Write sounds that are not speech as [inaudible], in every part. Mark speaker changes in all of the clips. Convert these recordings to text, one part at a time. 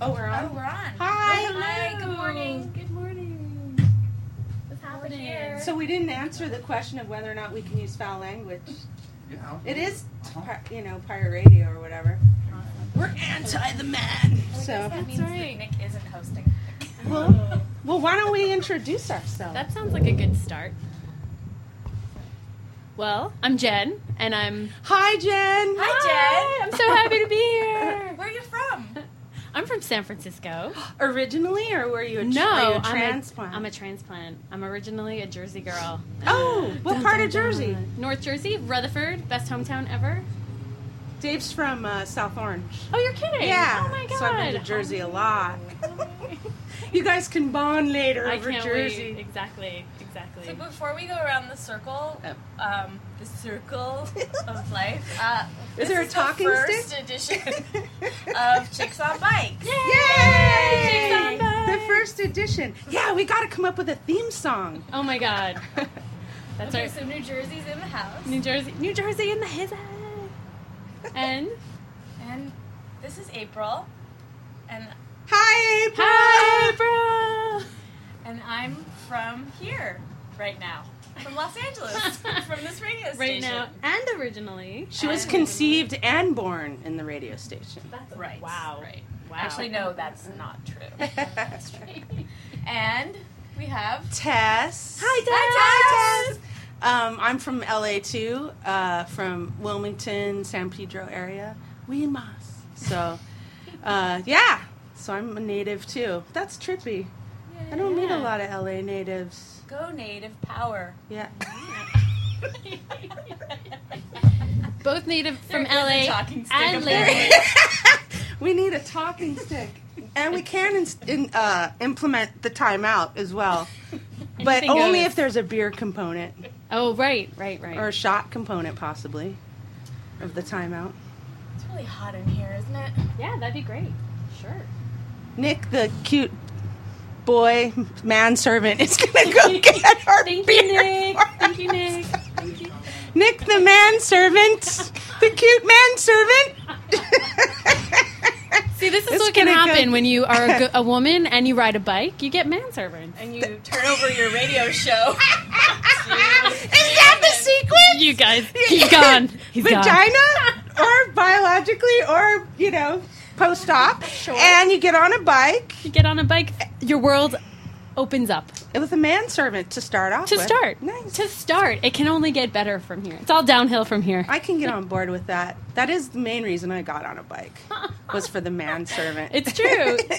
Speaker 1: Oh, we're
Speaker 2: Oh,
Speaker 1: on.
Speaker 2: we're on.
Speaker 1: Hi.
Speaker 2: Hi. Good morning.
Speaker 3: Good morning.
Speaker 2: What's happening here?
Speaker 1: So we didn't answer the question of whether or not we can use foul language.
Speaker 4: Yeah.
Speaker 1: It is, par- you know, pirate radio or whatever. We're anti the man.
Speaker 2: so
Speaker 1: So,
Speaker 2: that means
Speaker 3: right.
Speaker 2: that Nick isn't hosting.
Speaker 1: well, well, why don't we introduce ourselves?
Speaker 3: That sounds like a good start. Well, I'm Jen, and I'm.
Speaker 1: Hi, Jen.
Speaker 2: Hi, Jen.
Speaker 3: I'm so happy to be here.
Speaker 2: Where are you from?
Speaker 3: I'm from
Speaker 1: [gasps]
Speaker 3: San Francisco.
Speaker 1: [laughs] Originally, or were you a, tr-
Speaker 3: no,
Speaker 1: were you a
Speaker 3: I'm
Speaker 1: transplant?
Speaker 3: A, I'm a transplant. I'm originally a Jersey girl.
Speaker 1: oh, what
Speaker 3: Dun,
Speaker 1: part
Speaker 3: dun,
Speaker 1: of Jersey?
Speaker 3: dun. North Jersey, Rutherford, best hometown ever.
Speaker 1: Dave's from uh, South Orange.
Speaker 3: Oh, you're kidding?
Speaker 1: Yeah.
Speaker 3: Oh my god. Oh
Speaker 1: So I've been to Jersey a lot. [laughs] you guys can bond later
Speaker 3: I
Speaker 1: over
Speaker 3: can't
Speaker 1: Jersey.
Speaker 3: wait. Exactly. Exactly.
Speaker 2: So before we go around the circle, um,
Speaker 1: [laughs]
Speaker 2: the circle of life. Uh,
Speaker 1: Is
Speaker 2: this
Speaker 1: there a
Speaker 2: the
Speaker 1: talking
Speaker 2: first
Speaker 1: stick? [laughs]
Speaker 2: edition of Chicks on Bikes.
Speaker 1: Um, Yay!
Speaker 3: Chicks on
Speaker 1: The
Speaker 3: Bikes.
Speaker 1: first edition. Yeah, we got to come up with a theme song. [laughs]
Speaker 3: oh my god. That's
Speaker 2: okay,
Speaker 3: our
Speaker 2: so New Jersey's in the house,
Speaker 3: New Jersey, New Jersey in the his
Speaker 1: [laughs]
Speaker 3: And
Speaker 2: and this is April, and
Speaker 1: Hi, April.
Speaker 3: hi,
Speaker 2: and I'm from here right now, from Los Angeles,
Speaker 1: [laughs]
Speaker 2: from this radio station.
Speaker 3: bro. Right now and originally.
Speaker 1: She was conceived and born in the radio station.
Speaker 3: That's
Speaker 2: Right.
Speaker 3: Wow.
Speaker 2: Right.
Speaker 3: Wow.
Speaker 2: Actually, no, that's not
Speaker 1: [laughs]
Speaker 2: true. and we have
Speaker 1: Tess.
Speaker 3: Hi, Tess.
Speaker 1: Hi, Tess. Um, I'm from LA too, uh, from Wilmington, San Pedro area. We mas. So, uh, yeah. So I'm a native too. That's trippy. I don't meet a
Speaker 3: Yeah.
Speaker 1: lot of LA natives.
Speaker 2: Go Native
Speaker 1: [laughs]
Speaker 2: Power. [laughs]
Speaker 1: Yeah.
Speaker 3: Both native from
Speaker 2: There is a
Speaker 3: LA
Speaker 2: talking stick
Speaker 3: and
Speaker 2: up there.
Speaker 3: Larry.
Speaker 1: [laughs] we need a talking stick. And we can ins- in, uh, implement the timeout as
Speaker 3: [laughs]
Speaker 1: well, but
Speaker 3: Anything
Speaker 1: only
Speaker 3: goes.
Speaker 1: if there's a beer component
Speaker 3: Oh, right, right, right.
Speaker 1: or a shot component, possibly, of the timeout.
Speaker 2: It's really hot in here, isn't it?
Speaker 3: yeah, that'd be great. Sure.
Speaker 1: Nick, the cute boy manservant, is going to go get our
Speaker 3: [laughs] Thank
Speaker 1: beer.
Speaker 3: you, Nick.
Speaker 1: for
Speaker 3: Thank you,
Speaker 1: us.
Speaker 3: Nick. Thank you.
Speaker 1: Nick, the manservant, the cute
Speaker 3: [laughs]
Speaker 1: manservant.
Speaker 3: See, this is
Speaker 1: It's
Speaker 3: what can
Speaker 1: gonna go-
Speaker 3: happen when you are
Speaker 1: [laughs]
Speaker 3: a, go- a woman and you ride a bike. You get manservant.
Speaker 2: And you turn over your radio
Speaker 1: [laughs]
Speaker 2: show.
Speaker 1: is that
Speaker 3: [laughs]
Speaker 1: the sequence? [laughs]
Speaker 3: You guys, he's gone. He's gone.
Speaker 1: vagina or biologically or you know post-op and you get on a bike
Speaker 3: You get on a bike, your world opens up.
Speaker 1: with a manservant to start off
Speaker 3: To
Speaker 1: with.
Speaker 3: start.
Speaker 1: nice
Speaker 3: To start. It can only get better from here. It's all downhill from here.
Speaker 1: i can get on board with that that is the main reason i got on a bike was for the manservant
Speaker 3: [laughs] It's true.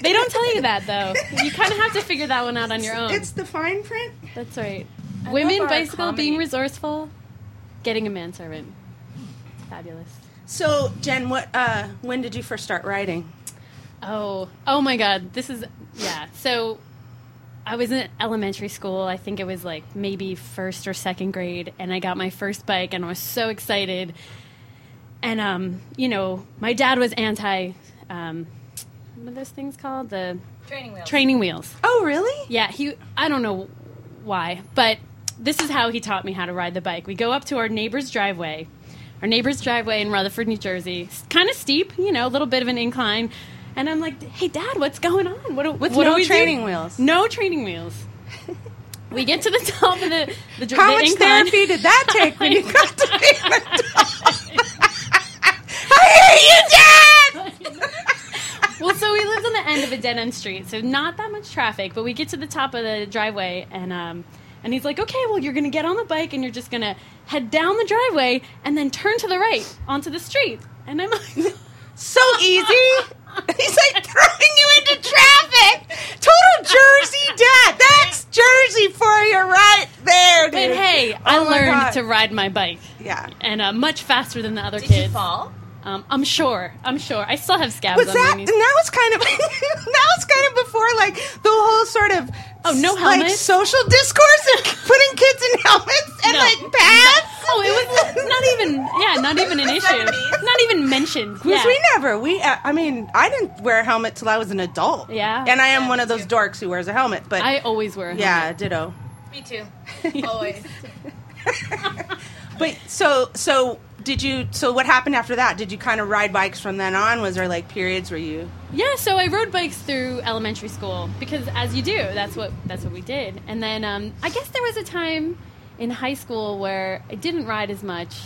Speaker 3: they don't tell you that though. You kind of have to figure that one out on your own.
Speaker 1: it's the fine print
Speaker 3: That's right.
Speaker 2: I
Speaker 3: Women,
Speaker 2: love our
Speaker 3: bicycle, being
Speaker 2: comedy.
Speaker 3: resourceful, getting a manservant. Fabulous.
Speaker 1: so jen what uh when did you first start riding
Speaker 3: Oh, oh my God. This is, yeah. So I was in elementary school. I think it was like maybe first or second grade. And I got my first bike and I was so excited. And, um, you know, my dad was anti, um, what are those things called? The
Speaker 2: Training wheels.
Speaker 3: training wheels.
Speaker 1: oh really
Speaker 3: Yeah, he. I don't know why, but this is how he taught me how to ride the bike. We go up to our neighbor's driveway, our neighbor's driveway in Rutherford, New Jersey. Kind of steep, you know, a little bit of an incline. And I'm like, "Hey, Dad, what's going on? What do,
Speaker 1: With
Speaker 3: what do
Speaker 1: no
Speaker 3: we do?"
Speaker 1: training wheels.
Speaker 3: No training wheels.
Speaker 1: [laughs]
Speaker 3: we get to the top of the the, dr-
Speaker 1: how
Speaker 3: the
Speaker 1: much
Speaker 3: incline.
Speaker 1: therapy did
Speaker 3: [laughs]
Speaker 1: that take when you got to be an adult? [laughs] i hear you jen
Speaker 3: well, so we lived on the end of a dead end street, so not that much traffic. But we get to the top of the driveway, and um, and he's like, "Okay, well, you're gonna get on the bike, and you're just gonna head down the driveway, and then turn to the right onto the street." And
Speaker 1: [laughs]
Speaker 3: I'm like,
Speaker 1: so easy. [laughs] He's like throwing you into traffic. Total Jersey dad. That's Jersey for you right there, dude.
Speaker 3: "But hey, I
Speaker 1: Oh my
Speaker 3: learned
Speaker 1: God.
Speaker 3: to ride my bike,
Speaker 1: Yeah.
Speaker 3: and uh, much faster than the other
Speaker 2: Did
Speaker 3: kids."
Speaker 2: you fall?
Speaker 3: Um, I'm sure. I'm sure. I still have scabs
Speaker 1: Was
Speaker 3: on
Speaker 1: that
Speaker 3: my
Speaker 1: and
Speaker 3: knees.
Speaker 1: that was kind of [laughs] that was kind of before like the whole sort of
Speaker 3: Oh, no
Speaker 1: like
Speaker 3: helmets?
Speaker 1: [laughs] social discourse and putting kids in helmets and
Speaker 3: No.
Speaker 1: like pads.
Speaker 3: Oh, it was not even.
Speaker 1: [laughs]
Speaker 3: Yeah, not even an issue. Not even mentioned.
Speaker 1: Because
Speaker 3: Yeah.
Speaker 1: we never, we, uh, I mean, I didn't wear a helmet till I was an adult.
Speaker 3: Yeah.
Speaker 1: And I am
Speaker 2: Yeah,
Speaker 1: one
Speaker 2: me
Speaker 1: of those
Speaker 2: too.
Speaker 1: dorks who wears a helmet, but
Speaker 3: I always wear. A
Speaker 1: yeah,
Speaker 3: helmet.
Speaker 1: ditto.
Speaker 2: Me too. [laughs] Always.
Speaker 1: But so, so did you, so what happened after that? Did you kind of ride bikes from then on? Was there like periods where you,
Speaker 3: Yeah, so I rode bikes through elementary school because, as you do, that's what that's what we did. And then um, I guess there was a time in high school where I didn't ride as much,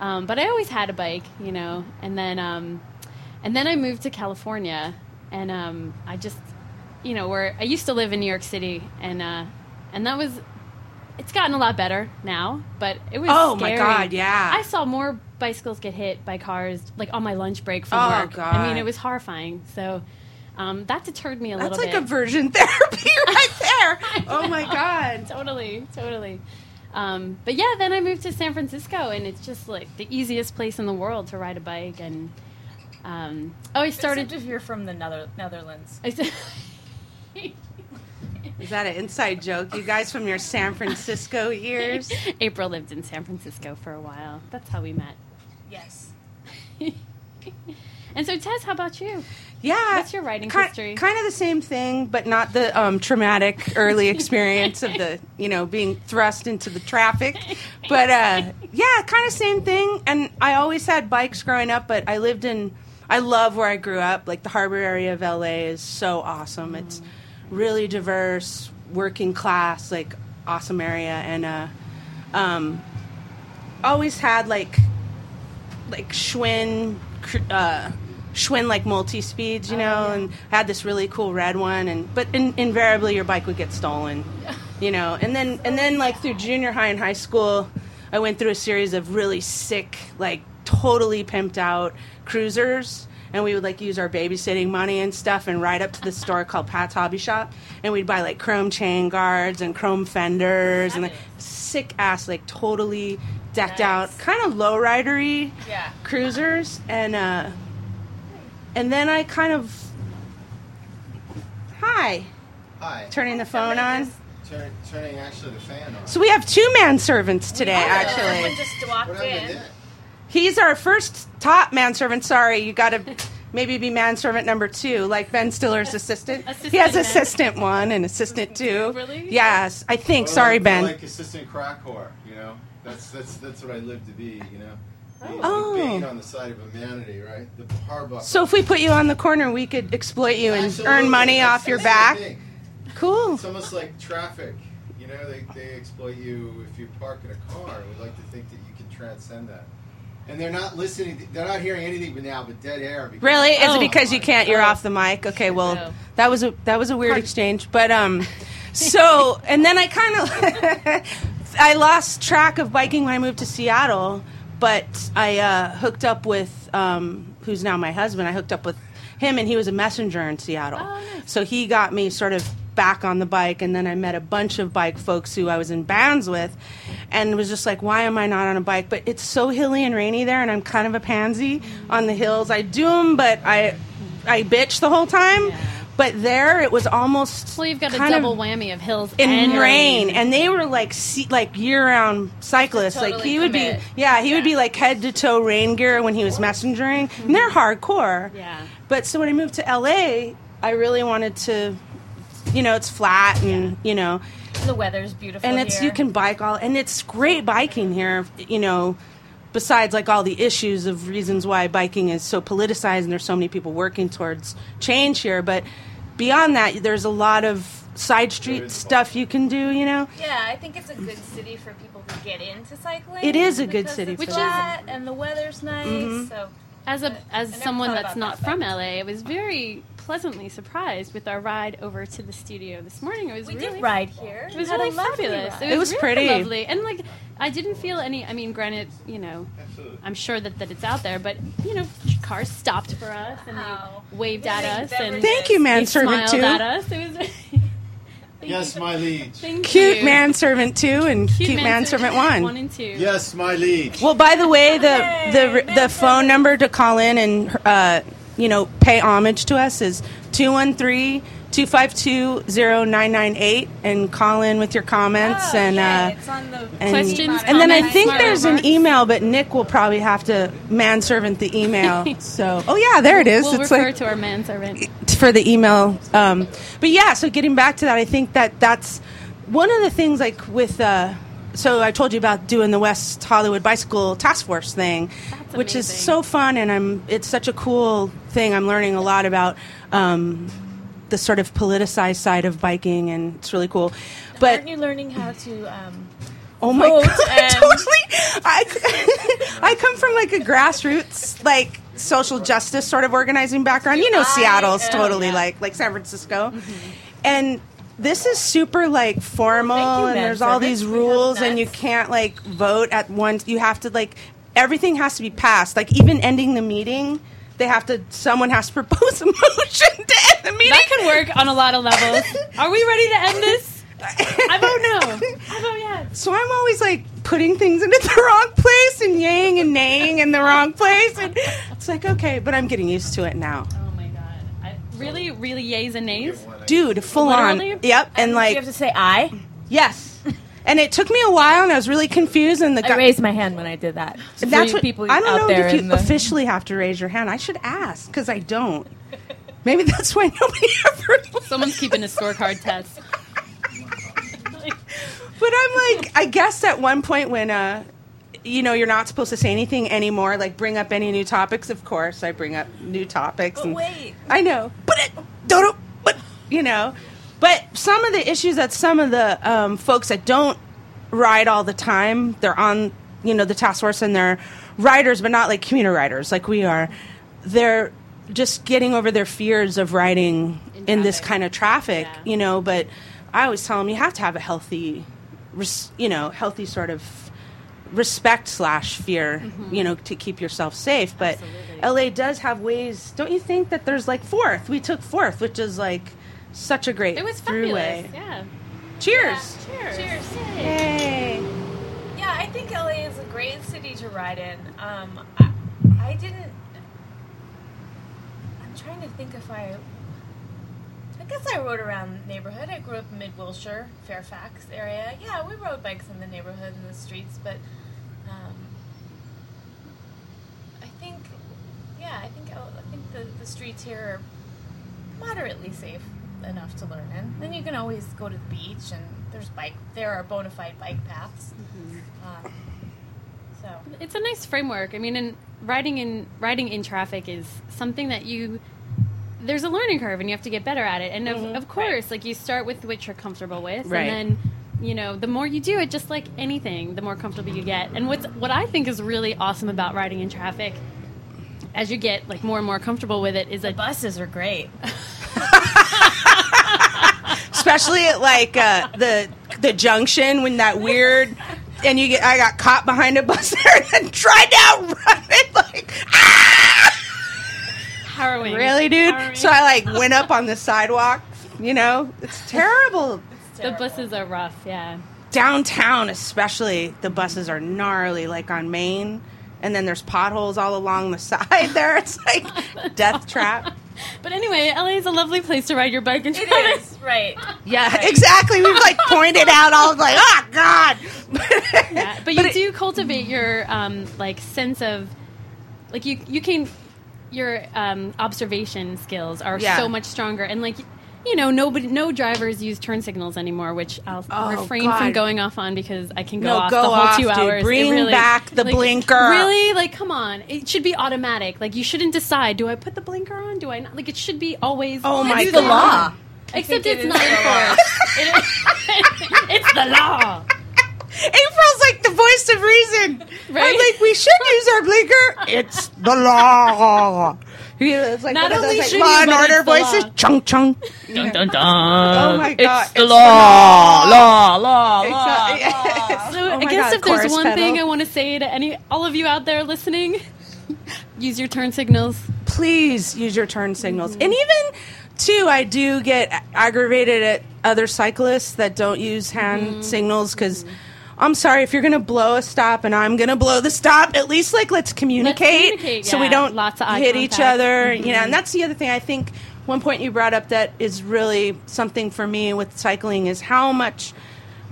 Speaker 3: um, but I always had a bike, you know. And then um, and then I moved to California, and um, I just, you know, where I used to live in New York City, and uh, and that was. It's gotten a lot better now, but it was
Speaker 1: Oh, my
Speaker 3: scary.
Speaker 1: God, yeah.
Speaker 3: I saw more bicycles get hit by cars like on my lunch break from
Speaker 1: Oh,
Speaker 3: work. I mean,
Speaker 1: God.
Speaker 3: it was horrifying. So um, that deterred me a
Speaker 1: that's
Speaker 3: little
Speaker 1: like
Speaker 3: bit.
Speaker 1: aversion [laughs] therapy
Speaker 3: [laughs]
Speaker 1: right there. oh my
Speaker 3: know.
Speaker 1: God.
Speaker 3: totally, totally. Um, but yeah, then I moved to San Francisco, and it's just like the easiest place in the world to ride a bike. And um, oh, I
Speaker 2: Started
Speaker 3: started.
Speaker 2: if you're from the Nether- Netherlands.
Speaker 3: [laughs] I said-
Speaker 1: Is that an inside joke? You guys from your San Francisco years?
Speaker 3: April lived in San Francisco for a while. That's how we met.
Speaker 2: Yes.
Speaker 3: And so, Tess, how about you?
Speaker 1: Yeah.
Speaker 3: What's your writing history?
Speaker 1: Kind of the same thing, but not the um, traumatic early experience of the, you know, being thrust into the traffic. But uh, yeah, kind of same thing. And I always had bikes growing up, but I lived in, I love where I grew up. Like the harbor area of LA is so awesome.
Speaker 3: Mm.
Speaker 1: It's really diverse, working class, like awesome area. And uh, um, always had like like Schwinn, cr- uh, Schwinn like multi speeds, you know, and I had this really cool red one, and but in, invariably your bike would get stolen, you know, and then and then like through junior high and high school, I went through a series of really sick, like totally pimped out cruisers. And we would like use our babysitting money and stuff and ride up to the store called Pat's Hobby Shop. And we'd buy like chrome chain guards and chrome fenders and like sick ass, like totally decked out, kind of lowridery
Speaker 2: Yeah.
Speaker 1: cruisers and uh and then I kind of hi
Speaker 4: Hi.
Speaker 1: turning the phone on.
Speaker 4: Turn, turning actually the fan on.
Speaker 1: So we have two manservants today
Speaker 3: Oh,
Speaker 2: Someone
Speaker 1: actually.
Speaker 2: just walked
Speaker 4: what
Speaker 2: in.
Speaker 4: happened to that?
Speaker 1: He's our first top manservant. Sorry, you got to maybe be manservant number 2 like Ben Stiller's assistant. he has
Speaker 3: Assistant man.
Speaker 1: assistant 1 and assistant 2.
Speaker 3: Really?
Speaker 1: Yes, I think.
Speaker 4: Or
Speaker 1: Sorry,
Speaker 4: like, or
Speaker 1: Ben.
Speaker 4: Like assistant crack whore, you know. That's that's that's what I live to be, you know.
Speaker 1: Oh.
Speaker 4: The bane on the side of humanity, right? The harbuckle.
Speaker 1: so if we put you on the corner, we could exploit you and
Speaker 4: Absolutely,
Speaker 1: earn money
Speaker 4: that's-
Speaker 1: off your
Speaker 4: that's
Speaker 1: back.
Speaker 4: the thing.
Speaker 1: Cool.
Speaker 4: It's almost like traffic. You know, they, they exploit you if you park in a car. We'd like to think that you can transcend that. And they're not listening. They're not hearing anything but now, but dead air. because-
Speaker 1: Really? Is
Speaker 3: Oh.
Speaker 1: it because you can't? You're
Speaker 3: Oh.
Speaker 1: off the mic. Okay. Well,
Speaker 3: Oh.
Speaker 1: that was a that was a weird exchange. But um, so and then I kind of [laughs] I lost track of biking when I moved to Seattle. But I uh, hooked up with um, who's now my husband. I hooked up with him, and he was a messenger in Seattle. So he got me sort of back on the bike, and then I met a bunch of bike folks who I was in bands with, and was just like, why am I not on a bike? But it's so hilly and rainy there, and I'm kind of a pansy on the hills. I do them, but I, I bitch the whole time.
Speaker 3: Yeah.
Speaker 1: But there, it was almost
Speaker 3: Well, you've got a
Speaker 1: kind of
Speaker 3: double whammy of hills
Speaker 1: in
Speaker 3: and
Speaker 1: rain, and they were like se- like year round cyclists. like
Speaker 2: totally
Speaker 1: he would
Speaker 2: commit.
Speaker 1: be, yeah, he would be like head to toe rain gear when he was messengering, and they're hardcore.
Speaker 3: Mm-hmm. Yeah.
Speaker 1: But so when I moved to LA, I really wanted to, you know, it's flat and you know,
Speaker 2: The weather's beautiful.
Speaker 1: and it's you
Speaker 2: here.
Speaker 1: can bike all, and it's great biking here, you know. Besides, like all the issues of reasons why biking is so politicized, and there's so many people working towards change here, but beyond that, there's a lot of side street
Speaker 4: is a lot.
Speaker 1: stuff you can do, you know.
Speaker 2: Yeah, I think it's a good city for people who get into cycling.
Speaker 1: It is a good
Speaker 2: because
Speaker 1: city
Speaker 2: it's
Speaker 1: for
Speaker 3: that.
Speaker 2: flat and the weather's nice. So
Speaker 3: As a as
Speaker 2: I never
Speaker 3: someone
Speaker 2: thought
Speaker 3: that's
Speaker 2: about
Speaker 3: not
Speaker 2: that,
Speaker 3: from LA, I was very pleasantly surprised with our ride over to the studio this morning. It was
Speaker 2: we
Speaker 3: really
Speaker 2: did ride here.
Speaker 3: It was
Speaker 2: Had a
Speaker 3: really
Speaker 2: lovely
Speaker 3: fabulous.
Speaker 2: ride.
Speaker 1: It was
Speaker 3: really
Speaker 1: pretty.
Speaker 3: lovely, and like I didn't feel any. I mean, granted, you know,
Speaker 4: Absolutely.
Speaker 3: I'm sure that, that it's out there, but you know, cars stopped for us and they
Speaker 2: Wow.
Speaker 3: waved
Speaker 2: Yeah,
Speaker 3: at
Speaker 2: they
Speaker 3: us and
Speaker 2: never
Speaker 3: they
Speaker 2: did.
Speaker 1: Thank you, manservant
Speaker 3: smiled at
Speaker 1: two.
Speaker 3: us. It was [laughs] Thank
Speaker 4: Yes,
Speaker 3: you.
Speaker 4: my liege.
Speaker 3: Thank
Speaker 1: Cute
Speaker 3: you.
Speaker 1: manservant two and cute, manservant one.
Speaker 3: one and two.
Speaker 4: Yes, my liege.
Speaker 1: Well, by the way, the
Speaker 2: Yay,
Speaker 1: the the
Speaker 2: manservant.
Speaker 1: phone number to call in and uh, you know, pay homage to us is 213 252 0998 and call in with your comments.
Speaker 2: Oh,
Speaker 1: and,
Speaker 2: okay.
Speaker 1: uh,
Speaker 2: it's on the
Speaker 1: and,
Speaker 3: Questions,
Speaker 1: and then I
Speaker 3: comments,
Speaker 1: think
Speaker 3: smart
Speaker 1: there's an
Speaker 3: remarks.
Speaker 1: email, but Nick will probably have to manservant the
Speaker 3: [laughs]
Speaker 1: email. so, oh yeah, there it is.
Speaker 3: We'll
Speaker 1: it's
Speaker 3: refer
Speaker 1: like
Speaker 3: to our manservant.
Speaker 1: for the email. Um, but yeah, so getting back to that, I think that that's one of the things like with. Uh, so I told you about doing the West Hollywood Bicycle Task Force thing,
Speaker 3: That's
Speaker 1: which is
Speaker 3: amazing.
Speaker 1: so fun, and I'm it's such a cool thing. I'm learning a lot about um, the sort of politicized side of biking, and it's really cool. But
Speaker 5: Aren't you learning how to? Um,
Speaker 1: Oh my
Speaker 5: vote
Speaker 1: god! [laughs] I
Speaker 5: and-
Speaker 1: totally. I, [laughs] I come from like a grassroots, like social justice sort of organizing background. You know, Seattle's
Speaker 5: am,
Speaker 1: totally
Speaker 5: yeah. Mm-hmm.
Speaker 1: like like San Francisco, and this is super like formal,
Speaker 5: Thank you,
Speaker 1: and
Speaker 5: Madam
Speaker 1: there's all
Speaker 5: Servant.
Speaker 1: these
Speaker 5: We have
Speaker 1: rules, and you
Speaker 5: nuts.
Speaker 1: can't like vote at once. You have to like everything has to be passed. Like even ending the meeting, they have to. Someone has to [laughs] propose a motion to end the meeting.
Speaker 3: That could work on a lot
Speaker 1: [laughs]
Speaker 3: of levels. Are we ready to end this? I don't know.
Speaker 5: oh yeah.
Speaker 1: So I'm always like putting things into [laughs] the wrong place and yaying and naying in the wrong place. And it's like, okay, but I'm getting used to it now.
Speaker 3: Oh my god. I, really, really yays and nays.
Speaker 1: Dude, full
Speaker 3: Literally?
Speaker 1: on. Yep. And
Speaker 5: you
Speaker 1: like,
Speaker 5: have to say I.
Speaker 1: yes. And it took me a while and I was really confused. And the
Speaker 5: I
Speaker 1: guy,
Speaker 5: raised my hand when I did that. So for
Speaker 1: that's
Speaker 5: you
Speaker 1: what,
Speaker 5: people
Speaker 1: I don't
Speaker 5: out
Speaker 1: know
Speaker 5: there
Speaker 1: if you
Speaker 5: in the-
Speaker 1: officially have to raise your hand. I should ask because I don't. Maybe that's why nobody [laughs] ever.
Speaker 3: Someone's keeping
Speaker 5: [laughs]
Speaker 3: a scorecard test.
Speaker 1: But I'm like, I guess at one point when, uh, you know, you're not supposed to say anything anymore, like bring up any new topics, of course. I bring up new topics.
Speaker 2: But
Speaker 1: and-
Speaker 2: wait,
Speaker 1: I know, but it, don't, but you know, but some of the issues that some of the um, folks that don't ride all the time, they're on, you know, the task force and they're riders, but not like commuter riders like we are. They're just getting over their fears of riding in,
Speaker 3: In
Speaker 1: this
Speaker 3: traffic.
Speaker 1: kind of traffic,
Speaker 3: Yeah.
Speaker 1: you know. But I always tell them you have to have a healthy, res- you know, healthy sort of respect slash fear, you know, to keep yourself safe. But
Speaker 3: Mm-hmm. Absolutely.
Speaker 1: LA does have ways, don't you think that there's like fourth? We took fourth, which is like such a great
Speaker 3: It was fabulous.
Speaker 1: throughway.
Speaker 3: Yeah.
Speaker 1: Cheers!
Speaker 3: Cheers.
Speaker 2: cheers.
Speaker 1: Yay!
Speaker 2: Yeah, I think LA is a great city to ride in. Um, I, I didn't. I'm trying to think if I. I guess I rode around the neighborhood. I grew up in mid Wilshire, Fairfax area. Yeah, we rode bikes in the neighborhood and the streets, but um, I think, yeah, I think L- I think the, the streets here are moderately safe enough to learn in. Then you can always go to the beach, and there's bike. There are bona fide bike paths. Um, so
Speaker 1: [laughs]
Speaker 3: It's a nice framework. I mean, and riding in riding in traffic is something that you there's a learning curve and you have to get better at it. And of,
Speaker 5: Mm-hmm.
Speaker 3: of course, like you start with what you're comfortable with
Speaker 1: Right.
Speaker 3: and then you know, the more you do it, just like anything, the more comfortable you get. And what's what I think is really awesome about riding in traffic as you get like more and more comfortable with it is that
Speaker 5: Buses are great.
Speaker 1: Especially at like uh, the the junction when that weird and you get I got caught behind a bus [laughs] there and then tried to outrun it like
Speaker 3: harrowing.
Speaker 1: really dude. So I like went up on the sidewalk. You know, it's terrible.
Speaker 3: The buses are rough, yeah.
Speaker 1: downtown especially the buses are gnarly like on main and then there's potholes all along the [laughs] side there it's like death trap
Speaker 3: But anyway, LA is a lovely place to ride your bike in traffic. [laughs]
Speaker 2: it is right.
Speaker 1: yeah exactly we've like pointed out all like oh god [laughs]
Speaker 3: Yeah, but you do cultivate your um, like sense of like you you can your um, observation skills are
Speaker 1: Yeah.
Speaker 3: so much stronger and like you know nobody no drivers use turn signals anymore which I'll
Speaker 1: Oh,
Speaker 3: refrain
Speaker 1: God.
Speaker 3: from going off on because I can go
Speaker 1: No,
Speaker 3: off
Speaker 1: go
Speaker 3: the whole
Speaker 1: off,
Speaker 3: two
Speaker 1: dude.
Speaker 3: hours It
Speaker 1: Bring back the
Speaker 3: like,
Speaker 1: blinker.
Speaker 3: really like come on it should be automatic like you shouldn't decide do I put the blinker on do I not like it should be always
Speaker 1: oh my
Speaker 5: It's
Speaker 1: god
Speaker 5: the law.
Speaker 3: except
Speaker 2: think
Speaker 3: it's
Speaker 2: it
Speaker 3: not enforced [laughs] It- it's the law
Speaker 1: april's like the voice of reason
Speaker 3: Right?
Speaker 1: i'm like we should use our blinker it's the law you know, it's like
Speaker 3: Not
Speaker 1: one of those,
Speaker 3: only
Speaker 1: like,
Speaker 3: should
Speaker 1: law
Speaker 3: you,
Speaker 1: and
Speaker 3: but
Speaker 1: order
Speaker 3: it's the law.
Speaker 1: voices chung chung
Speaker 6: Dun dun dun.
Speaker 1: [laughs] Oh my God,
Speaker 6: It's the
Speaker 1: it's
Speaker 6: law, law, law, law.
Speaker 1: [laughs] Exactly. Oh
Speaker 3: So I
Speaker 1: my
Speaker 3: guess
Speaker 1: God,
Speaker 3: if there's
Speaker 1: chorus
Speaker 3: one
Speaker 1: pedal.
Speaker 3: thing I want to say to any all of you out there listening, [laughs] use your turn signals.
Speaker 1: please use your turn signals. And even too, I do
Speaker 3: Mm-hmm.
Speaker 1: get aggravated at other cyclists that don't use hand signals 'cause signals because I'm sorry if you're going to blow a stop and I'm going to blow the stop. At least like let's communicate,
Speaker 3: communicate,
Speaker 1: so we
Speaker 3: yeah.
Speaker 1: don't
Speaker 3: Lots of eye
Speaker 1: hit each
Speaker 3: contact.
Speaker 1: other. You know, and that's the other thing I think. One point you brought up that is really something for me with cycling is how much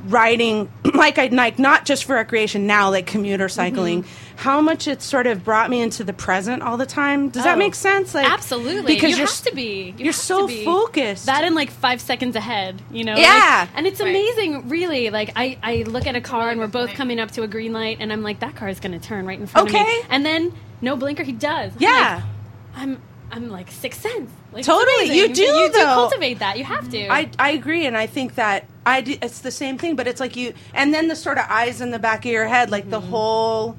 Speaker 1: riding [clears throat] like I like not just for recreation now like
Speaker 3: Mm-hmm.
Speaker 1: commuter cycling how much it's sort of brought me into the present all the time does that
Speaker 3: Oh,
Speaker 1: make sense like
Speaker 3: Absolutely, because you
Speaker 1: you're
Speaker 3: have
Speaker 1: s-
Speaker 3: to be. You
Speaker 1: you're
Speaker 3: have to
Speaker 1: so
Speaker 3: be.
Speaker 1: focused.
Speaker 3: That in like five seconds ahead, you know.
Speaker 1: Yeah.
Speaker 3: Like- and it's amazing, really. Like I, I look at a car and we're both coming up to a green light, and I'm like, that car is going to turn right in front of
Speaker 1: Okay.
Speaker 3: me. And then no blinker, he does. I'm
Speaker 1: yeah
Speaker 3: like, I'm. I'm like sixth sense. Like, it's
Speaker 1: Totally,
Speaker 3: amazing.
Speaker 1: you
Speaker 3: But
Speaker 1: do,
Speaker 3: You do
Speaker 1: though.
Speaker 3: cultivate that. You have to.
Speaker 1: I, I agree, and I think that I do, it's the same thing, but it's like you, and then the sort of eyes in the back of your head, like
Speaker 2: Mm-hmm.
Speaker 1: the whole,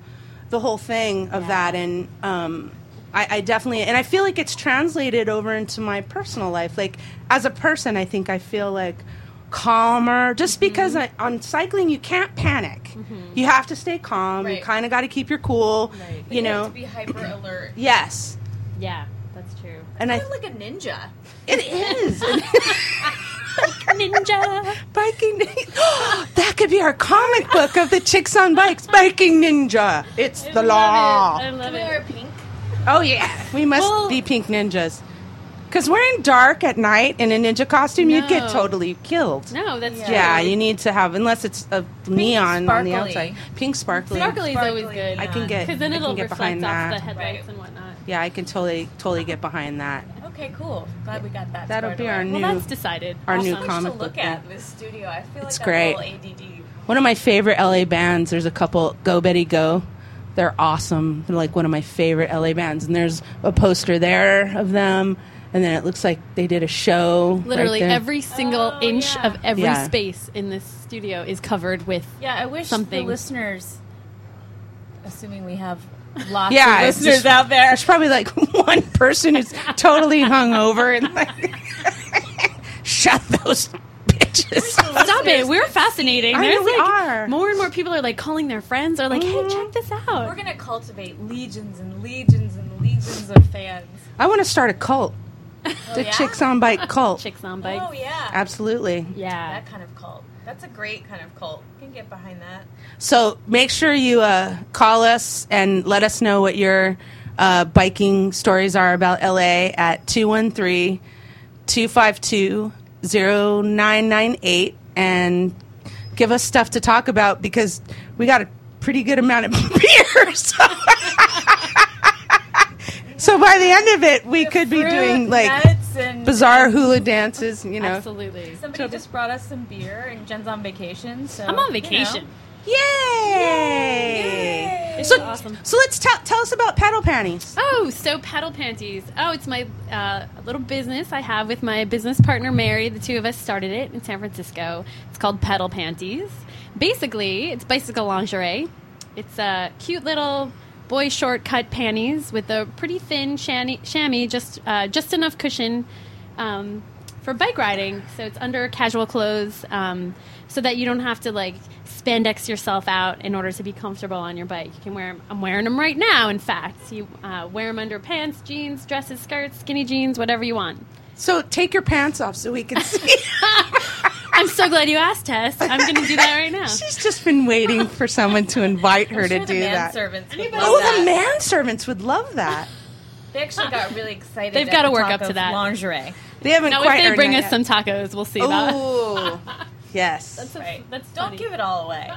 Speaker 1: the whole thing of that, and um, I, I definitely, and I feel like it's translated over into my personal life. Like as a person, I think I feel like calmer,
Speaker 2: Mm-hmm.
Speaker 1: just because I, on cycling you can't panic, you have to stay calm. You
Speaker 2: Right.
Speaker 1: kind of got to keep your cool,
Speaker 2: But
Speaker 1: you
Speaker 2: have
Speaker 1: know.
Speaker 2: to be hyper alert.
Speaker 1: yes,
Speaker 3: yeah, that's true.
Speaker 1: and I,
Speaker 2: I'm like a ninja.
Speaker 1: it is.
Speaker 3: Ninja.
Speaker 1: Biking ninja. [gasps] that could be our comic book of the chicks on bikes. Biking ninja. It's the law.
Speaker 3: Love it. I love
Speaker 2: Can we
Speaker 3: it.
Speaker 2: wear pink?
Speaker 1: Oh yeah, we must
Speaker 3: Well-
Speaker 1: be pink ninjas. Cause wearing dark at night in a ninja costume, you'd get
Speaker 3: No.
Speaker 1: totally killed.
Speaker 3: No, that's
Speaker 2: Yeah.
Speaker 3: true.
Speaker 1: Yeah, you need to have unless it's a neon on the
Speaker 2: sparkly.
Speaker 1: outside. Pink sparkly.
Speaker 3: Sparkly is always
Speaker 2: Sparkly,
Speaker 3: good.
Speaker 1: I can get.
Speaker 3: because then
Speaker 1: I
Speaker 3: it'll
Speaker 1: can get
Speaker 3: reflect
Speaker 1: behind
Speaker 3: off
Speaker 1: that.
Speaker 3: the headlights
Speaker 2: Right.
Speaker 3: and whatnot.
Speaker 1: Yeah, I can totally totally get behind that.
Speaker 2: Okay, cool. Glad we got that.
Speaker 1: That'll
Speaker 2: squared
Speaker 1: be
Speaker 2: away.
Speaker 1: our
Speaker 3: Well,
Speaker 1: new
Speaker 3: that's decided.
Speaker 1: our
Speaker 2: Also
Speaker 1: new
Speaker 2: much
Speaker 1: comic
Speaker 2: to
Speaker 1: book.
Speaker 2: look at this studio. I feel
Speaker 1: It's
Speaker 2: like
Speaker 1: great.
Speaker 2: That whole ADD.
Speaker 1: One of my favorite LA bands, there's a couple, Go Betty Go. They're awesome. They're like one of my favorite LA bands. And there's a poster there of them. And then it looks like they did a show.
Speaker 3: Literally
Speaker 1: right there.
Speaker 3: every single
Speaker 2: Oh,
Speaker 3: inch
Speaker 2: yeah.
Speaker 3: of every
Speaker 1: Yeah.
Speaker 3: space in this studio is covered with.
Speaker 2: Yeah, I wish
Speaker 3: Something.
Speaker 2: the listeners, assuming we have lots
Speaker 1: Yeah,
Speaker 2: of
Speaker 1: it's
Speaker 2: listeners
Speaker 1: just-
Speaker 2: out there,
Speaker 1: There's probably like [laughs] one person who's totally hungover and like, [laughs] shut those bitches. up."
Speaker 3: Stop it! We're fascinating.
Speaker 1: I know
Speaker 3: There's
Speaker 1: we
Speaker 3: like
Speaker 1: are. Mm-hmm.
Speaker 3: more and more people are like calling their friends or like, "Hey, check this out."
Speaker 2: we're gonna cultivate legions and legions and legions of fans.
Speaker 1: I want to start a cult, the
Speaker 2: yeah?
Speaker 1: Chicks on Bike cult.
Speaker 3: Chicks on bikes.
Speaker 2: Oh yeah,
Speaker 1: Absolutely.
Speaker 3: yeah.
Speaker 2: that kind of cult. That's a great kind of cult. You can get behind that.
Speaker 1: So make sure you uh, call us and let us know what your uh, biking stories are about LA at 213 252 0998 and give us stuff to talk about because we got a pretty good amount of [laughs] beer. So, [laughs] so by the end of it, we could be
Speaker 2: Fruit,
Speaker 1: doing like
Speaker 2: nuts and
Speaker 1: bizarre hula dances, you know.
Speaker 3: Absolutely.
Speaker 2: Somebody just brought us some beer, and Jen's on vacation, so
Speaker 3: I'm on
Speaker 2: you know.
Speaker 3: vacation.
Speaker 1: Yay!
Speaker 3: Yay.
Speaker 1: So,
Speaker 3: Awesome.
Speaker 1: so let's tell tell us about paddle panties.
Speaker 3: Oh, so paddle panties. Oh, it's my uh, little business I have with my business partner Mary. The two of us started it in San Francisco. It's called Pedal Panties. Basically, it's bicycle lingerie. It's uh, cute little boy shortcut panties with a pretty thin shani- chamois, just uh, just enough cushion um, for bike riding. So it's under casual clothes, um, so that you don't have to like spandex yourself out in order to be comfortable on your bike. You can wear 'em- I'm wearing them right now. In fact, you uh, wear them under pants, jeans, dresses, skirts, skinny jeans, whatever you want.
Speaker 1: So take your pants off so we
Speaker 3: [laughs]
Speaker 1: can see.
Speaker 3: I'm so glad you asked, Tess. I'm going to do that
Speaker 2: [laughs]
Speaker 3: right now.
Speaker 1: She's just been waiting for someone to invite her
Speaker 2: I'm sure
Speaker 1: to
Speaker 2: the
Speaker 1: do that.
Speaker 2: manservants would love
Speaker 1: Oh, the
Speaker 2: that.
Speaker 1: manservants would love that.
Speaker 2: They actually got really excited.
Speaker 3: They've
Speaker 2: at
Speaker 3: gotta
Speaker 2: the
Speaker 3: work
Speaker 2: talk
Speaker 3: up to
Speaker 2: of
Speaker 3: that.
Speaker 2: lingerie.
Speaker 1: They haven't
Speaker 3: Now,
Speaker 1: quite.
Speaker 3: if they
Speaker 1: earned
Speaker 3: bring
Speaker 1: that
Speaker 3: us some tacos, we'll see about.
Speaker 1: yet.
Speaker 3: [laughs]
Speaker 1: Ooh, yes.
Speaker 3: So
Speaker 2: Right.
Speaker 3: That's
Speaker 2: Don't
Speaker 3: funny.
Speaker 2: give it all away.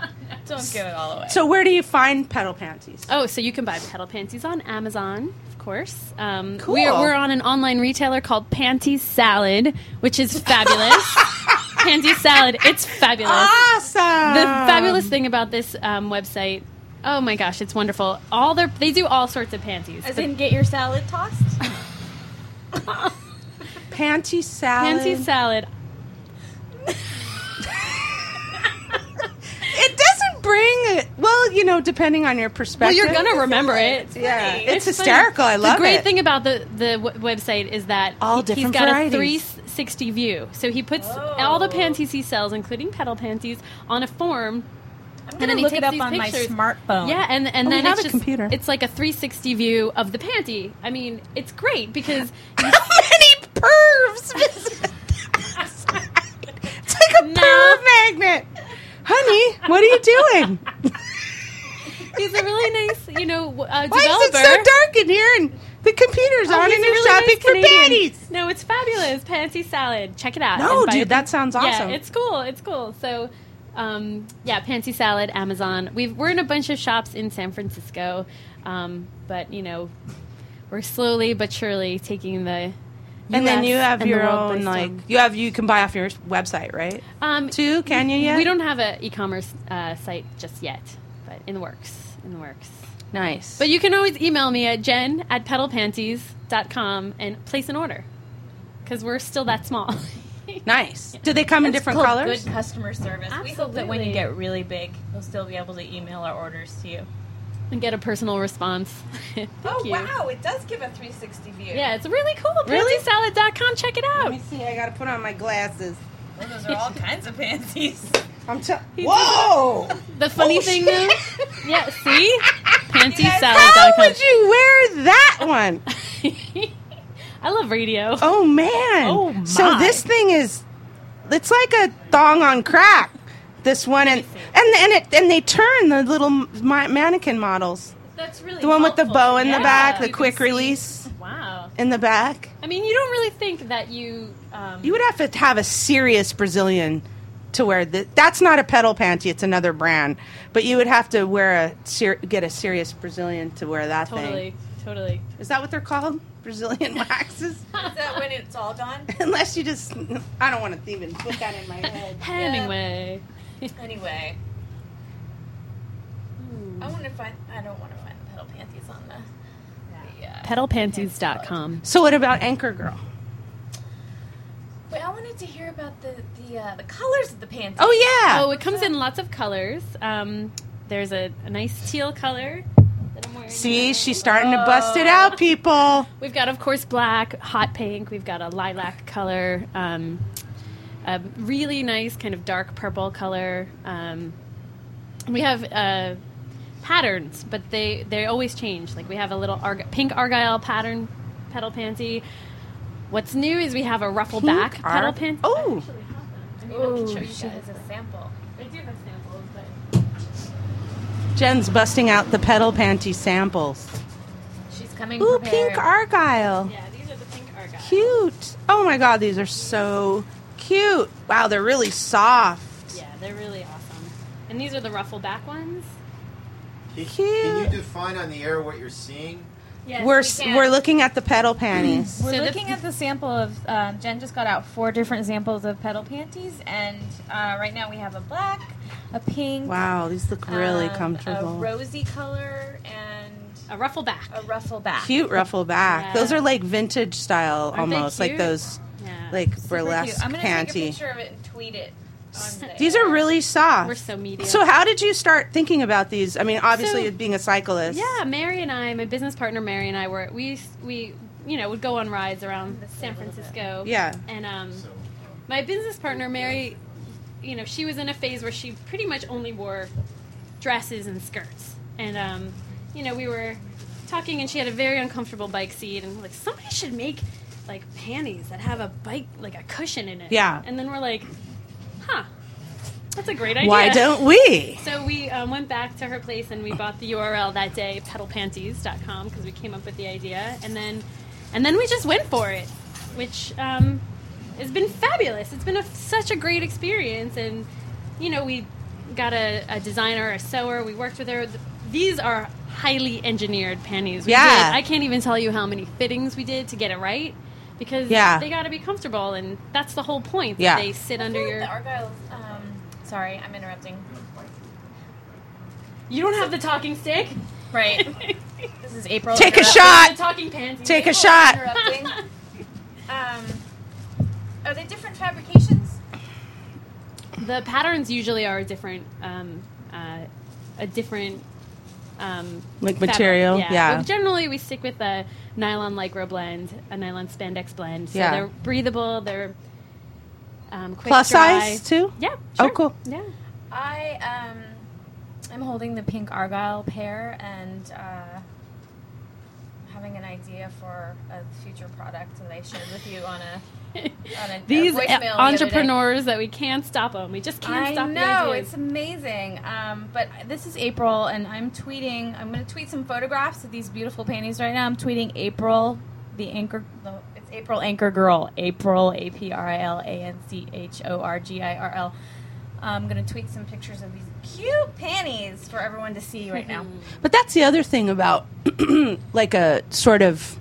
Speaker 2: Don't [laughs] give it all away.
Speaker 1: So where do you find pedal panties?
Speaker 3: Oh, so you can buy pedal panties on Amazon, of course. Um,
Speaker 1: Cool.
Speaker 3: We're, we're on an online retailer called Panties Salad, which is fabulous. Panties Salad, it's fabulous.
Speaker 1: Ah. Awesome.
Speaker 3: The fabulous thing about this um, website, oh my gosh, it's wonderful. All their they do all sorts of panties.
Speaker 2: As
Speaker 3: But
Speaker 2: in, get your salad tossed.
Speaker 1: panty salad.
Speaker 3: Panty [laughs] Salad,
Speaker 1: [laughs] It doesn't bring. it- Well, you know, depending on your
Speaker 3: well,
Speaker 1: perspective.
Speaker 3: you're gonna remember it.
Speaker 1: Yeah,
Speaker 2: funny.
Speaker 1: it's,
Speaker 3: It's funny.
Speaker 1: hysterical. I love
Speaker 3: the great
Speaker 1: it.
Speaker 3: thing about the the w- website is that
Speaker 1: All
Speaker 3: he-
Speaker 1: different
Speaker 3: he's got
Speaker 1: varieties.
Speaker 3: a 360 view. So he puts all the panties he sells, including pedal panties, on a form.
Speaker 5: I'm
Speaker 3: then
Speaker 5: gonna
Speaker 3: he
Speaker 5: look it
Speaker 3: takes
Speaker 5: up
Speaker 3: these
Speaker 5: on
Speaker 3: pictures.
Speaker 5: my smartphone.
Speaker 3: Yeah, and and
Speaker 1: Oh, we
Speaker 3: then
Speaker 1: have
Speaker 3: it's
Speaker 1: a
Speaker 3: just
Speaker 1: computer.
Speaker 3: it's like a 360 view of the panty. I mean, it's great because
Speaker 1: How [laughs] many pervs visit? it's like a
Speaker 3: No.
Speaker 1: perv magnet. How Honey, what are you doing?
Speaker 3: He's a really nice, you know, w- uh, developer.
Speaker 1: Why is it so dark in here and the computer's
Speaker 3: Oh,
Speaker 1: on
Speaker 3: he's
Speaker 1: and
Speaker 3: a
Speaker 1: you're
Speaker 3: really
Speaker 1: shopping
Speaker 3: nice
Speaker 1: for
Speaker 3: Canadian.
Speaker 1: patties?
Speaker 3: No, it's fabulous. Pansy salad. Check it out.
Speaker 1: No,
Speaker 3: and buy
Speaker 1: dude,
Speaker 3: it.
Speaker 1: that sounds awesome.
Speaker 3: Yeah, it's cool. It's cool. So, um, yeah, Pansy Salad, Amazon. We've, we're in a bunch of shops in San Francisco, um, but you know, we're slowly but surely taking the.
Speaker 1: and then
Speaker 3: US
Speaker 1: you have
Speaker 3: and the
Speaker 1: your
Speaker 3: world by
Speaker 1: own like
Speaker 3: storm.
Speaker 1: you have you can buy off your website, right?
Speaker 3: Um,
Speaker 1: Too, can you yet?
Speaker 3: We don't have an e-commerce uh, site just yet, but in the works. In the works.
Speaker 1: Nice.
Speaker 3: But you can always email me at jen at pedalpanties.com and place an order because we're still that small. [laughs]
Speaker 1: nice. Do they come in different
Speaker 2: called
Speaker 1: colors?
Speaker 2: Good customer service. We hope that when
Speaker 3: Absolutely.
Speaker 2: you get really big, you'll still be able to email our orders to you.
Speaker 3: and get a personal response. [laughs] Thank
Speaker 2: oh
Speaker 3: you.
Speaker 2: wow, it does give a 360 view.
Speaker 3: Yeah, it's really cool.
Speaker 1: Really?
Speaker 3: PansySalad.com. Check it out.
Speaker 1: see. I gotta put on my glasses.
Speaker 2: Well, those
Speaker 3: [laughs]
Speaker 2: are all kinds of pansies.
Speaker 1: I'm t- Whoa!
Speaker 3: The funny
Speaker 1: Oh,
Speaker 3: thing
Speaker 1: shit.
Speaker 3: though, yeah, see,
Speaker 1: How
Speaker 3: PansySalad.com.
Speaker 1: would you wear that one?
Speaker 3: [laughs] I love radio.
Speaker 1: Oh man!
Speaker 3: Oh,
Speaker 1: So
Speaker 3: my.
Speaker 1: this thing is, it's like a thong on crack. This one and and and it and they turn the little ma- mannequin models.
Speaker 2: That's really
Speaker 1: The one with the
Speaker 2: helpful.
Speaker 1: bow in the
Speaker 3: Yeah,
Speaker 1: back, the
Speaker 3: you
Speaker 1: quick release
Speaker 3: Wow.
Speaker 1: in the back.
Speaker 3: I mean, you don't really think that you. Um,
Speaker 1: You would have to have a serious Brazilian to wear th- that's not a pedal panty, it's another brand. But you would have to wear a ser- get a serious Brazilian to wear that
Speaker 3: totally,
Speaker 1: thing.
Speaker 3: totally.
Speaker 1: Is that what they're called? [laughs] Brazilian waxes?
Speaker 3: [laughs]
Speaker 2: Is that when it's all gone?
Speaker 1: Unless you just I don't want to even put that in my head.
Speaker 3: Hemingway.
Speaker 2: Anyway,
Speaker 5: Hmm.
Speaker 2: I want to find. I don't want to find the pedal panties on the. uh, Yeah.
Speaker 3: Pedalpanties.com.
Speaker 1: So what about Anchor Girl?
Speaker 2: Wait, I wanted to hear about the the uh, the colors of the panties.
Speaker 1: Oh yeah.
Speaker 3: Oh, it comes in lots of colors. Um, there's a, a nice teal color that I'm wearing.
Speaker 1: See, she's starting to bust it out, people.
Speaker 3: We've got, of course, black, hot pink. We've got a lilac color, um, a really nice kind of dark purple color. Um, we have uh, patterns, but they, they always change. Like we have a little arg- pink argyle pattern petal panty. What's new is we have a ruffle back
Speaker 1: Pink
Speaker 3: petal
Speaker 1: are-
Speaker 3: panty.
Speaker 1: Oh,
Speaker 2: I mean, I can show you guys a sample.
Speaker 3: I do have samples, but
Speaker 1: Jen's busting out the pedal panty samples.
Speaker 2: She's coming.
Speaker 1: Ooh,
Speaker 2: prepared.
Speaker 1: pink argyle.
Speaker 3: yeah, these are the pink argyle.
Speaker 1: Cute. Oh my god, these are so cute. Wow, they're really soft.
Speaker 3: Yeah, they're really awesome. And these are the ruffle back ones.
Speaker 4: Can,
Speaker 1: Cute.
Speaker 4: can you define on the air what you're seeing?
Speaker 3: Yes,
Speaker 1: we're
Speaker 3: we
Speaker 1: s
Speaker 3: can.
Speaker 1: we're looking at the pedal panties.
Speaker 3: [clears throat]
Speaker 5: We're
Speaker 3: So the-
Speaker 5: looking at the sample of um, Jen just got out four different samples of pedal panties, and uh, right now we have a black, a pink,
Speaker 1: Wow, these look really
Speaker 3: Uh,
Speaker 5: um, a
Speaker 1: comfortable.
Speaker 5: rosy color, and
Speaker 3: a ruffle back.
Speaker 5: a ruffle back.
Speaker 1: Cute ruffle back.
Speaker 3: Yeah.
Speaker 1: Those are like vintage style
Speaker 3: Aren't they
Speaker 1: almost, like
Speaker 3: cute?
Speaker 1: those
Speaker 3: Yeah.
Speaker 1: like
Speaker 5: Super cute.
Speaker 1: burlesque
Speaker 5: I'm gonna take a
Speaker 1: panty.
Speaker 5: picture of it and tweet it. on
Speaker 1: These are really soft.
Speaker 3: we're so media.
Speaker 1: So how did you start thinking about these? I mean, obviously
Speaker 3: So-
Speaker 1: being a cyclist.
Speaker 3: Yeah, Mary and I, my business partner Mary and I were we we you know would go on rides around San Francisco.
Speaker 1: Yeah.
Speaker 3: And um,
Speaker 4: So,
Speaker 3: my business partner Mary, you know, she was in a phase where she pretty much only wore dresses and skirts. And um, you know, we were talking, and she had a very uncomfortable bike seat, and we're like somebody should make like panties that have a bike like a cushion in it.
Speaker 1: Yeah.
Speaker 3: And then we're like, huh, that's a great idea.
Speaker 1: Why don't we?
Speaker 3: So we um, went back to her place and we bought the URL that day, pedalpanties.com, because we came up with the idea, and then and then we just went for it, which um, has been fabulous. It's been a, such a great experience, and you know we got a, a designer, a sewer. We worked with her. Th- These are highly engineered panties. We
Speaker 1: Yeah.
Speaker 3: did- I can't even tell you how many fittings we did to get it right. Because
Speaker 1: Yeah.
Speaker 3: they got to be comfortable, and that's the whole point. that
Speaker 1: Yeah.
Speaker 3: They sit
Speaker 2: I
Speaker 3: under
Speaker 2: feel like
Speaker 3: your.
Speaker 2: the argyles. Um, sorry, I'm interrupting.
Speaker 3: You don't have the talking stick.
Speaker 2: Right. this is April.
Speaker 1: Take a
Speaker 2: interrupting.
Speaker 1: shot.
Speaker 3: The talking panties.
Speaker 1: Take a
Speaker 2: April
Speaker 1: shot. [laughs]
Speaker 2: Interrupting. um, are they different fabrications?
Speaker 3: [laughs] the patterns usually are a different um, uh, a different um,
Speaker 1: Like
Speaker 3: fabric.
Speaker 1: material, yeah.
Speaker 3: But generally we stick with a nylon lycra blend a nylon spandex blend so
Speaker 1: Yeah.
Speaker 3: they're breathable they're um, quick
Speaker 1: Plus
Speaker 3: dry.
Speaker 1: size too?
Speaker 3: yeah
Speaker 1: Oh,
Speaker 3: sure.
Speaker 1: cool.
Speaker 3: yeah
Speaker 2: I um, I'm holding the pink argyle pair, and uh, how
Speaker 5: having an idea for a future product that I shared with you on a on a, a
Speaker 3: These
Speaker 5: voicemail the other day.
Speaker 3: Uh, entrepreneurs that we can't stop them. We just can't
Speaker 5: I
Speaker 3: stop the
Speaker 5: know
Speaker 3: ideas.
Speaker 5: it's amazing. Um, but this is April, and I'm tweeting. I'm going to tweet some photographs of these beautiful panties right now. I'm tweeting April, the anchor. The, it's April Anchor Girl. April A P R I L A N C H O R G I R L. I'm going to tweet some pictures of these cute panties for everyone to see right
Speaker 3: [laughs]
Speaker 5: now.
Speaker 1: But that's the other thing about [clears throat] like a sort of,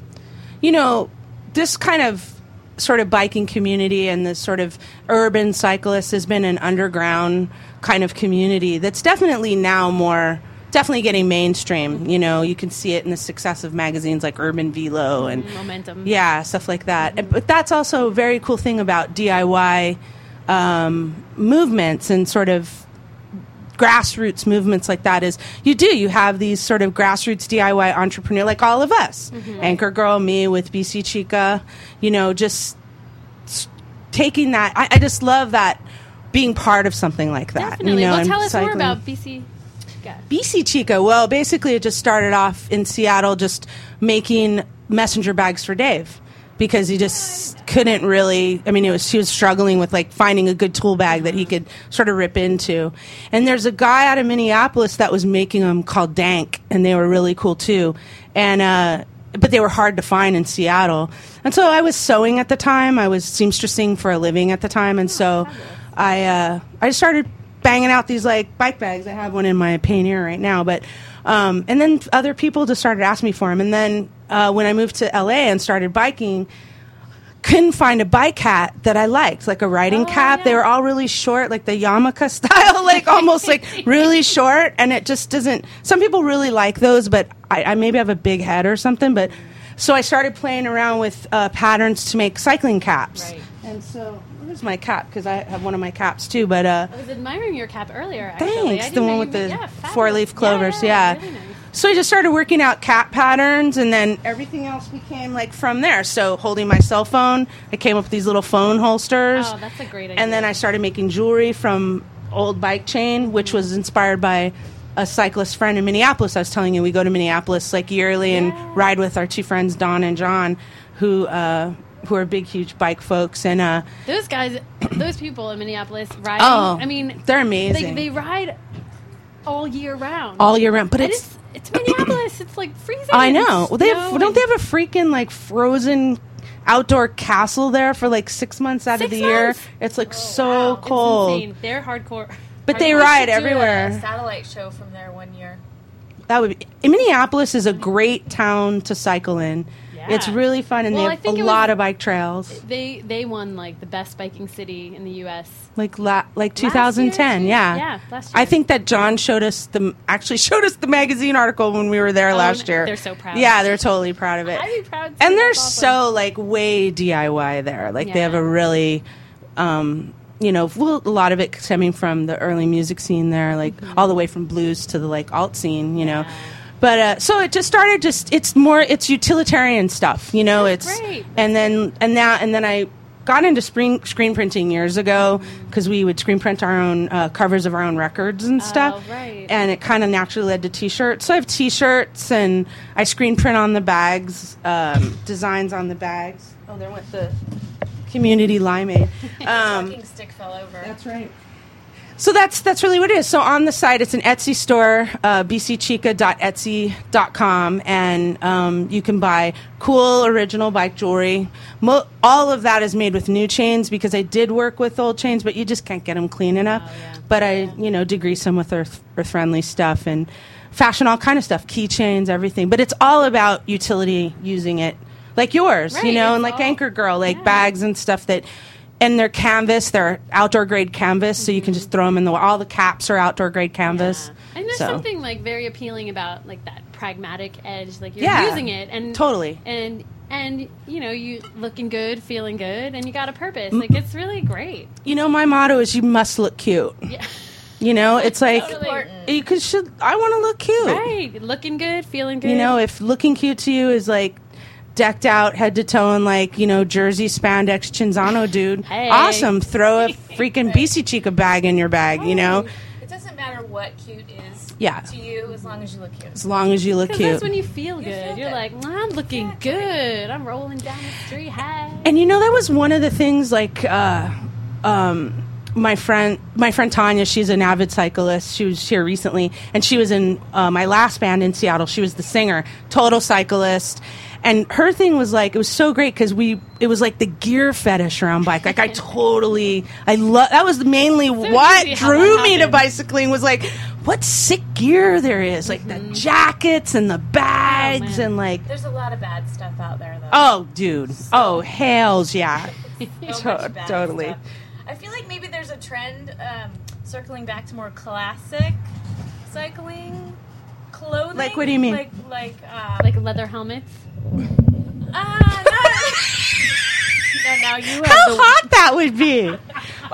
Speaker 1: you know, this kind of sort of biking community and this sort of urban cyclist has been an underground kind of community that's definitely now more definitely getting mainstream you know you can see it in the success of magazines like urban velo and
Speaker 3: Mm-hmm. Momentum.
Speaker 1: yeah stuff like that And- but that's also a very cool thing about diy um, movements and sort of grassroots movements like that is you do you have these sort of grassroots DIY entrepreneur like all of us
Speaker 3: Mm-hmm.
Speaker 1: anchor girl me with BC Chica you know just s- taking that I, I just love that being part of something like that
Speaker 3: Definitely.
Speaker 1: you know
Speaker 3: well,
Speaker 1: and
Speaker 3: tell us more
Speaker 1: cycling.
Speaker 3: about BC. Yeah.
Speaker 1: BC Chica. Well, basically, it just started off in Seattle, just making messenger bags for Dave because he just couldn't really. I mean, it was he was struggling with like finding a good tool bag that he could sort of rip into. And there's a guy out of Minneapolis that was making them called Dank, and they were really cool too. And uh, but they were hard to find in Seattle. And so I was sewing at the time. I was seamstressing for a living at the time, and so I uh, I just started banging out these like bike bags. I have one in my Payoneer right now, but um, and then other people just started asking me for them. And then uh, when I moved to LA and started biking, couldn't find a bike hat that I liked, like a riding cap. They were all really short, like the Yamaka [laughs] style, like almost like really short. And it just doesn't. Some people really like those, but I, I maybe have a big head or something. But so I started playing around with uh, patterns to make cycling caps.
Speaker 3: Right.
Speaker 1: And so where's my cap? Because I have one of my caps too. But uh,
Speaker 3: I was admiring your cap earlier. Actually.
Speaker 1: Thanks.
Speaker 3: I
Speaker 1: The
Speaker 3: didn't
Speaker 1: one
Speaker 3: know you
Speaker 1: with
Speaker 3: would-
Speaker 1: the
Speaker 3: yeah, fabulous.
Speaker 1: four leaf clovers. Yeah.
Speaker 3: really nice.
Speaker 1: So I just started working out cat patterns, and then everything else became like from there. So holding my cell phone, I came up with these little phone holsters.
Speaker 3: Oh, that's a great idea.
Speaker 1: And then I started making jewelry from old bike chain, which was inspired by a cyclist friend in Minneapolis. I was telling you, we go to Minneapolis like yearly and ride with our two friends, Don and John, who uh, who are big, huge bike folks. And uh,
Speaker 3: Those guys, [clears throat] those people in Minneapolis riding.
Speaker 1: Oh,
Speaker 3: I mean,
Speaker 1: they're
Speaker 3: they,
Speaker 1: amazing
Speaker 3: they ride all year round.
Speaker 1: all year round. But
Speaker 3: And
Speaker 1: it's
Speaker 3: it's it's Minneapolis. It's like freezing.
Speaker 1: I
Speaker 3: and
Speaker 1: know. Well, they have,
Speaker 3: snow
Speaker 1: don't they
Speaker 3: and-
Speaker 1: have a freaking like frozen outdoor castle there for like six months out of
Speaker 3: Six
Speaker 1: the year?
Speaker 3: months? Oh,
Speaker 1: It's like so
Speaker 3: Wow, it's
Speaker 1: cold,
Speaker 3: insane. They're hardcore.
Speaker 1: but they
Speaker 2: We should
Speaker 1: ride
Speaker 2: do A
Speaker 1: everywhere.
Speaker 2: satellite show from there one year.
Speaker 1: That would be, Minneapolis is a great town to cycle in. It's
Speaker 3: Yeah.
Speaker 1: really fun, and
Speaker 3: Well, I
Speaker 1: they have a
Speaker 3: think it was-
Speaker 1: lot of bike trails.
Speaker 3: They they won like the best biking city in the U.S.
Speaker 1: Like la- like 2010, yeah.
Speaker 3: Yeah, last year.
Speaker 1: I think that John showed us the actually [laughs] showed us the magazine article when we were there
Speaker 3: Oh,
Speaker 1: last year.
Speaker 3: they're so proud.
Speaker 1: Yeah, they're totally proud of it.
Speaker 3: I'd be proud. to see
Speaker 1: and they're
Speaker 3: that's awesome.
Speaker 1: so like way DIY there. Like they
Speaker 3: Yeah.
Speaker 1: have a really, um, you know, well, a lot of it stemming from the early music scene there, like
Speaker 3: Mm-hmm.
Speaker 1: all the way from blues to the like alt scene, you know. But uh, so it just started. Just it's more it's utilitarian stuff, you know.
Speaker 3: That's
Speaker 1: it's
Speaker 3: great.
Speaker 1: and then and now and then I got into screen screen printing years ago
Speaker 3: Mm-hmm.
Speaker 1: because we would screen print our own uh, covers of our own records and stuff.
Speaker 3: Oh, right.
Speaker 1: And it kind of naturally led to t-shirts. So I have t-shirts and I screen print on the bags, um, designs on the bags. Oh, there went the community limeade. Um,
Speaker 2: Talking stick fell over.
Speaker 1: that's right. So that's that's really what it is. So on the site, it's an Etsy store, uh, bcchica.etsy.com, and um, you can buy cool original bike jewelry. Mo- all of that is made with new chains because I did work with old chains, but you just can't get them clean enough.
Speaker 3: Oh,
Speaker 1: But I, you know, degrease them with earth earth friendly stuff and fashion all kind of stuff, keychains, everything. But it's all about utility, using it like yours, you
Speaker 3: Right,
Speaker 1: know,
Speaker 3: it's
Speaker 1: and like
Speaker 3: all-
Speaker 1: Anchor Girl, like bags and stuff that and they're canvas. They're outdoor grade canvas, so you can just throw them in the. All the caps are outdoor grade canvas.
Speaker 3: Yeah. And there's
Speaker 1: so.
Speaker 3: something like very appealing about like that pragmatic edge. Like you're
Speaker 1: Yeah.
Speaker 3: using it and
Speaker 1: Totally.
Speaker 3: and and you know you looking good, feeling good, and you got a
Speaker 1: Mm.
Speaker 3: purpose. Like it's really great.
Speaker 1: You know, my motto is you must look cute.
Speaker 3: Yeah.
Speaker 1: You
Speaker 3: [laughs]
Speaker 1: know, it's like
Speaker 2: Important.
Speaker 1: you could should. I want to look cute.
Speaker 3: Right. Looking good, feeling good.
Speaker 1: You know, if looking cute to you is like decked out head to toe in like you know jersey spandex Chinzano dude,
Speaker 3: Hey.
Speaker 1: awesome.
Speaker 3: [laughs]
Speaker 1: Throw a freaking BC Chica bag in your bag. You know,
Speaker 2: It doesn't matter what cute is.
Speaker 1: Yeah,
Speaker 2: to you as long as you look cute.
Speaker 1: as long as you look
Speaker 3: Because
Speaker 1: cute.
Speaker 3: that's when you feel good.
Speaker 2: You feel
Speaker 3: You're
Speaker 2: good.
Speaker 3: like, "Well, I'm looking good. I'm rolling down the street. Hi.
Speaker 1: And you know that was one of the things like uh, um, my friend my friend Tanya, she's an avid cyclist. She was here recently and she was in uh, my last band in Seattle. She was the singer, total cyclist. And her thing was like it was so great cuz we it was like the gear fetish around bike.
Speaker 3: [laughs]
Speaker 1: Like I totally I love that was mainly what
Speaker 3: easy how that
Speaker 1: drew me to
Speaker 3: happened.
Speaker 1: bicycling was like what sick gear there is. Like the jackets and the bags
Speaker 3: Mm-hmm. Oh, man.
Speaker 1: and like
Speaker 2: There's a lot of bad stuff out there, though.
Speaker 1: oh dude. Oh hells yeah.
Speaker 2: So much
Speaker 1: [laughs] to-
Speaker 2: bad
Speaker 1: totally.
Speaker 2: stuff. I feel like maybe there's a trend um, circling back to more classic cycling clothing.
Speaker 1: Like, what do you mean?
Speaker 2: Like, like, uh,
Speaker 3: Like leather helmets.
Speaker 2: ah, no. [laughs] no, now [laughs] you
Speaker 1: How
Speaker 2: have the
Speaker 1: hot that would be!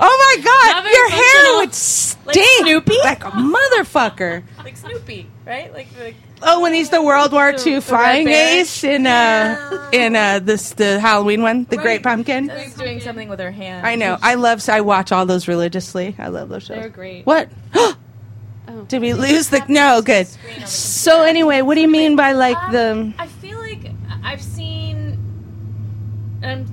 Speaker 1: Oh my
Speaker 3: Not
Speaker 1: god,
Speaker 3: very
Speaker 1: your hair
Speaker 3: functional.
Speaker 1: would stink
Speaker 2: Snoopy?
Speaker 1: like a motherfucker.
Speaker 2: like Snoopy, right? Like the
Speaker 1: Oh, when he's the World War
Speaker 2: The-
Speaker 1: II
Speaker 2: the
Speaker 1: flying
Speaker 2: Red Baron.
Speaker 1: ace in uh in uh this the Halloween one, the Great
Speaker 2: Right.
Speaker 1: Pumpkin.
Speaker 2: she's doing something with her hand.
Speaker 1: I know. I love. I watch all those religiously. I love those shows.
Speaker 3: They're great.
Speaker 1: What? [gasps]
Speaker 3: Oh.
Speaker 1: Did we lose the? No, good.
Speaker 2: Screen on the
Speaker 1: So anyway, what do you mean by like
Speaker 2: Um,
Speaker 1: the?
Speaker 2: I feel like I've seen. I'm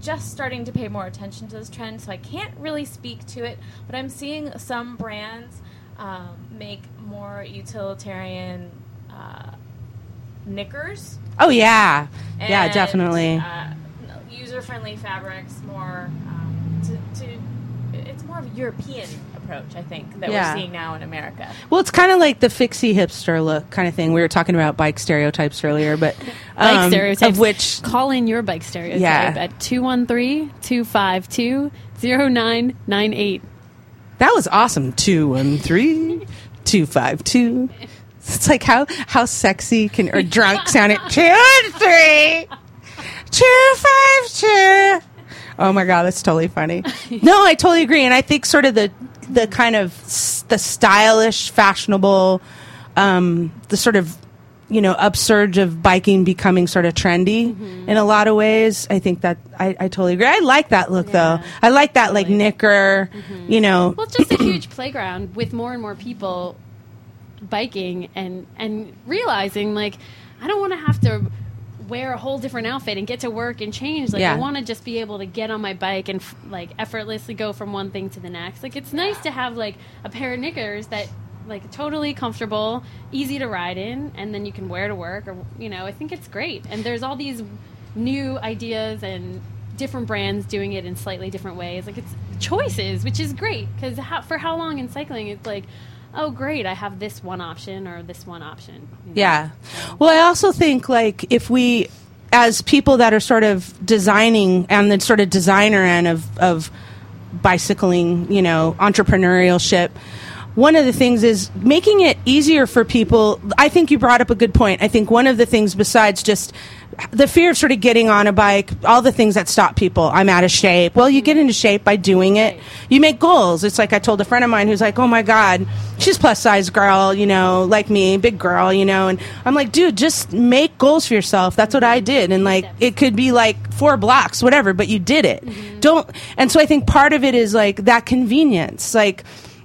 Speaker 2: just starting to pay more attention to this trend, so I can't really speak to it. But I'm seeing some brands um, make more utilitarian uh, knickers.
Speaker 1: Oh yeah, yeah,
Speaker 2: and,
Speaker 1: definitely.
Speaker 2: Uh, user-friendly fabrics, more um, to, to. It's more of a European approach, I think, that
Speaker 1: Yeah.
Speaker 2: we're seeing now in America.
Speaker 1: Well, it's kind of like the fixie hipster look kind of thing. We were talking about bike stereotypes earlier, but
Speaker 3: Bike
Speaker 1: um,
Speaker 3: stereotypes.
Speaker 1: of which
Speaker 3: Call in your bike stereotype
Speaker 1: Yeah.
Speaker 3: at 213 252 0998.
Speaker 1: that was awesome. Two one three, two five two. It's like how how sexy can or drunk sound it. Two and three, two five two. Oh my god, that's totally funny. No, I totally agree, and I think sort of the the kind of s- the stylish, fashionable, um, the sort of you know upsurge of biking becoming sort of trendy in a lot of ways. I think that I, I totally agree. I like that look though. I like that like knicker, you know.
Speaker 3: Well, it's just a huge playground with more and more people biking and and realizing like I don't want to have to wear a whole different outfit and get to work and change. Like
Speaker 1: Yeah.
Speaker 3: I want to just be able to get on my bike and f- like effortlessly go from one thing to the next. Like it's nice to have like a pair of knickers that like totally comfortable, easy to ride in, and then you can wear to work or you know I think it's great. And there's all these new ideas and different brands doing it in slightly different ways. Like it's choices, which is great because how, for how long in cycling it's like, oh great, I have this one option or this one option. you know?
Speaker 1: Yeah. Well, I also think like if we, as people that are sort of designing and the sort of designer end of of bicycling, you know, entrepreneurship. One of the things is making it easier for people. I think you brought up a good point. I think one of the things besides just the fear of sort of getting on a bike, all the things that stop people. I'm out of shape. Well, you get into shape by doing it. You make goals. It's like I told a friend of mine who's like, "Oh my god, she's plus size girl, you know, like me, big girl, you know." And I'm like, "Dude, just make goals for yourself." That's what I did. And like it could be like four blocks, whatever, but you did it. Don't And so I think part of it is like that convenience. Like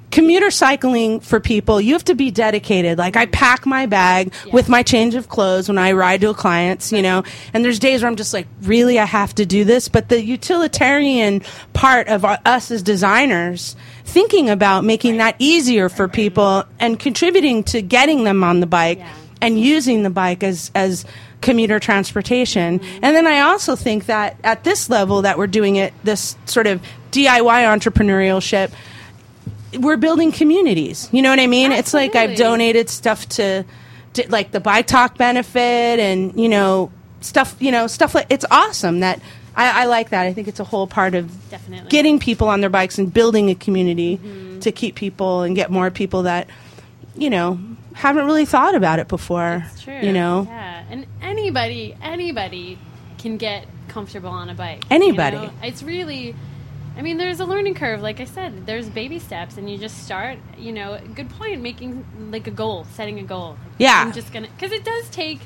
Speaker 1: commuter cycling for people, you have to be dedicated. Like I pack my bag with my change of clothes when I ride to a client's, you know. And there's days where I'm just like, really, I have to do this. But the utilitarian part of our, us as designers thinking about making that easier for people and contributing to getting them on the bike and using the bike as as commuter transportation. And then I also think that at this level that we're doing it this sort of DIY entrepreneurship we're building communities. You know what I mean? It's like I've
Speaker 3: Absolutely.
Speaker 1: donated stuff to, to like the bike talk benefit and you know stuff. You know stuff like it's awesome that I, I like that. I think it's a whole part of
Speaker 3: Definitely. Mm-hmm.
Speaker 1: getting people on their bikes and building a community to keep people and get more people that you know haven't really thought about it before.
Speaker 3: It's true.
Speaker 1: You know.
Speaker 3: Yeah, and anybody, anybody can get comfortable on a bike.
Speaker 1: Anybody.
Speaker 3: you know? It's really. I mean, there's a learning curve. Like I said, there's baby steps, and you just start. You know, good point. Making like a goal, setting a goal. Like,
Speaker 1: Yeah.
Speaker 3: I'm just gonna because it does take.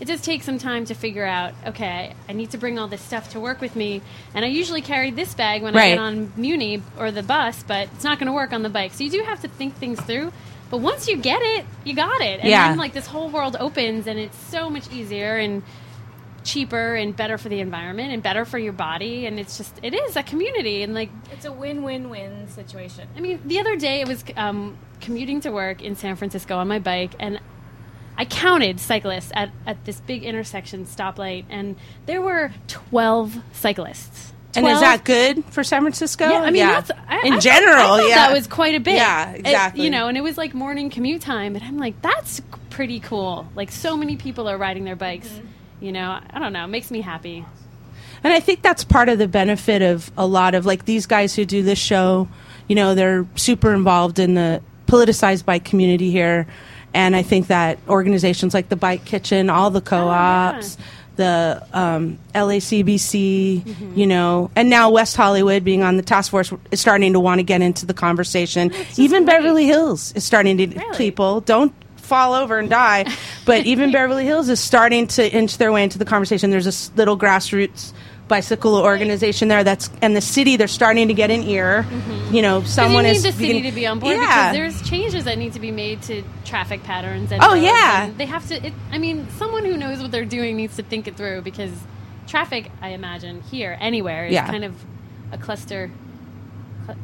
Speaker 3: It does take some time to figure out. Okay, I need to bring all this stuff to work with me, and I usually carry this bag when I
Speaker 1: Right.
Speaker 3: get on Muni or the bus, but it's not going to work on the bike. So you do have to think things through. But once you get it, you got it. And
Speaker 7: Yeah.
Speaker 3: then like this whole world opens and it's so much easier and cheaper and better for the environment and better for your body and it's just it is a community and like
Speaker 2: It's a win-win-win situation.
Speaker 3: I mean, the other day it was um, commuting to work in San Francisco on my bike, and I counted cyclists at, at this big intersection stoplight, and there were 12 cyclists.
Speaker 1: And is
Speaker 3: 12
Speaker 1: that good for San Francisco?
Speaker 3: yeah, I mean, that's I,
Speaker 1: in
Speaker 3: I-
Speaker 1: general,
Speaker 3: I thought
Speaker 1: yeah,
Speaker 3: that was quite a bit.
Speaker 1: Yeah,
Speaker 3: It-
Speaker 1: exactly.
Speaker 3: you know, and it was like morning commute time, and I'm like, that's pretty cool. Like, so many people are riding their bikes.
Speaker 1: Mm-hmm.
Speaker 3: You know, I don't know. It makes me happy.
Speaker 1: And I think that's part of the benefit of a lot of like these guys who do this show, you know, they're super involved in the politicized bike community here. And I think that organizations like the Bike Kitchen, all the co ops, the um, LACBC, you know, and now West Hollywood being on the task force is starting to want to get into the conversation. Even Beverly Hills is starting to
Speaker 3: Really?
Speaker 1: people don't fall over and
Speaker 3: [laughs]
Speaker 1: die. But even Beverly Hills is starting to inch their way into the conversation. There's this little grassroots bicycle organization there that's and the city they're starting to get an ear. You know,
Speaker 3: 'Cause
Speaker 1: someone
Speaker 3: you Mm-hmm. need
Speaker 1: is
Speaker 3: the city
Speaker 1: begin-
Speaker 3: to be on board
Speaker 1: Yeah.
Speaker 3: because there's changes that need to be made to traffic patterns and
Speaker 1: Oh,
Speaker 3: roads,
Speaker 1: yeah.
Speaker 3: and they have to it, i mean someone who knows what they're doing needs to think it through because traffic i imagine here anywhere is
Speaker 1: Yeah.
Speaker 3: kind of a cluster
Speaker 4: Say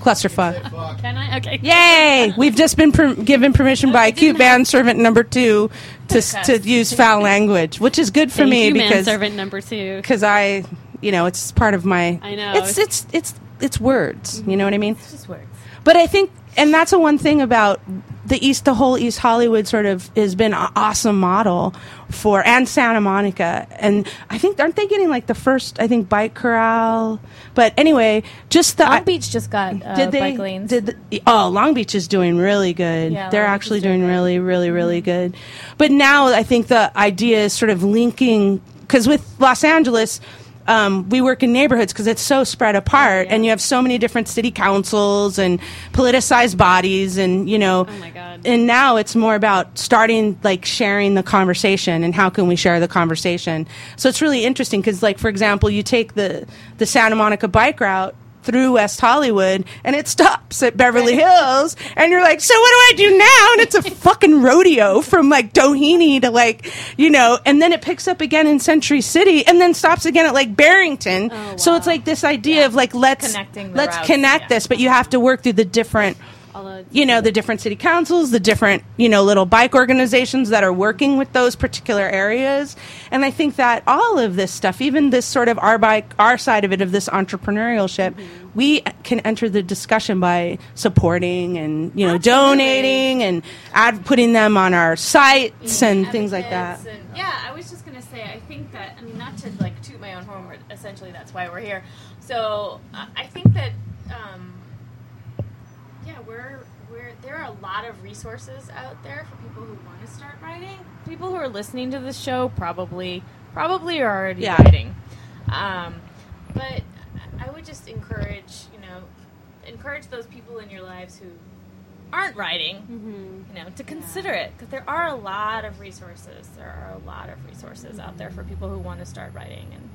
Speaker 1: clusterfuck.
Speaker 4: fuck.
Speaker 3: can i okay
Speaker 1: Yay! We've just been per- given permission by cute band servant number two to s- to use foul language, which is good for
Speaker 3: Thank
Speaker 1: me
Speaker 3: you,
Speaker 1: because
Speaker 3: servant number two
Speaker 1: because I, you know, it's part of my.
Speaker 3: I know. Mm-hmm.
Speaker 1: It's it's it's it's words. You know what I mean?
Speaker 2: Just works.
Speaker 1: But I think, and that's the one thing about the East, the whole East Hollywood sort of has been an awesome model for, and Santa Monica. And I think, aren't they getting like the first, I think, bike corral? But anyway, just the.
Speaker 5: Long Beach just got uh,
Speaker 1: did they?
Speaker 5: bike lanes.
Speaker 1: Did the, oh, Long Beach is doing really good.
Speaker 5: Yeah,
Speaker 1: They're
Speaker 5: Long Beach
Speaker 1: actually
Speaker 5: is doing Mm-hmm.
Speaker 1: doing really, really, really good. But now I think the idea is sort of linking because with Los Angeles. Um, we work in neighborhoods because it's so spread apart, and you have so many different city councils and politicized bodies, and you know.
Speaker 3: Oh my God.
Speaker 1: And now it's more about starting like sharing the conversation and how can we share the conversation. So it's really interesting because, like for example, you take the the Santa Monica bike route through West Hollywood and it stops at Beverly Hills and you're like, so what do I do now? And it's
Speaker 2: [laughs]
Speaker 1: a fucking rodeo from like Doheny to like, you know, and then it picks up again in Century City and then stops again at like Barrington. So it's like this idea of like let's
Speaker 2: Oh, Connecting the
Speaker 1: let's
Speaker 2: routes,
Speaker 1: connect
Speaker 2: yeah.
Speaker 1: this, but you have to work through the different
Speaker 3: Although-
Speaker 1: you know the different city councils the different you know little bike organizations that are working with those particular areas and i think that all of this stuff even this sort of our bike our side of it of this entrepreneurship we can enter the discussion by supporting and you know donating and ad- putting them on our sites and
Speaker 2: Mm-hmm.
Speaker 1: things like that
Speaker 2: Advocates and- yeah, I was just gonna say, I think that I mean, not to like toot my own horn, but essentially that's why we're here. So uh, I think that um, yeah, we're we're there are a lot of resources out there for people who want to start riding.
Speaker 5: people who are listening to this show probably probably are already
Speaker 1: Yeah.
Speaker 5: riding.
Speaker 2: Um, but I would just encourage you know encourage those people in your lives who aren't riding
Speaker 5: Mm-hmm.
Speaker 2: you know, to consider it because there are a lot of resources. There are a lot of resources out there for people who want to start writing. And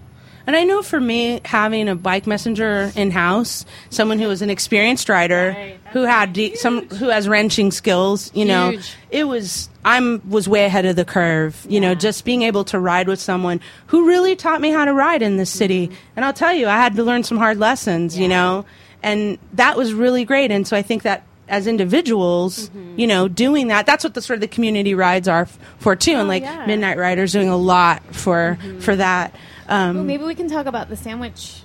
Speaker 1: And I know for me, having a bike messenger in house, someone who was an experienced rider, who had de- some, who has wrenching skills, you know,
Speaker 3: Huge.
Speaker 1: it was I'm was way ahead of the curve. You know, just being able to ride with someone who really taught me how to ride in this city.
Speaker 3: Mm-hmm.
Speaker 1: And I'll tell you, I had to learn some hard lessons. You know, and that was really great. And so I think that as individuals,
Speaker 3: Mm-hmm.
Speaker 1: you know, doing that, that's what the sort of the community rides are f- for too. and like
Speaker 3: Oh, yeah. Mm-hmm.
Speaker 1: Midnight Riders doing a lot for for that. Um,
Speaker 5: Maybe we can talk about the sandwich.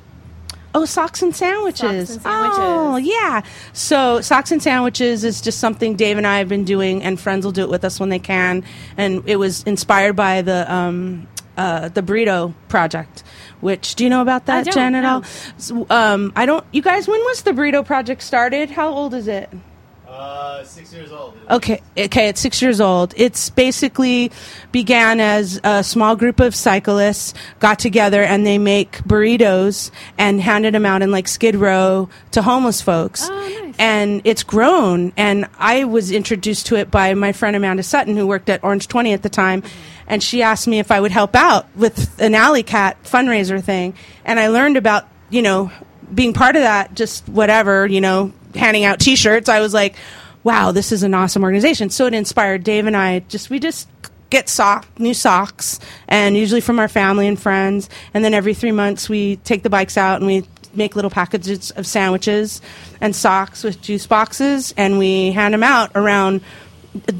Speaker 1: Oh, socks and sandwiches.
Speaker 5: Socks and sandwiches.
Speaker 1: Oh, yeah. So, socks and sandwiches is just something Dave and I have been doing, and friends will do it with us when they can. And it was inspired by the um, uh, the burrito project. Which do you know about that,
Speaker 3: don't,
Speaker 1: Jen? At
Speaker 3: no.
Speaker 1: all? So, um, I don't. You guys, when was the burrito project started? How old is it?
Speaker 4: Uh, six years old.
Speaker 1: Okay, okay, it's six years old. It's basically began as a small group of cyclists got together and they make burritos and handed them out in like Skid Row to homeless folks.
Speaker 3: nice.
Speaker 1: And it's grown. And I was introduced to it by my friend Amanda Sutton, who worked at Orange 20 at the time. And she asked me if I would help out with an Alley Cat fundraiser thing. And I learned about, you know, being part of that, just whatever, you know, handing out t shirts. I was like, wow, this is an awesome organization. So it inspired Dave and I. Just we just get sock new socks, and usually from our family and friends. And then every three months we take the bikes out and we make little packages of sandwiches and socks with juice boxes, and we hand them out around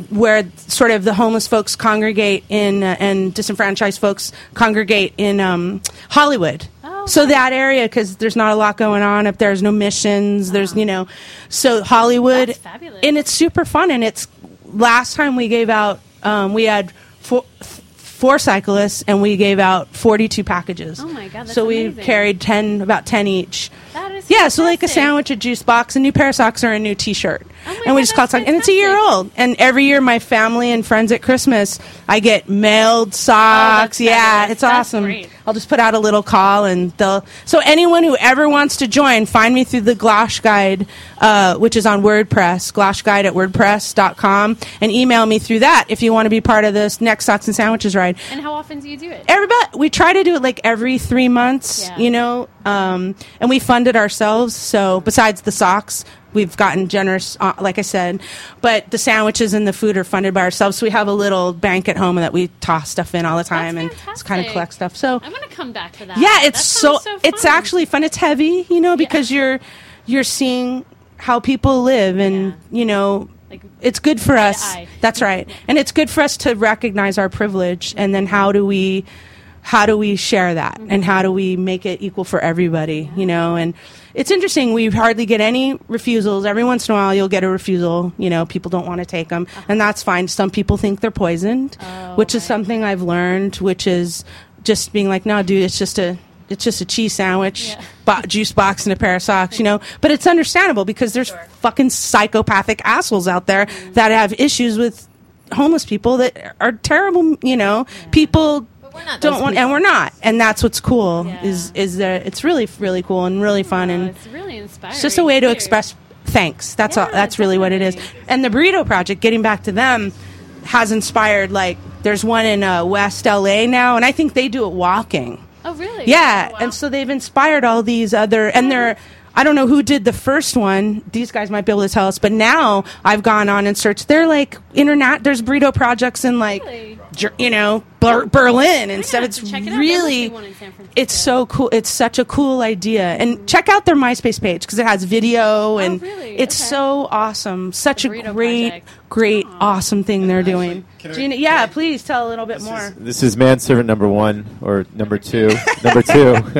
Speaker 1: where sort of the homeless folks congregate in uh, and disenfranchised folks congregate in um, Hollywood.
Speaker 3: Oh,
Speaker 1: so that area because there's not a lot going on up there. There's no missions. There's you know, so Hollywood
Speaker 3: That's fabulous.
Speaker 1: and it's super fun. And it's last time we gave out um, we had four, four cyclists and we gave out 42 packages.
Speaker 3: Oh my God, that's
Speaker 1: so we
Speaker 3: amazing.
Speaker 1: carried 10 about 10 each.
Speaker 3: That is
Speaker 1: yeah. So like a
Speaker 3: fantastic.
Speaker 1: sandwich, a juice box, a new pair of socks, or a new T-shirt,
Speaker 3: Oh my
Speaker 1: and we
Speaker 3: God,
Speaker 1: just call it
Speaker 3: that's
Speaker 1: sock- And it's a year
Speaker 3: fantastic.
Speaker 1: old. And every year, my family and friends at Christmas, I get mailed socks. yeah,
Speaker 3: Oh, fabulous.
Speaker 1: it's
Speaker 3: That's
Speaker 1: awesome.
Speaker 3: great.
Speaker 1: I'll just put out a little call, and they'll. So anyone who ever wants to join, find me through the Glosh Guide, uh, which is on WordPress, gloshguide at wordpress.com, and email me through that if you want to be part of this next socks and sandwiches ride
Speaker 3: And how often do you do it?
Speaker 1: everybody we try to do it like every three months
Speaker 3: Yeah.
Speaker 1: you know um, and we fund it ourselves so besides the socks we've gotten generous uh, like i said but the sandwiches and the food are funded by ourselves so we have a little bank at home that we toss stuff in all the time and just kind of
Speaker 3: fantastic.
Speaker 1: collect stuff so
Speaker 3: I'm gonna come back for that.
Speaker 1: yeah
Speaker 3: That
Speaker 1: it's so,
Speaker 3: sounds so
Speaker 1: it's
Speaker 3: fun.
Speaker 1: actually fun it's heavy you know because you're you're seeing how people live and
Speaker 3: Yeah.
Speaker 1: you know
Speaker 3: Like,
Speaker 1: it's good for us
Speaker 3: eye.
Speaker 1: that's right and it's good for us to recognize our privilege and then how do we how do we share that and how do we make it equal for everybody you know and it's interesting we hardly get any refusals every once in a while you'll get a refusal you know people don't want to take them and that's fine some people think they're poisoned which is something i've learned which is just being like no dude it's just a it's just a cheese sandwich bo- juice box and a pair of socks you know but it's understandable because there's fucking psychopathic assholes out there
Speaker 3: Mm-hmm.
Speaker 1: that have issues with homeless people that are terrible you know people
Speaker 2: we're not
Speaker 1: don't
Speaker 2: those
Speaker 1: want
Speaker 2: people.
Speaker 1: and we're not and that's what's cool is
Speaker 3: Yeah.
Speaker 1: is that it's really really cool and really fun
Speaker 3: Oh,
Speaker 1: and
Speaker 3: it's really inspiring.
Speaker 1: it's just a way to
Speaker 3: too.
Speaker 1: express thanks. That's all.
Speaker 3: Yeah,
Speaker 1: That's really what it is.
Speaker 3: definitely.
Speaker 1: And the burrito project, getting back to them, has inspired. Like, there's one in uh, West LA now, and I think they do it walking.
Speaker 3: Oh, really?
Speaker 1: Yeah,
Speaker 3: Oh, wow.
Speaker 1: and so they've inspired all these other, and they're. I don't know who did the first one. These guys might be able to tell us, but now I've gone on and searched. They're like internet. There's burrito projects in like,
Speaker 3: Really?
Speaker 1: Ger- you know, Ber- Berlin and stuff.
Speaker 3: have
Speaker 1: It's
Speaker 3: to check it out. There must
Speaker 1: really,
Speaker 3: be one in San Francisco.
Speaker 1: it's so cool. It's such a cool idea. And check out their MySpace page because it has video and
Speaker 3: Oh, really?
Speaker 1: it's
Speaker 3: Okay.
Speaker 1: so awesome. Such a
Speaker 3: The burrito
Speaker 1: great,
Speaker 3: project.
Speaker 1: great, awesome thing they're doing.
Speaker 4: can I-
Speaker 1: Gina, yeah, please tell a little bit more.
Speaker 7: This is manservant number one or
Speaker 1: [laughs]
Speaker 7: number two, number two, [laughs]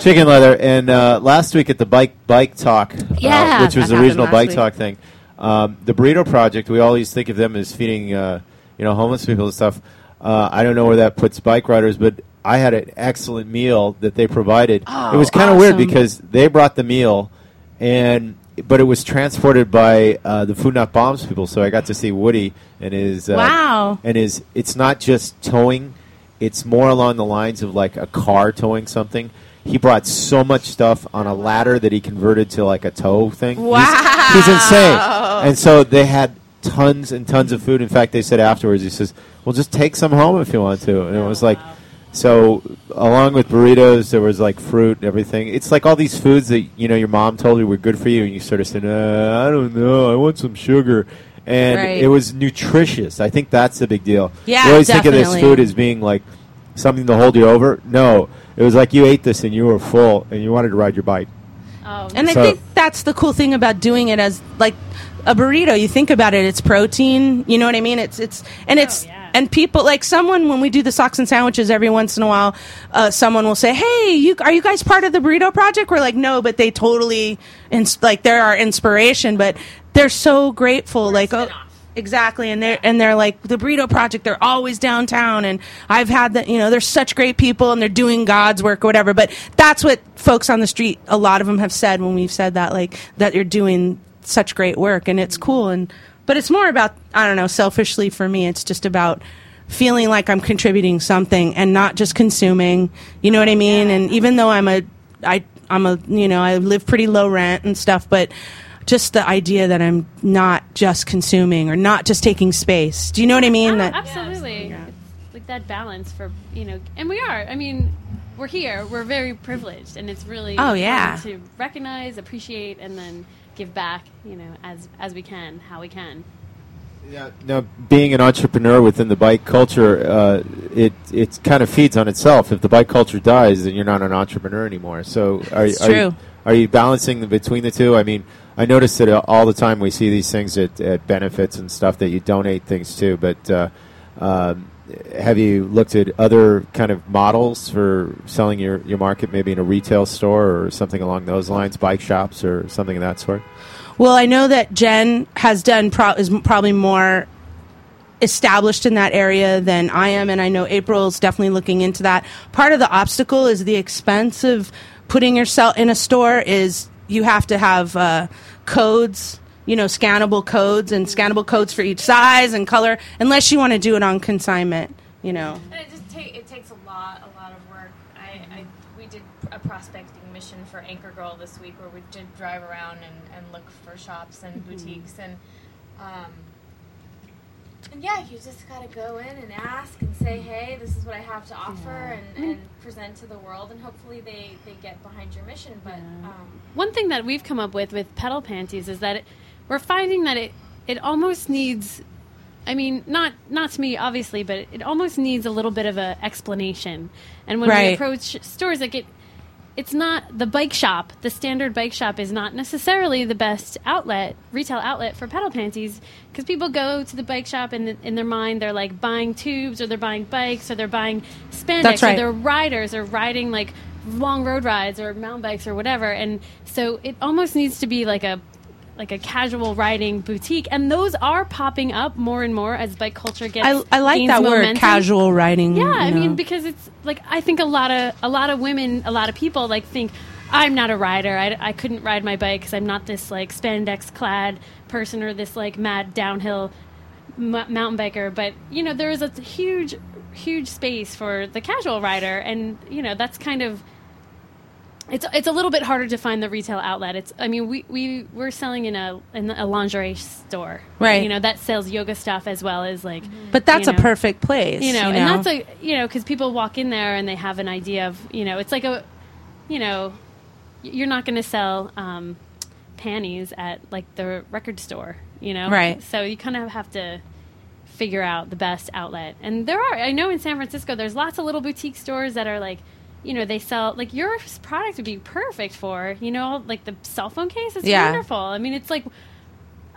Speaker 7: chicken leather. And uh, last week at the bike bike talk,
Speaker 3: Yeah,
Speaker 7: uh, which was
Speaker 1: that
Speaker 7: the regional
Speaker 1: happened last
Speaker 7: bike
Speaker 1: week.
Speaker 7: talk thing, um, the burrito project. We always think of them as feeding, uh, you know, homeless people and stuff. Uh, I don't know where that puts bike riders, but I had an excellent meal that they provided.
Speaker 1: Oh,
Speaker 7: it was kind of weird
Speaker 1: awesome.
Speaker 7: because they brought the meal, and but it was transported by uh, the Food Not Bombs people. So I got to see Woody and his uh,
Speaker 1: Wow.
Speaker 7: and is it's not just towing it's more along the lines of like a car towing something he brought so much stuff on a ladder that he converted to like a tow thing He's-
Speaker 1: Wow.
Speaker 7: he's, insane and so they had tons and tons of food in fact they said afterwards he says well just take some home if you want to and it was like so along with burritos there was like fruit and everything it's like all these foods that you know your mom told you were good for you and you sort of said uh, i don't know i want some sugar and
Speaker 1: Right.
Speaker 7: it was was nutritious. I think that's the big deal.
Speaker 1: Yeah,
Speaker 7: we always think of
Speaker 1: definitely.
Speaker 7: this food as being like something to hold you over. No, it was like you ate this and you were full and you wanted to ride your bike.
Speaker 3: Oh,
Speaker 1: And
Speaker 7: So-
Speaker 1: I think that's the cool thing about doing it as like a burrito. You think about it, it's protein. You know what I mean? It's it's and it's
Speaker 3: yeah.
Speaker 1: and people like someone when we do the socks and sandwiches every once in a while, uh, someone will say, "Hey, you are you guys part of the burrito project?" We're like, "No," but they totally ins- like they're our inspiration. But they're so grateful. like, oh. Exactly, and they're and they're like the burrito project. They're always downtown, and I've had that. You know, they're such great people, and they're doing God's work or whatever. But that's what folks on the street, a lot of them have said when we've said that, like that you're doing such great work, and it's cool. And but it's more about I don't know. Selfishly for me, it's just about feeling like I'm contributing something and not just consuming. You know what I mean? And even though I'm a I I'm a you know I live pretty low rent and stuff, but just the idea that I'm not just consuming or not just taking space. Do you know what I mean?
Speaker 3: Oh,
Speaker 1: That-
Speaker 3: absolutely. It's like that balance for you know, and we are. I mean, we're here. We're very privileged, and it's really
Speaker 1: Oh, yeah.
Speaker 3: fun to recognize, appreciate, and then give back, you know, as as we can, how we can.
Speaker 7: Yeah, now being an entrepreneur within the bike culture, uh, it it kind of feeds on itself. If the bike culture dies, then you're not an entrepreneur anymore. So are,
Speaker 5: It's
Speaker 7: are you
Speaker 5: true.
Speaker 7: are you balancing the, between the two? I mean, I notice that uh, all the time we see these things at, at benefits and stuff that you donate things to. But uh, um, have you looked at other kind of models for selling your, your market, maybe in a retail store or something along those lines, bike shops or something of that sort?
Speaker 1: Well, I know that Jen has done pro- is m- probably more established in that area than I am, and I know April's definitely looking into that. Part of the obstacle is the expense of putting yourself in a store. Is you have to have uh, codes, you know, scannable codes and scannable codes for each size and color, unless you want to do it on consignment. You know,
Speaker 2: And it just take, it takes a lot, a lot of work. I, I we did a prospecting mission for Anchor Girl this week, where we did drive around and, and look for shops and boutiques and. Um, and yeah, you just gotta go in and ask and say, "Hey, this is what I have to offer," and, and present to the world, and hopefully they, they get behind your mission. But um,
Speaker 3: One thing that we've come up with with pedal panties is that it, we're finding that it it almost needs I mean, not not to me obviously, but it almost needs a little bit of a explanation. And when we
Speaker 1: Right.
Speaker 3: approach stores like it it's not the bike shop. The standard bike shop is not necessarily the best outlet, retail outlet for pedal panties, because people go to the bike shop and in their mind they're like buying tubes or they're buying bikes or they're buying spandex
Speaker 1: That's
Speaker 3: or
Speaker 1: right.
Speaker 3: they're riders or riding like long road rides or mountain bikes or whatever. And so it almost needs to be like a like a casual riding boutique, and those are popping up more and more as bike culture gets.
Speaker 1: I, I like
Speaker 3: gains
Speaker 1: that word,
Speaker 3: momentum.
Speaker 1: casual writing.
Speaker 3: Yeah,
Speaker 1: you
Speaker 3: I mean
Speaker 1: know.
Speaker 3: because it's like I think a lot of a lot of women, a lot of people like think I'm not a rider. I, I couldn't ride my bike because I'm not this like spandex clad person or this like mad downhill m- mountain biker. But you know there is a huge huge space for the casual rider, and you know that's kind of. It's, it's a little bit harder to find the retail outlet. It's I mean we we we're selling in a in a lingerie store,
Speaker 1: Right.
Speaker 3: You know that sells yoga stuff as well as like
Speaker 1: but that's
Speaker 3: you know.
Speaker 1: a perfect place.
Speaker 3: you know, and that's a you know because people walk in there and they have an idea of you know it's like a you know y- you're not going to sell um, panties at like the record store you know
Speaker 1: Right.
Speaker 3: so you kind of have to figure out the best outlet and there are i know in san francisco there's lots of little boutique stores that are like you know they sell like your product would be perfect for you know like the cell phone case it's
Speaker 1: Yeah.
Speaker 3: wonderful i mean it's like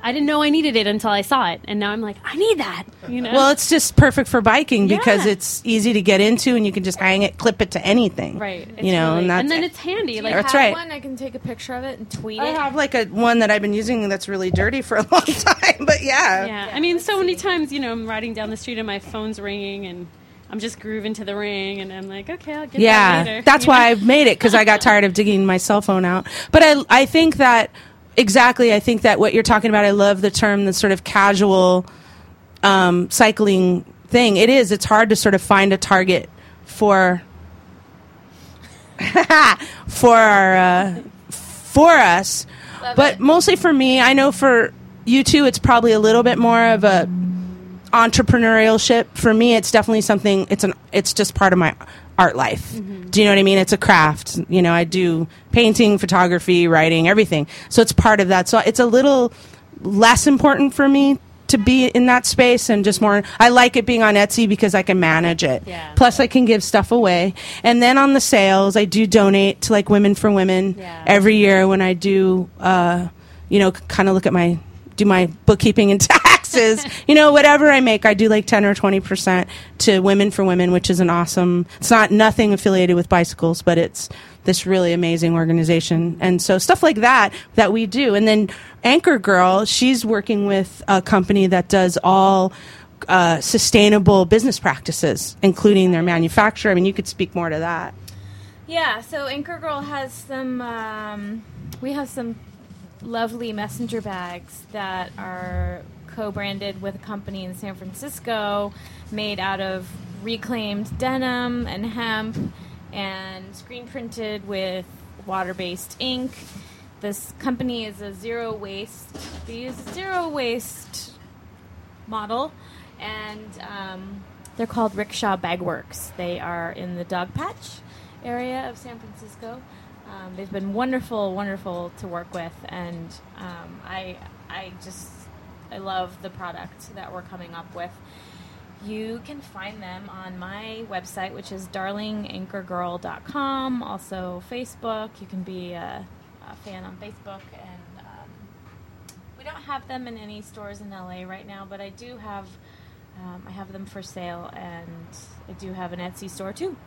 Speaker 3: i didn't know i needed it until i saw it and now i'm like i need that you know
Speaker 1: Well, it's just perfect for biking because
Speaker 3: Yeah.
Speaker 1: it's easy to get into and you can just hang it, clip it to anything.
Speaker 3: Right. It's
Speaker 1: you know,
Speaker 3: really-
Speaker 1: and that's
Speaker 3: then it's handy.
Speaker 2: do
Speaker 3: Like
Speaker 2: you
Speaker 1: That's
Speaker 2: have
Speaker 1: right.
Speaker 2: one? I can take a picture of it and tweet
Speaker 1: I
Speaker 2: it.
Speaker 1: have like a one that I've been using that's really dirty for a [laughs] long time, but yeah.
Speaker 3: yeah. I mean, so many times, you know, I'm riding down the street and my phone's ringing and I'm just grooving to the ring and I'm like, okay, I'll get
Speaker 1: Yeah,
Speaker 3: that later.
Speaker 1: that's
Speaker 3: you
Speaker 1: why I
Speaker 3: know?
Speaker 1: made it because I got tired of digging my cell phone out. But I, I think that exactly. I think that what you're talking about. I love the term, the sort of casual um, cycling thing. It is. It's hard to sort of find a target for [laughs] for our uh, for us, but mostly for me. I know for you two, it's probably a little bit more of a entrepreneurship for me it's definitely something it's an it's just part of my art life do you know what i mean it's a craft you know i do painting photography writing everything so it's part of that so it's a little less important for me to be in that space and just more i like it being on etsy because i can manage it
Speaker 3: Yeah.
Speaker 1: plus i can give stuff away and then on the sales i do donate to like women for women
Speaker 3: Yeah.
Speaker 1: every year when i do uh, you know kind of look at my do my bookkeeping and [laughs] taxes. you know, whatever I make, I do like 10 or 20% to Women for Women, which is an awesome, it's not nothing affiliated with bicycles, but it's this really amazing organization. And so stuff like that, that we do. And then Anchor Girl, she's working with a company that does all uh, sustainable business practices, including their manufacture. I mean, you could speak more to that.
Speaker 2: Yeah, so Anchor Girl has some. Um, we have some lovely messenger bags that are co-branded with a company in San Francisco, made out of reclaimed denim and hemp, and screen printed with water-based ink. This company is a zero waste. They use a zero waste model, and um, they're called Rickshaw Bagworks. They are in the Dog Patch area of San Francisco.
Speaker 5: Um, they've been wonderful, wonderful to work with, and um, I, I just, I love the product that we're coming up with. You can find them on my website, which is darlinganchorgirl.com. Also, Facebook. You can be a, a fan on Facebook, and um, we don't have them in any stores in LA right now, but I do have. Um, I have them for sale, and I do have an Etsy store too.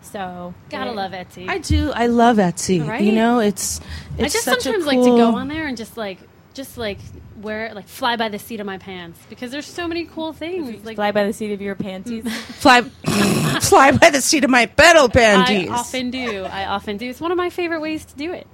Speaker 5: So
Speaker 3: Gotta
Speaker 5: they-
Speaker 3: love Etsy.
Speaker 1: I do. I love Etsy.
Speaker 3: Right?
Speaker 1: You know, it's. it's
Speaker 3: I just
Speaker 1: such a
Speaker 3: sometimes like to go
Speaker 1: cool-
Speaker 3: on there and just like just like wear like fly by the seat of my pants because there's so many cool things. Like
Speaker 5: fly by the seat of your panties.
Speaker 1: fly,
Speaker 3: [laughs]
Speaker 1: fly by the seat of my pedal
Speaker 3: I
Speaker 1: panties.
Speaker 3: often do. I often do. It's one of my favorite ways to do it.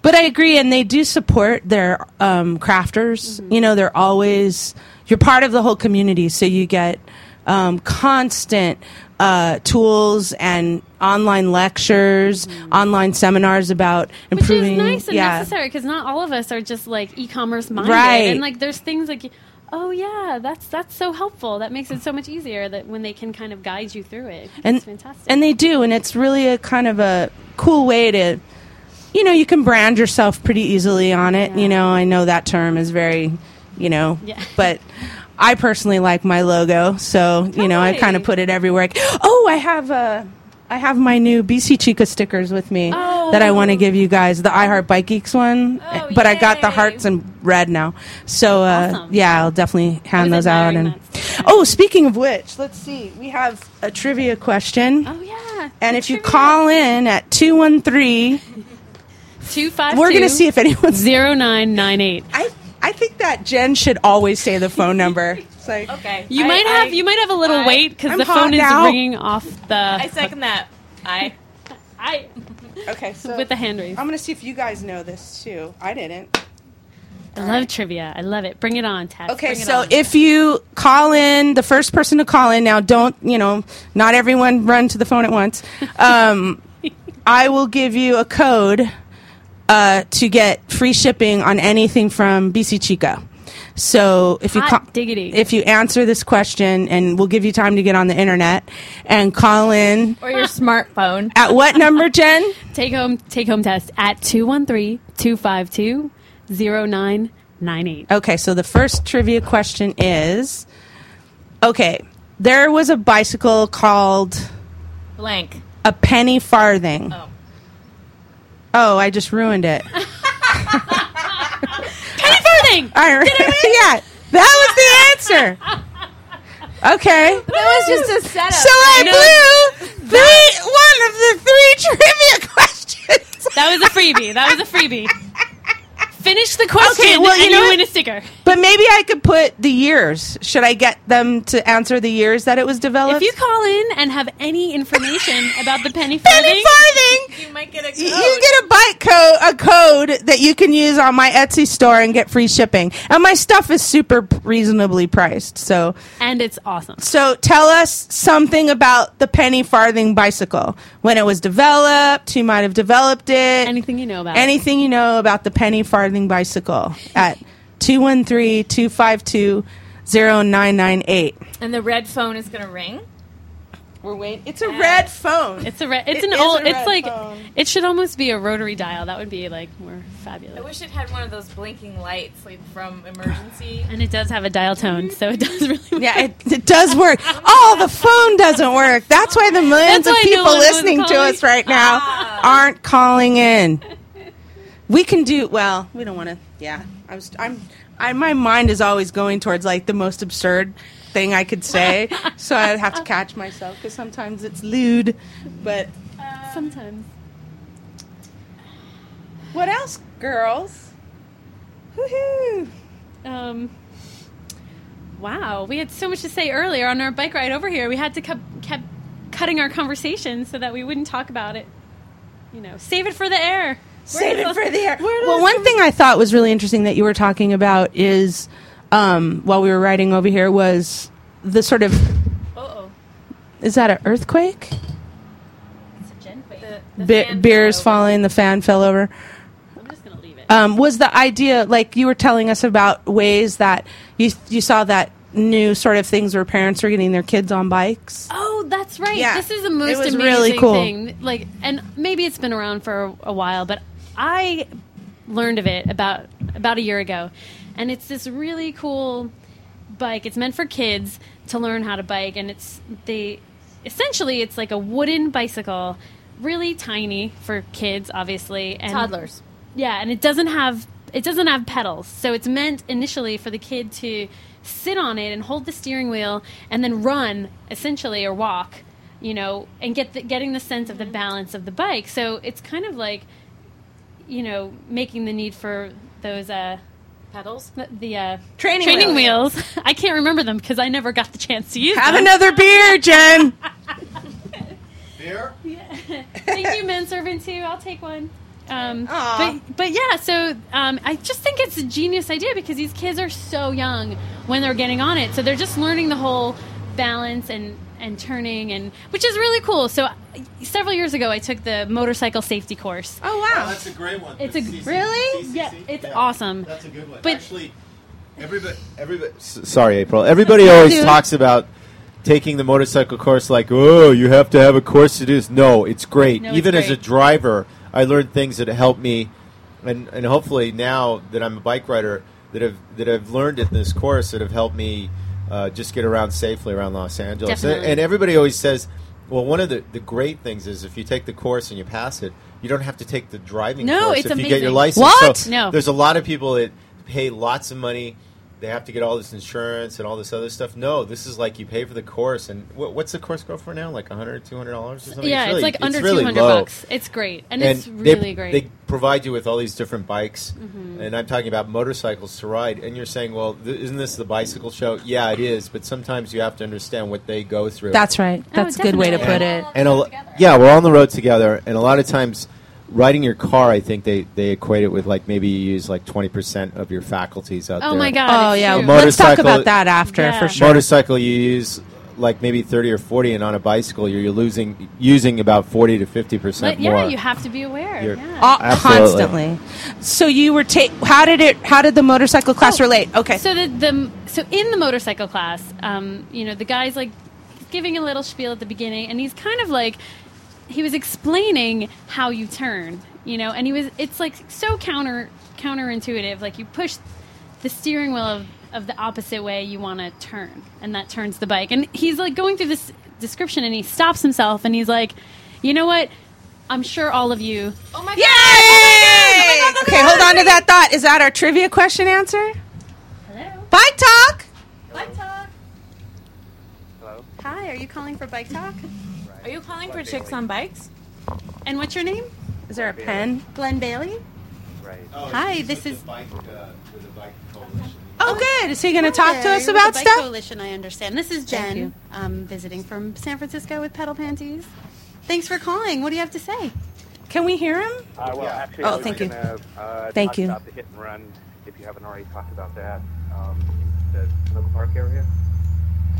Speaker 1: But I agree, and they do support their um, crafters.
Speaker 3: Mm-hmm.
Speaker 1: You know, they're always you're part of the whole community, so you get um, constant uh, tools and online lectures, online seminars about
Speaker 3: Mm-hmm. Which is
Speaker 1: improving.
Speaker 3: nice and
Speaker 1: yeah,
Speaker 3: necessary because not all of us are just like e-commerce minded,
Speaker 1: Right.
Speaker 3: and like there's things like, oh yeah, that's that's so helpful. That makes it so much easier that when they can kind of guide you through it,
Speaker 1: and
Speaker 3: it's fantastic.
Speaker 1: and they do, and it's really a kind of a cool way to. You know, you can brand yourself pretty easily on it. You know, I know that term is very, you know,
Speaker 3: Yeah. [laughs]
Speaker 1: but I personally like my logo, so you know, I kind of
Speaker 3: Totally.
Speaker 1: put it everywhere. Oh, I have uh, I have my new BC Chica stickers with me that I want to give you guys.
Speaker 3: Oh.
Speaker 1: The I Heart Bike Geeks one,
Speaker 5: Oh,
Speaker 1: but I got the
Speaker 5: yay.
Speaker 1: hearts in red now. So uh,
Speaker 3: Awesome.
Speaker 1: yeah, I'll definitely hand
Speaker 3: was
Speaker 1: those out.
Speaker 3: admiring
Speaker 1: And
Speaker 3: that sticker.
Speaker 1: oh, speaking of which, let's see, we have a trivia question.
Speaker 3: oh yeah,
Speaker 1: And if you call in at 213,
Speaker 3: two five,
Speaker 1: we're going to see if anyone's.
Speaker 3: zero nine nine eight.
Speaker 1: I, I think that Jen should always say the phone
Speaker 3: [laughs]
Speaker 1: number. It's like,
Speaker 5: okay,
Speaker 3: You
Speaker 5: I-
Speaker 3: might have
Speaker 5: I-
Speaker 3: you might have a little
Speaker 5: I-
Speaker 3: wait because
Speaker 1: I'm
Speaker 3: the
Speaker 1: hot
Speaker 3: phone is
Speaker 1: now.
Speaker 3: ringing off the
Speaker 5: I second that. I
Speaker 3: I
Speaker 1: okay, so.
Speaker 3: with the hand raise.
Speaker 1: I'm going to see if you guys know this too. I didn't.
Speaker 3: I love trivia. I love it. Bring it on, Tats.
Speaker 1: Okay,
Speaker 3: Bring it
Speaker 1: so
Speaker 3: on.
Speaker 1: if you call in, the first person to call in, now don't, you know, not everyone run to the phone at once.
Speaker 3: [laughs]
Speaker 1: Um, I will give you a code uh, to get free shipping on anything from BC Chica. So if you
Speaker 3: Hot
Speaker 1: ca-
Speaker 3: diggity.
Speaker 1: if you answer this question, and we'll give you time to get on the internet and call in
Speaker 5: or your smartphone.
Speaker 1: at what
Speaker 3: [laughs]
Speaker 1: number, Jen?
Speaker 3: take home take home test at 213-252-0998.
Speaker 1: Okay, so the first trivia question is okay, there was a bicycle called
Speaker 5: [laughs] Blank.
Speaker 1: a penny farthing.
Speaker 5: Oh.
Speaker 1: Oh, I just ruined
Speaker 5: [laughs]
Speaker 1: it.
Speaker 3: Penny farthing.
Speaker 1: I [laughs] yeah, that was the answer. Okay.
Speaker 5: That was just a setup.
Speaker 1: So I blew three, one of the three [laughs] trivia questions.
Speaker 3: That was a freebie. That was a freebie. Finish the question
Speaker 1: Okay, well,
Speaker 3: and
Speaker 1: you
Speaker 3: you,
Speaker 1: know what?
Speaker 3: win a sticker.
Speaker 1: But maybe I could put the years. Should I get them to answer the years that it was developed?
Speaker 3: If you call in and have any information about the penny farthing,
Speaker 1: penny farthing,
Speaker 5: you might get a
Speaker 1: You get a bike code, a code that you can use on my Etsy store and get free shipping. And my stuff is super reasonably priced. So,
Speaker 3: and it's awesome.
Speaker 1: so tell us something about the penny farthing bicycle. When it was developed, who might have developed it?
Speaker 3: Anything you know about it.
Speaker 1: Anything you know about the penny farthing bicycle at 213-252-0998.
Speaker 5: [laughs] and the red phone is gonna ring.
Speaker 1: We're waiting. It's a red phone.
Speaker 3: It's a re- it's
Speaker 1: It
Speaker 3: an
Speaker 1: is
Speaker 3: old
Speaker 1: a red
Speaker 3: it's like
Speaker 1: phone.
Speaker 3: it should almost be a rotary dial. That would be like more
Speaker 5: I
Speaker 3: fabulous.
Speaker 5: wish it had one of those blinking lights, like from emergency.
Speaker 3: And it does have a dial tone, so it does really work.
Speaker 1: yeah, it, [laughs] it does work. Oh, the phone doesn't work. That's why the millions
Speaker 3: That's
Speaker 1: of
Speaker 3: why no
Speaker 1: people
Speaker 3: one was
Speaker 1: listening to
Speaker 3: calling.
Speaker 1: us right now
Speaker 3: Ah.
Speaker 1: aren't calling in. We can do well. We don't want to. Yeah, I was. I'm. I, my mind is always going towards like the most absurd thing I could say, so I have to catch myself because sometimes it's lewd. But
Speaker 3: sometimes.
Speaker 1: what else, girls? Woohoo!
Speaker 3: Um, wow, we had so much to say earlier on our bike ride over here. We had to cu- kept cutting our conversation so that we wouldn't talk about it. You know, save it for the air.
Speaker 1: Save it for the air.
Speaker 3: does
Speaker 1: Well, one thing I thought was really interesting that you were talking about is um, while we were riding over here was the sort of
Speaker 5: Uh oh.
Speaker 1: is that an earthquake?
Speaker 5: The, the
Speaker 1: Be-
Speaker 5: fan
Speaker 1: beers
Speaker 5: fell over.
Speaker 1: falling, the fan fell over.
Speaker 3: I'm just gonna leave it.
Speaker 1: Um, was the idea like you were telling us about ways that you you saw that new sort of things where parents were getting their kids on bikes?
Speaker 3: oh, Oh, that's right.
Speaker 8: Yeah.
Speaker 3: This is the most
Speaker 1: was
Speaker 3: amazing
Speaker 1: really cool.
Speaker 3: thing. Like, and maybe it's been around for a, a while, but I learned of it about about a year ago, and it's this really cool bike. It's meant for kids to learn how to bike, and it's they essentially it's like a wooden bicycle, really tiny for kids, obviously, and
Speaker 1: Toddlers.
Speaker 3: yeah, and it doesn't have it doesn't have pedals, so it's meant initially for the kid to sit on it and hold the steering wheel and then run essentially or walk, you know, and get the, getting the sense of the balance of the bike. So it's kind of like, you know, making the need for those uh,
Speaker 2: Pedals.
Speaker 3: the uh,
Speaker 8: Training
Speaker 3: training
Speaker 8: wheels.
Speaker 3: wheels. [laughs] I can't remember them because I never got the chance to use
Speaker 8: Have
Speaker 3: them.
Speaker 8: another beer, Jen.
Speaker 9: Beer?
Speaker 3: Thank you, manservant too. I'll take one. Um,
Speaker 8: Aw.
Speaker 3: but but yeah, so um, I just think it's a genius idea because these kids are so young when they're getting on it, so they're just learning the whole balance and and turning and which is really cool. So uh, several years ago, I took the motorcycle safety course.
Speaker 8: Oh
Speaker 9: Oh,
Speaker 8: wow.
Speaker 9: that's a great one.
Speaker 3: It's
Speaker 9: The
Speaker 3: a-
Speaker 9: CCC.
Speaker 8: really?
Speaker 9: CCC?
Speaker 3: Yeah, it's awesome.
Speaker 9: That's a good one.
Speaker 3: But-
Speaker 9: Actually, everybody, everybody,
Speaker 7: S- sorry, April. Everybody always
Speaker 3: [laughs] Dude.
Speaker 7: talks about taking the motorcycle course like, oh, you have to have a course to do this. No, it's great.
Speaker 3: No, it's
Speaker 7: Even as a
Speaker 3: great.
Speaker 7: driver, I learned things that help me, and, and hopefully now that I'm a bike rider, that have that I've learned in this course that have helped me uh, just get around safely around Los Angeles. And-
Speaker 3: Definitely.
Speaker 7: and everybody always says. Well, one of the, the great things is if you take the course and you pass it, you don't have to take the driving
Speaker 3: No,
Speaker 7: course
Speaker 3: it's
Speaker 7: if you get your
Speaker 3: amazing.
Speaker 7: license.
Speaker 3: What?
Speaker 7: So
Speaker 3: No.
Speaker 7: There's a lot of people that pay lots of money. They have to get all this insurance and all this other stuff. No, this is like you pay for the course. And wha what's the course go for now? Like $100, $200 or something?
Speaker 3: yeah, it's
Speaker 7: really-
Speaker 3: like under
Speaker 7: really
Speaker 3: 200
Speaker 7: low.
Speaker 3: bucks. It's great and, it's
Speaker 7: they-
Speaker 3: really great. Mm-hmm.
Speaker 7: They provide you with all these different bikes. And I'm talking about motorcycles to ride. And you're saying, well, th- isn't this the bicycle show? Yeah, it is. But sometimes you have to understand what they go through
Speaker 1: That's right. That's a good way to put
Speaker 3: definitely.
Speaker 1: it.
Speaker 7: and a, lo- yeah, we're on the road together, and a lot of times, riding your car, I think they they equate it with like maybe you use like twenty percent of your faculties out there.
Speaker 3: oh my god!
Speaker 1: Oh
Speaker 3: it's
Speaker 1: yeah,
Speaker 3: true.
Speaker 7: Mo-
Speaker 1: let's talk
Speaker 7: Motorcycle-
Speaker 1: about that after
Speaker 3: Yeah.
Speaker 1: for sure.
Speaker 7: Motorcycle, you use like maybe thirty or forty, and on a bicycle, you're, you're losing using about forty to fifty percent
Speaker 3: But
Speaker 7: more.
Speaker 3: yeah, you have to be aware.
Speaker 7: You're-
Speaker 3: yeah.
Speaker 1: All-
Speaker 7: Absolutely.
Speaker 1: Uh, constantly. So you were take. How did it? How did the motorcycle class relate? Okay.
Speaker 3: So the, the so in the motorcycle class, um, you know, the guy's like giving a little spiel at the beginning, and he's kind of like he was explaining how you turn, you know, and he was it's like so counter counterintuitive. Like you push the steering wheel of, of the opposite way you want to turn, and that turns the bike. And he's like going through this description, and he stops himself, and he's like, you know what? I'm sure all of you
Speaker 2: Oh my
Speaker 1: Yay! okay, hold on to that thought. Is that our trivia question answer?
Speaker 3: Hello?
Speaker 1: Bike talk.
Speaker 2: Bike talk.
Speaker 3: Hi, are you calling for bike talk?
Speaker 2: Are you calling for chicks on bikes?
Speaker 3: And what's your name?
Speaker 8: Is there a pen?
Speaker 3: Glenn Bailey?
Speaker 9: oh,
Speaker 3: Hi,
Speaker 9: it's
Speaker 3: this
Speaker 9: with
Speaker 3: is-
Speaker 9: the bike, uh, with the bike coalition.
Speaker 1: Oh, good. Is he going to talk to
Speaker 10: Hello,
Speaker 1: us
Speaker 10: you're
Speaker 1: about
Speaker 10: with the Bike
Speaker 1: stuff?
Speaker 10: Coalition, I understand. This is
Speaker 1: Thank you.
Speaker 10: Jen, um, visiting from San Francisco with Pedal Panties. Thanks for calling. What do you have to say?
Speaker 8: Can we hear him?
Speaker 11: Uh, well,
Speaker 9: Yeah.
Speaker 11: actually,
Speaker 1: Oh,
Speaker 11: I was
Speaker 1: thank you.
Speaker 11: gonna, Uh,
Speaker 1: Thank
Speaker 11: talk
Speaker 1: you.
Speaker 11: About the hit and run, if you haven't already talked about that, um, in the local park area.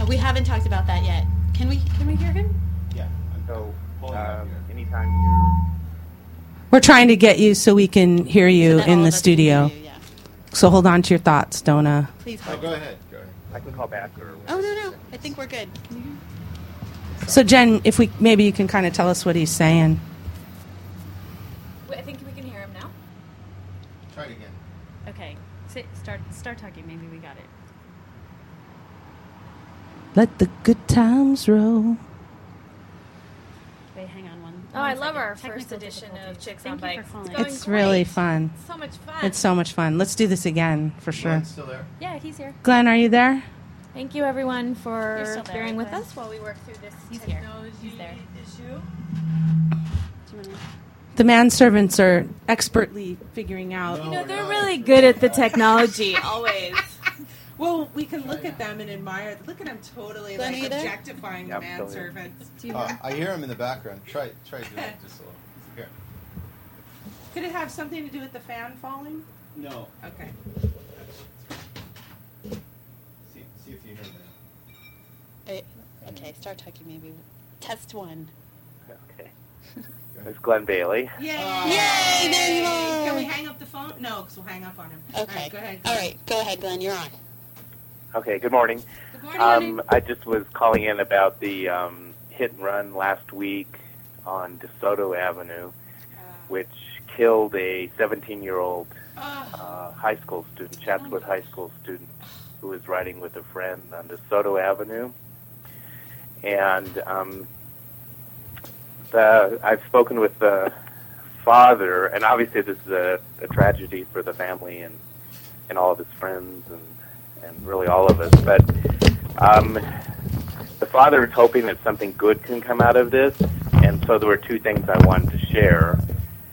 Speaker 10: Uh, we haven't talked about that yet. Can we? Can we hear him?
Speaker 9: Yeah. I'm
Speaker 11: So,
Speaker 9: pulling up
Speaker 11: um,
Speaker 9: here.
Speaker 11: anytime you're
Speaker 1: We're trying to get you so we can hear you
Speaker 10: That all
Speaker 1: in the
Speaker 10: of us can hear
Speaker 1: studio.
Speaker 10: you, yeah.
Speaker 1: So hold on to your thoughts, Donna.
Speaker 10: Please.
Speaker 9: Oh, go ahead. Go ahead.
Speaker 11: I can call back or.
Speaker 10: Oh no, no. I think we're good.
Speaker 1: So Jen, if we maybe you can kind of tell us what he's saying.
Speaker 2: I think we can hear him now.
Speaker 9: Try it again.
Speaker 3: Okay, Sit, start start talking. Maybe we got it.
Speaker 1: Let the good times roll.
Speaker 3: Wait, hang on one.
Speaker 2: Oh,
Speaker 3: one
Speaker 2: I love
Speaker 3: second.
Speaker 2: our
Speaker 3: Technical
Speaker 2: first edition
Speaker 3: difficulties.
Speaker 2: of Chicks
Speaker 3: Thank
Speaker 2: on
Speaker 3: you
Speaker 2: Bikes.
Speaker 3: For calling.
Speaker 2: Going
Speaker 1: It's
Speaker 2: great.
Speaker 1: really fun.
Speaker 2: So much fun.
Speaker 1: It's so much fun. Let's do this again for sure.
Speaker 9: Glenn's still there?
Speaker 3: yeah, he's here.
Speaker 1: Glenn, are you there?
Speaker 2: Thank you, everyone,
Speaker 3: You're
Speaker 2: for
Speaker 3: still there,
Speaker 2: bearing
Speaker 3: right,
Speaker 2: with
Speaker 3: Glenn?
Speaker 2: us while we work through this
Speaker 3: He's here.
Speaker 2: technology
Speaker 3: He's there.
Speaker 2: issue.
Speaker 1: The manservants are expertly figuring out.
Speaker 9: No,
Speaker 2: No,
Speaker 9: we're
Speaker 12: Oh,
Speaker 2: they're
Speaker 9: not.
Speaker 2: really good at the technology, always.
Speaker 1: [laughs] Well, we can look at them and admire. Look at them totally
Speaker 10: Glenn, are you there?
Speaker 1: objectifying
Speaker 11: Yeah, I'm still here.
Speaker 9: Uh, I hear him in the background. Try, try doing it just a little. Here.
Speaker 1: Could it have something to do with the fan falling?
Speaker 9: No.
Speaker 1: Okay.
Speaker 9: See, see if you hear that.
Speaker 10: Wait, Uh, okay, start talking. Maybe test one.
Speaker 11: Okay. It's Glenn Bailey.
Speaker 1: Yay!
Speaker 10: Yay, there you are.
Speaker 1: Uh, Can we hang up the phone? No, because we'll hang up on him. All
Speaker 10: Okay.
Speaker 1: right, go ahead.
Speaker 10: All right, go ahead, Glenn. You're on.
Speaker 11: Okay. Good morning.
Speaker 1: Good morning.
Speaker 11: Um, I just was calling in about the um, hit and run last week on DeSoto Avenue,
Speaker 1: Uh.
Speaker 11: which killed a 17 year old uh, high school student, Chatswood High School student, who was riding with a friend on DeSoto Avenue. And um, the, I've spoken with the father, and obviously this is a, a tragedy for the family and, and all of his friends and, and really all of us. But um, the father is hoping that something good can come out of this, and so there were two things I wanted to share.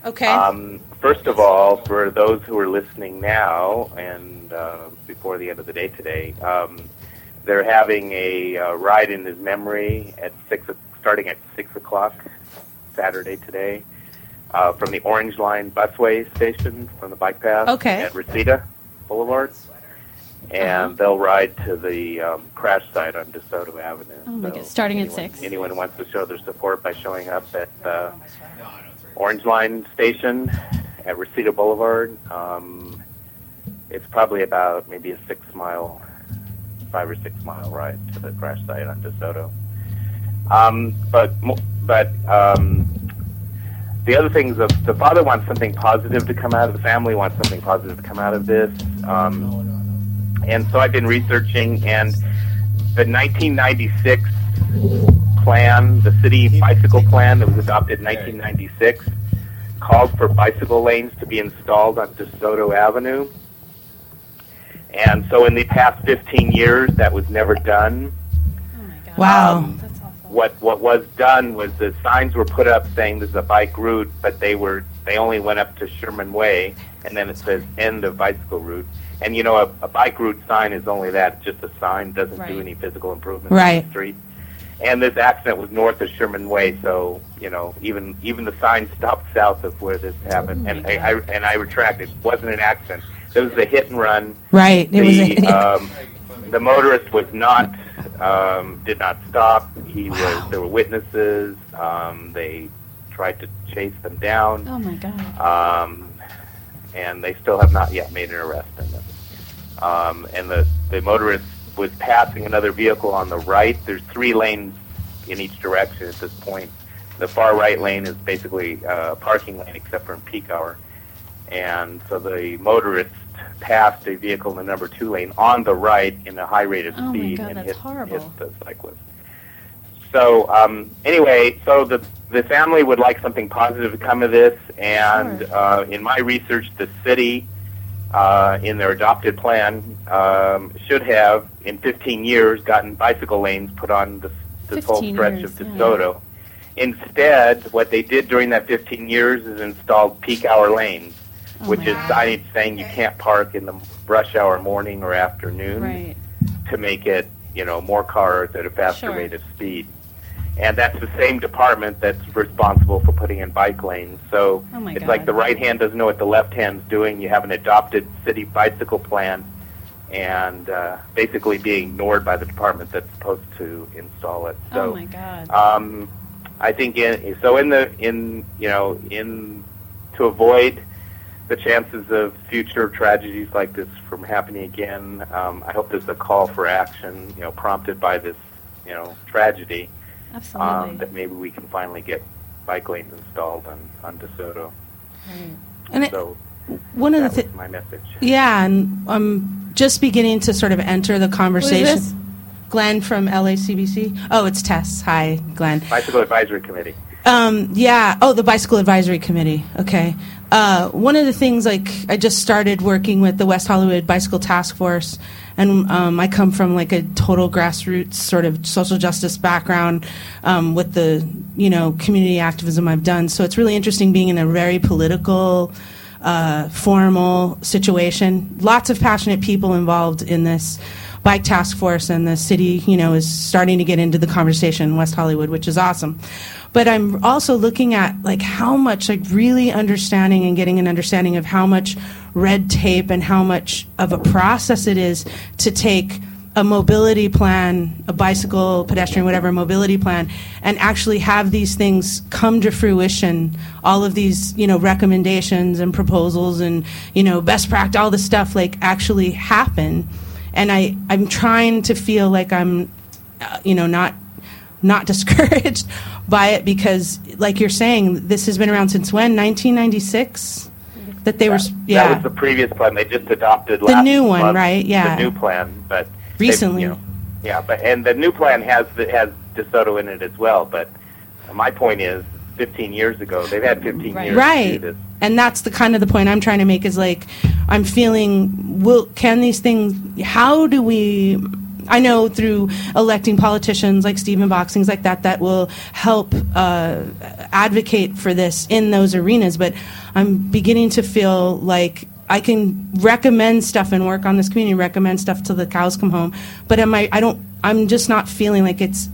Speaker 1: Okay.
Speaker 11: Um, first of all, for those who are listening now and uh, before the end of the day today, um, they're having a uh, ride in his memory at six, o- starting at six o'clock Saturday today, uh, from the Orange Line busway station from the bike path
Speaker 1: Okay.
Speaker 11: at Reseda Boulevard,
Speaker 3: Uh-huh.
Speaker 11: and they'll ride to the um, crash site on DeSoto Avenue.
Speaker 3: Oh my
Speaker 11: So
Speaker 3: God, starting at
Speaker 11: anyone-
Speaker 3: six.
Speaker 11: Anyone wants to show their support by showing up at the Orange Line Station at Reseda Boulevard. Um, it's probably about maybe a six mile, five or six mile ride to the crash site on DeSoto. Um, but mo- but um, the other thing is the, the father wants something positive to come out of the family wants something positive to come out of this. Um, and so I've been researching, and the 1996 plan, the city bicycle plan that was adopted in 1996, called for bicycle lanes to be installed on DeSoto Avenue. And so in the past 15 years, that was never done
Speaker 1: Wow.
Speaker 11: what what was done was the signs were put up saying this is a bike route, but they were they only went up to Sherman Way, and then it says end of bicycle route. And you know, a, a bike route sign is only that, just a sign, doesn't
Speaker 3: Right.
Speaker 11: do any physical improvement
Speaker 1: Right.
Speaker 11: on the street. And this accident was north of Sherman Way, so you know, even even the sign stopped south of where this happened. and I, I and I retract it wasn't an accident. This was a hit and run
Speaker 1: Right. It [laughs] was
Speaker 11: the,
Speaker 1: a,
Speaker 11: um, the motorist was not um, did not stop. He was there were witnesses. Um, they tried to chase them down,
Speaker 3: Oh my god.
Speaker 11: um, and they still have not yet made an arrest in them. Um, and the the motorist was passing another vehicle on the right. There's three lanes in each direction at this point. The far right lane is basically uh, a parking lane except for in peak hour and so the motorist passed a vehicle in the number two lane on the right in a high rate of
Speaker 3: Oh my
Speaker 11: speed
Speaker 3: God,
Speaker 11: and
Speaker 3: that's
Speaker 11: hit,
Speaker 3: horrible.
Speaker 11: hit the cyclist. So um, anyway, so the the family would like something positive to come of this, and uh, in my research, the city. Uh, in their adopted plan, um, should have in 15 years gotten bicycle lanes put on this, this whole
Speaker 3: 15
Speaker 11: stretch
Speaker 3: years,
Speaker 11: of
Speaker 3: yeah.
Speaker 11: DeSoto. Instead, what they did during that 15 years is installed peak hour lanes
Speaker 3: Oh
Speaker 11: which
Speaker 3: my
Speaker 11: is signage saying you can't park in the rush hour morning or afternoon
Speaker 3: Right.
Speaker 11: to make it, you know, more cars at a faster
Speaker 3: Sure.
Speaker 11: rate of speed. And that's the same department that's responsible for putting in bike lanes. So
Speaker 3: Oh my
Speaker 11: it's
Speaker 3: God.
Speaker 11: like the right hand doesn't know what the left hand's doing. You have an adopted city bicycle plan and uh, basically being ignored by the department that's supposed to install it. So
Speaker 3: oh my god.
Speaker 11: um, I think in, so. In the in you know in to avoid the chances of future tragedies like this from happening again, um, I hope there's a call for action. You know, prompted by this you know tragedy, um,
Speaker 3: Absolutely.
Speaker 11: that maybe we can finally get bike lanes installed on on DeSoto.
Speaker 1: and it,
Speaker 11: So
Speaker 1: one of the
Speaker 11: that
Speaker 1: thi-
Speaker 11: was my message.
Speaker 1: yeah, and I'm just beginning to sort of enter the conversation.
Speaker 5: this?
Speaker 1: Glenn from LACBC. Oh, it's Tess. Hi, Glenn.
Speaker 11: Bicycle Advisory Committee.
Speaker 1: Um, yeah. Oh, the Bicycle Advisory Committee. Okay. Uh, one of the things, like, I just started working with the West Hollywood Bicycle Task Force, and um, I come from like a total grassroots sort of social justice background um, with the you know community activism I've done. So it's really interesting being in a very political, uh, formal situation. Lots of passionate people involved in this bike task force and the city, you know, is starting to get into the conversation in West Hollywood, which is awesome. But I'm also looking at like how much like really understanding and getting an understanding of how much red tape and how much of a process it is to take a mobility plan, a bicycle, pedestrian, whatever mobility plan, and actually have these things come to fruition. All of these, you know, recommendations and proposals and, you know, best practice, all this stuff like actually happen and I, I'm trying to feel like I'm, uh, you know, not not [laughs] discouraged by it because, like you're saying, this has been around since when? 1996? That they were, s- yeah.
Speaker 11: That was the previous plan. They just adopted
Speaker 1: The
Speaker 11: last
Speaker 1: new one,
Speaker 11: month,
Speaker 1: right? Yeah.
Speaker 11: The new plan, but they've,
Speaker 1: Recently.
Speaker 11: you know, yeah, but and the new plan has has DeSoto in it as well. But my point is, 15 years ago, they've had 15 years to do
Speaker 1: right
Speaker 11: this.
Speaker 1: and that's the kind of the point i'm trying to make is like i'm feeling will can these things how do we i know through electing politicians like stephen box things like that that will help uh, advocate for this in those arenas but i'm beginning to feel like I can recommend stuff and work on this community, recommend stuff till the cows come home. But am I? I don't. I'm just not feeling like it's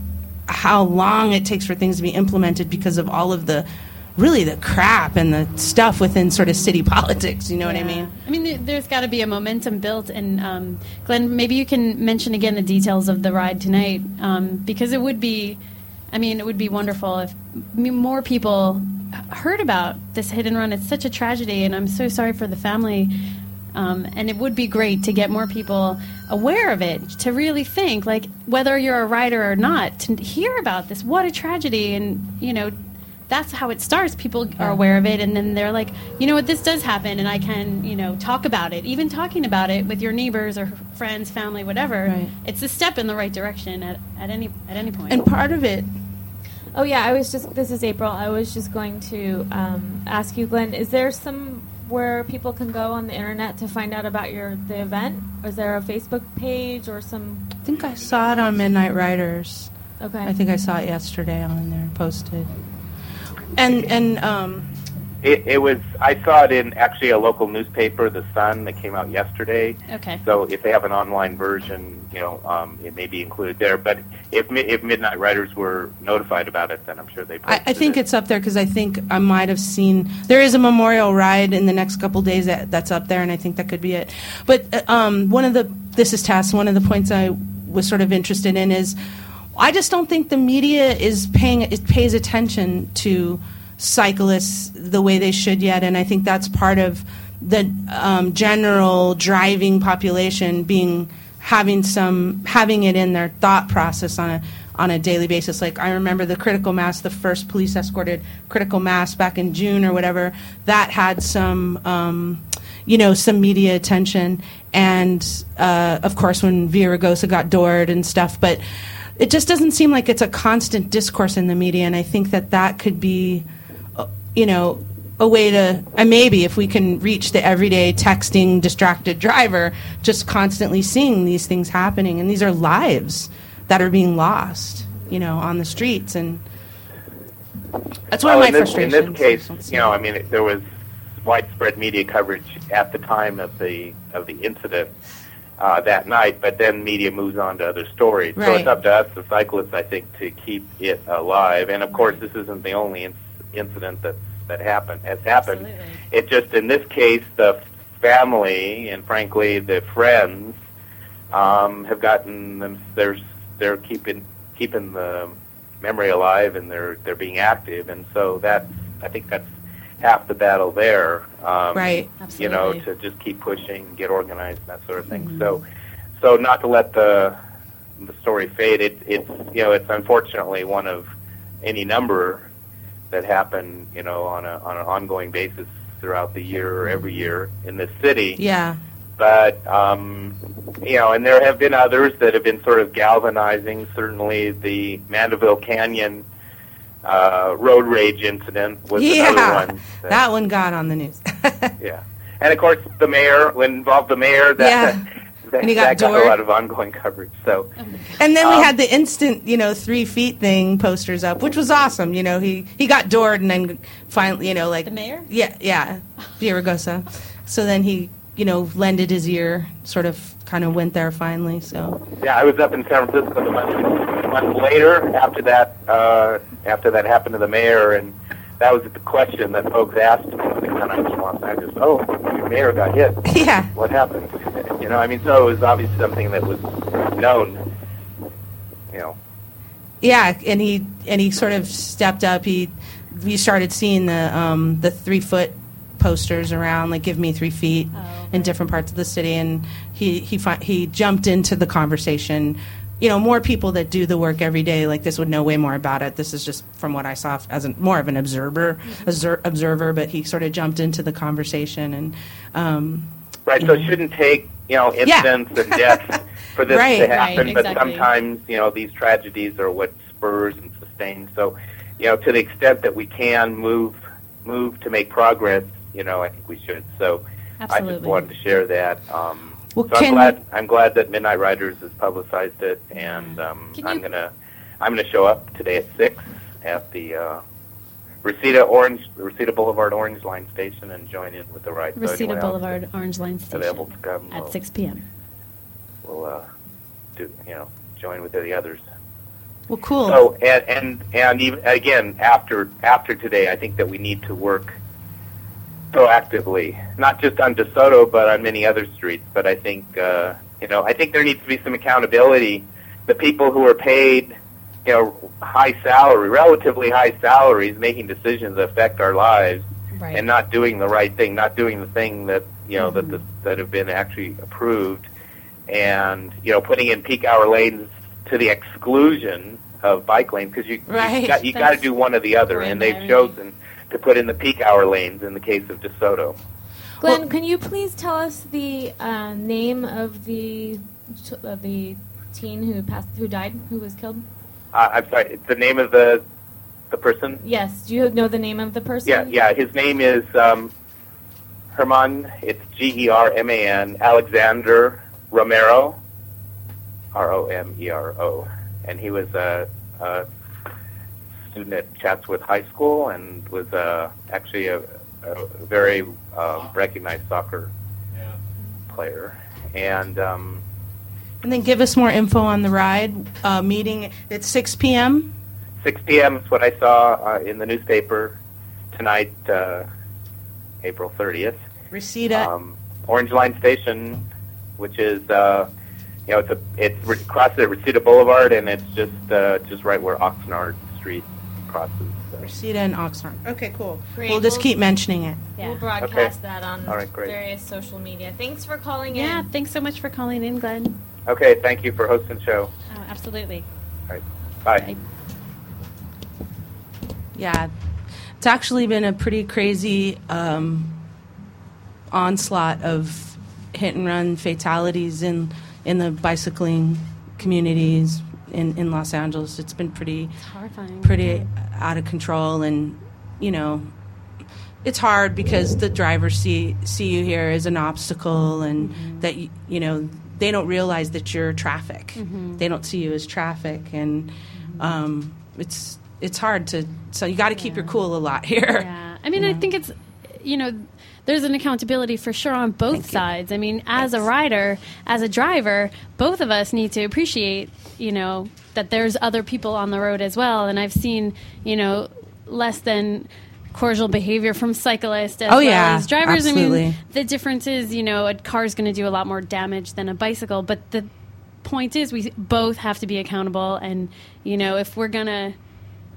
Speaker 1: how long it takes for things to be implemented because of all of the really the crap and the stuff within sort of city [laughs] politics. You know what I mean?
Speaker 3: I mean, there- there's got to be a momentum built. And um, Glenn, maybe you can mention again the details of the ride tonight um, because it would be, I mean, it would be wonderful if m- more people h- heard about this hit and run. It's such a tragedy, and I'm so sorry for the family. Um, and it would be great to get more people aware of it, to really think, like, whether you're a rider or not, to hear about this. What a tragedy. And, you know, that's how it starts. People are aware of it, and then they're like, you know what, this does happen, and I can, you know, talk about it. Even talking about it with your neighbors or friends, family, whatever,
Speaker 1: Right.
Speaker 3: it's a step in the right direction at, at any at any point.
Speaker 1: And part of it,
Speaker 5: Oh yeah, I was just. This is April. I was just going to um, ask you, Glenn. Is there some where people can go on the internet to find out about your the event? Is there a Facebook page or some?
Speaker 1: I think I saw it on Midnight Riders.
Speaker 5: Okay.
Speaker 1: I think I saw it yesterday on there posted. And and um,
Speaker 11: It, it was. I saw it in actually a local newspaper, The Sun, that came out yesterday.
Speaker 3: okay,
Speaker 11: So if they have an online version, you know, um, it may be included there. But if Mi- if Midnight Riders were notified about it, then I'm sure they.
Speaker 1: I, I
Speaker 11: posted
Speaker 1: think
Speaker 11: it.
Speaker 1: it's up there because I think I might have seen there is a memorial ride in the next couple days that that's up there, and I think that could be it. But uh, um, one of the this is Tess. One of the points I was sort of interested in is I just don't think the media is paying it pays attention to cyclists the way they should yet, and I think that's part of the um, general driving population being having some having it in their thought process on a on a daily basis. Like I remember the critical mass, the first police escorted critical mass back in June or whatever. That had some, um, you know, some media attention, and uh, of course when Villaraigosa got doored and stuff. But it just doesn't seem like it's a constant discourse in the media, and I think that that could be you know, a way to, and maybe if we can reach the everyday texting, distracted driver, just constantly seeing these things happening. And these are lives that are being lost, you know, on the streets. And that's one of
Speaker 11: well,
Speaker 1: my
Speaker 11: in this,
Speaker 1: frustrations.
Speaker 11: In this case, you know, I mean, it, there was widespread media coverage at the time of the of the incident uh, that night, but then media moves on to other stories. So
Speaker 1: Right.
Speaker 11: it's up to us, the cyclists, I think, to keep it alive. And of course, this isn't the only in- incident that that happened has happened. It just in this case, the family and frankly the friends um, have gotten them. They're they're keeping keeping the memory alive, and they're they're being active, and so that I think that's half the battle there. Um,
Speaker 1: Right.
Speaker 11: You know,
Speaker 3: Absolutely.
Speaker 11: to just keep pushing, get organized, and that sort of thing. So, so not to let the the story fade. It, it's you know it's unfortunately one of any number that happen you know on a on an ongoing basis throughout the year or every year in this city
Speaker 1: yeah.
Speaker 11: but um, you know, and there have been others that have been sort of galvanizing. Certainly, the Mandeville Canyon uh, road rage incident was
Speaker 1: yeah.
Speaker 11: another one. that-
Speaker 1: That one got on the news. [laughs]
Speaker 11: yeah, and of course, the mayor when involved the mayor that [laughs] that,
Speaker 1: And he got
Speaker 11: that got
Speaker 1: doored.
Speaker 11: a lot of ongoing coverage. So
Speaker 1: And then we
Speaker 11: Um,
Speaker 1: had the instant, you know, three feet thing posters up, which was awesome. You know, he he got doored and then finally, you know, like
Speaker 3: The mayor?
Speaker 1: Yeah, yeah, Villaraigosa. so then he, you know, lended his ear, sort of, kind of went there finally. So
Speaker 11: yeah, I was up in San Francisco the month, month later after that uh, after that happened to the mayor and. That was the question that folks asked me when they kind of Los Angeles. Oh, your mayor got hit.
Speaker 1: yeah,
Speaker 11: what happened. You know, I mean, so it was obviously something that was known. You know,
Speaker 1: yeah, and he and he sort of stepped up. He we started seeing the um, the three foot posters around, like "Give me three feet" in different parts of the city, and he he fi- he jumped into the conversation you know, more people that do the work every day like this would know way more about it. This is just from what I saw f- as an, more of an observer, obser- observer. But he sort of jumped into the conversation, and um,
Speaker 11: Right, so it shouldn't take, you know,
Speaker 1: Yeah.
Speaker 11: incidents and deaths
Speaker 1: [laughs]
Speaker 11: for this
Speaker 1: Right.
Speaker 11: to
Speaker 1: Right,
Speaker 11: happen, but
Speaker 1: exactly.
Speaker 11: sometimes, you know, these tragedies are what spurs and sustains. So, you know, to the extent that we can move move to make progress, you know, I think we should. So I just
Speaker 3: Absolutely.
Speaker 11: wanted to share that. Um,
Speaker 1: Well,
Speaker 11: so I'm
Speaker 1: can-
Speaker 11: glad I'm glad that Midnight Riders has publicized it and um,
Speaker 3: Can
Speaker 11: I'm
Speaker 3: you-
Speaker 11: gonna I'm gonna show up today at six at the uh Reseda Orange, Reseda Boulevard Orange Line Station, and join in with the ride. So
Speaker 3: Reseda
Speaker 11: anyone else
Speaker 3: Boulevard, Orange Line
Speaker 11: available
Speaker 3: Station
Speaker 11: to come
Speaker 3: at
Speaker 11: will-
Speaker 3: 6 p.m.
Speaker 11: will uh, do you know join with the others.
Speaker 1: well, cool.
Speaker 11: So and and and even again after after today, I think that we need to work proactively, not just on DeSoto, but on many other streets. But I think uh, you know I think there needs to be some accountability. The people who are paid you know high salary, relatively high salaries, making decisions that affect our lives
Speaker 13: Right.
Speaker 11: and not doing the right thing, not doing the thing that you know that the, that have been actually approved, and you know putting in peak hour lanes to the exclusion of bike lanes because you
Speaker 1: Right.
Speaker 11: you got, you got to do one or the other, and they've chosen to put in the peak hour lanes in the case of DeSoto.
Speaker 2: Glenn, can you please tell us the uh, name of the of the teen who passed, who died, who was killed?
Speaker 11: Uh, I'm sorry, the name of the the person.
Speaker 2: Yes. Do you know the name of the person?
Speaker 11: Yeah, yeah. His name is um, Herman. It's G E R M A N. Alexander Romero. R O M E R O. And he was a, a student at Chatsworth High School and was uh, actually a, a very um, recognized soccer player. And um,
Speaker 1: and then give us more info on the ride uh, meeting at 6 p.m.
Speaker 11: 6 p.m. is what I saw uh, in the newspaper tonight, uh, April 30th.
Speaker 1: Reseda.
Speaker 11: um, Orange Line Station, which is uh, you know it's a it's re- across the Reseda Boulevard, and it's just uh, just right where Oxnard Street crosses. So,
Speaker 1: Reseda and Oxnard. Okay, cool.
Speaker 2: Great.
Speaker 1: We'll just
Speaker 2: We'll-
Speaker 1: keep mentioning it.
Speaker 2: We'll
Speaker 3: Yeah.
Speaker 2: broadcast that on
Speaker 11: All right, great.
Speaker 2: various social media. Thanks for calling
Speaker 3: Yeah,
Speaker 2: in.
Speaker 3: thanks so much for calling in, Glenn.
Speaker 11: okay, thank you for hosting the show.
Speaker 3: Oh, absolutely.
Speaker 11: All right, bye.
Speaker 3: Bye.
Speaker 1: Yeah, it's actually been a pretty crazy um, onslaught of hit and run fatalities in in the bicycling communities in in Los Angeles. It's been pretty
Speaker 3: It's horrifying.
Speaker 1: pretty out of control, and you know, it's hard because the drivers see see you here as an obstacle, and
Speaker 3: Mm-hmm.
Speaker 1: that you, you know they don't realize that you're traffic.
Speaker 3: Mm-hmm.
Speaker 1: They don't see you as traffic, and um, it's it's hard to. So you got to keep your cool a lot [laughs] here.
Speaker 3: Yeah. I mean, I think it's, you know, there's an accountability for sure on both sides. I mean, as a rider, as a driver, both of us need to appreciate, you know, that there's other people on the road as well. And I've seen, you know, less than cordial behavior from cyclists as
Speaker 1: Oh,
Speaker 3: well
Speaker 1: yeah.
Speaker 3: as drivers. I
Speaker 1: Absolutely.
Speaker 3: mean, the difference is, you know, a car's going to do a lot more damage than a bicycle, but the point is we both have to be accountable and, you know, if we're going to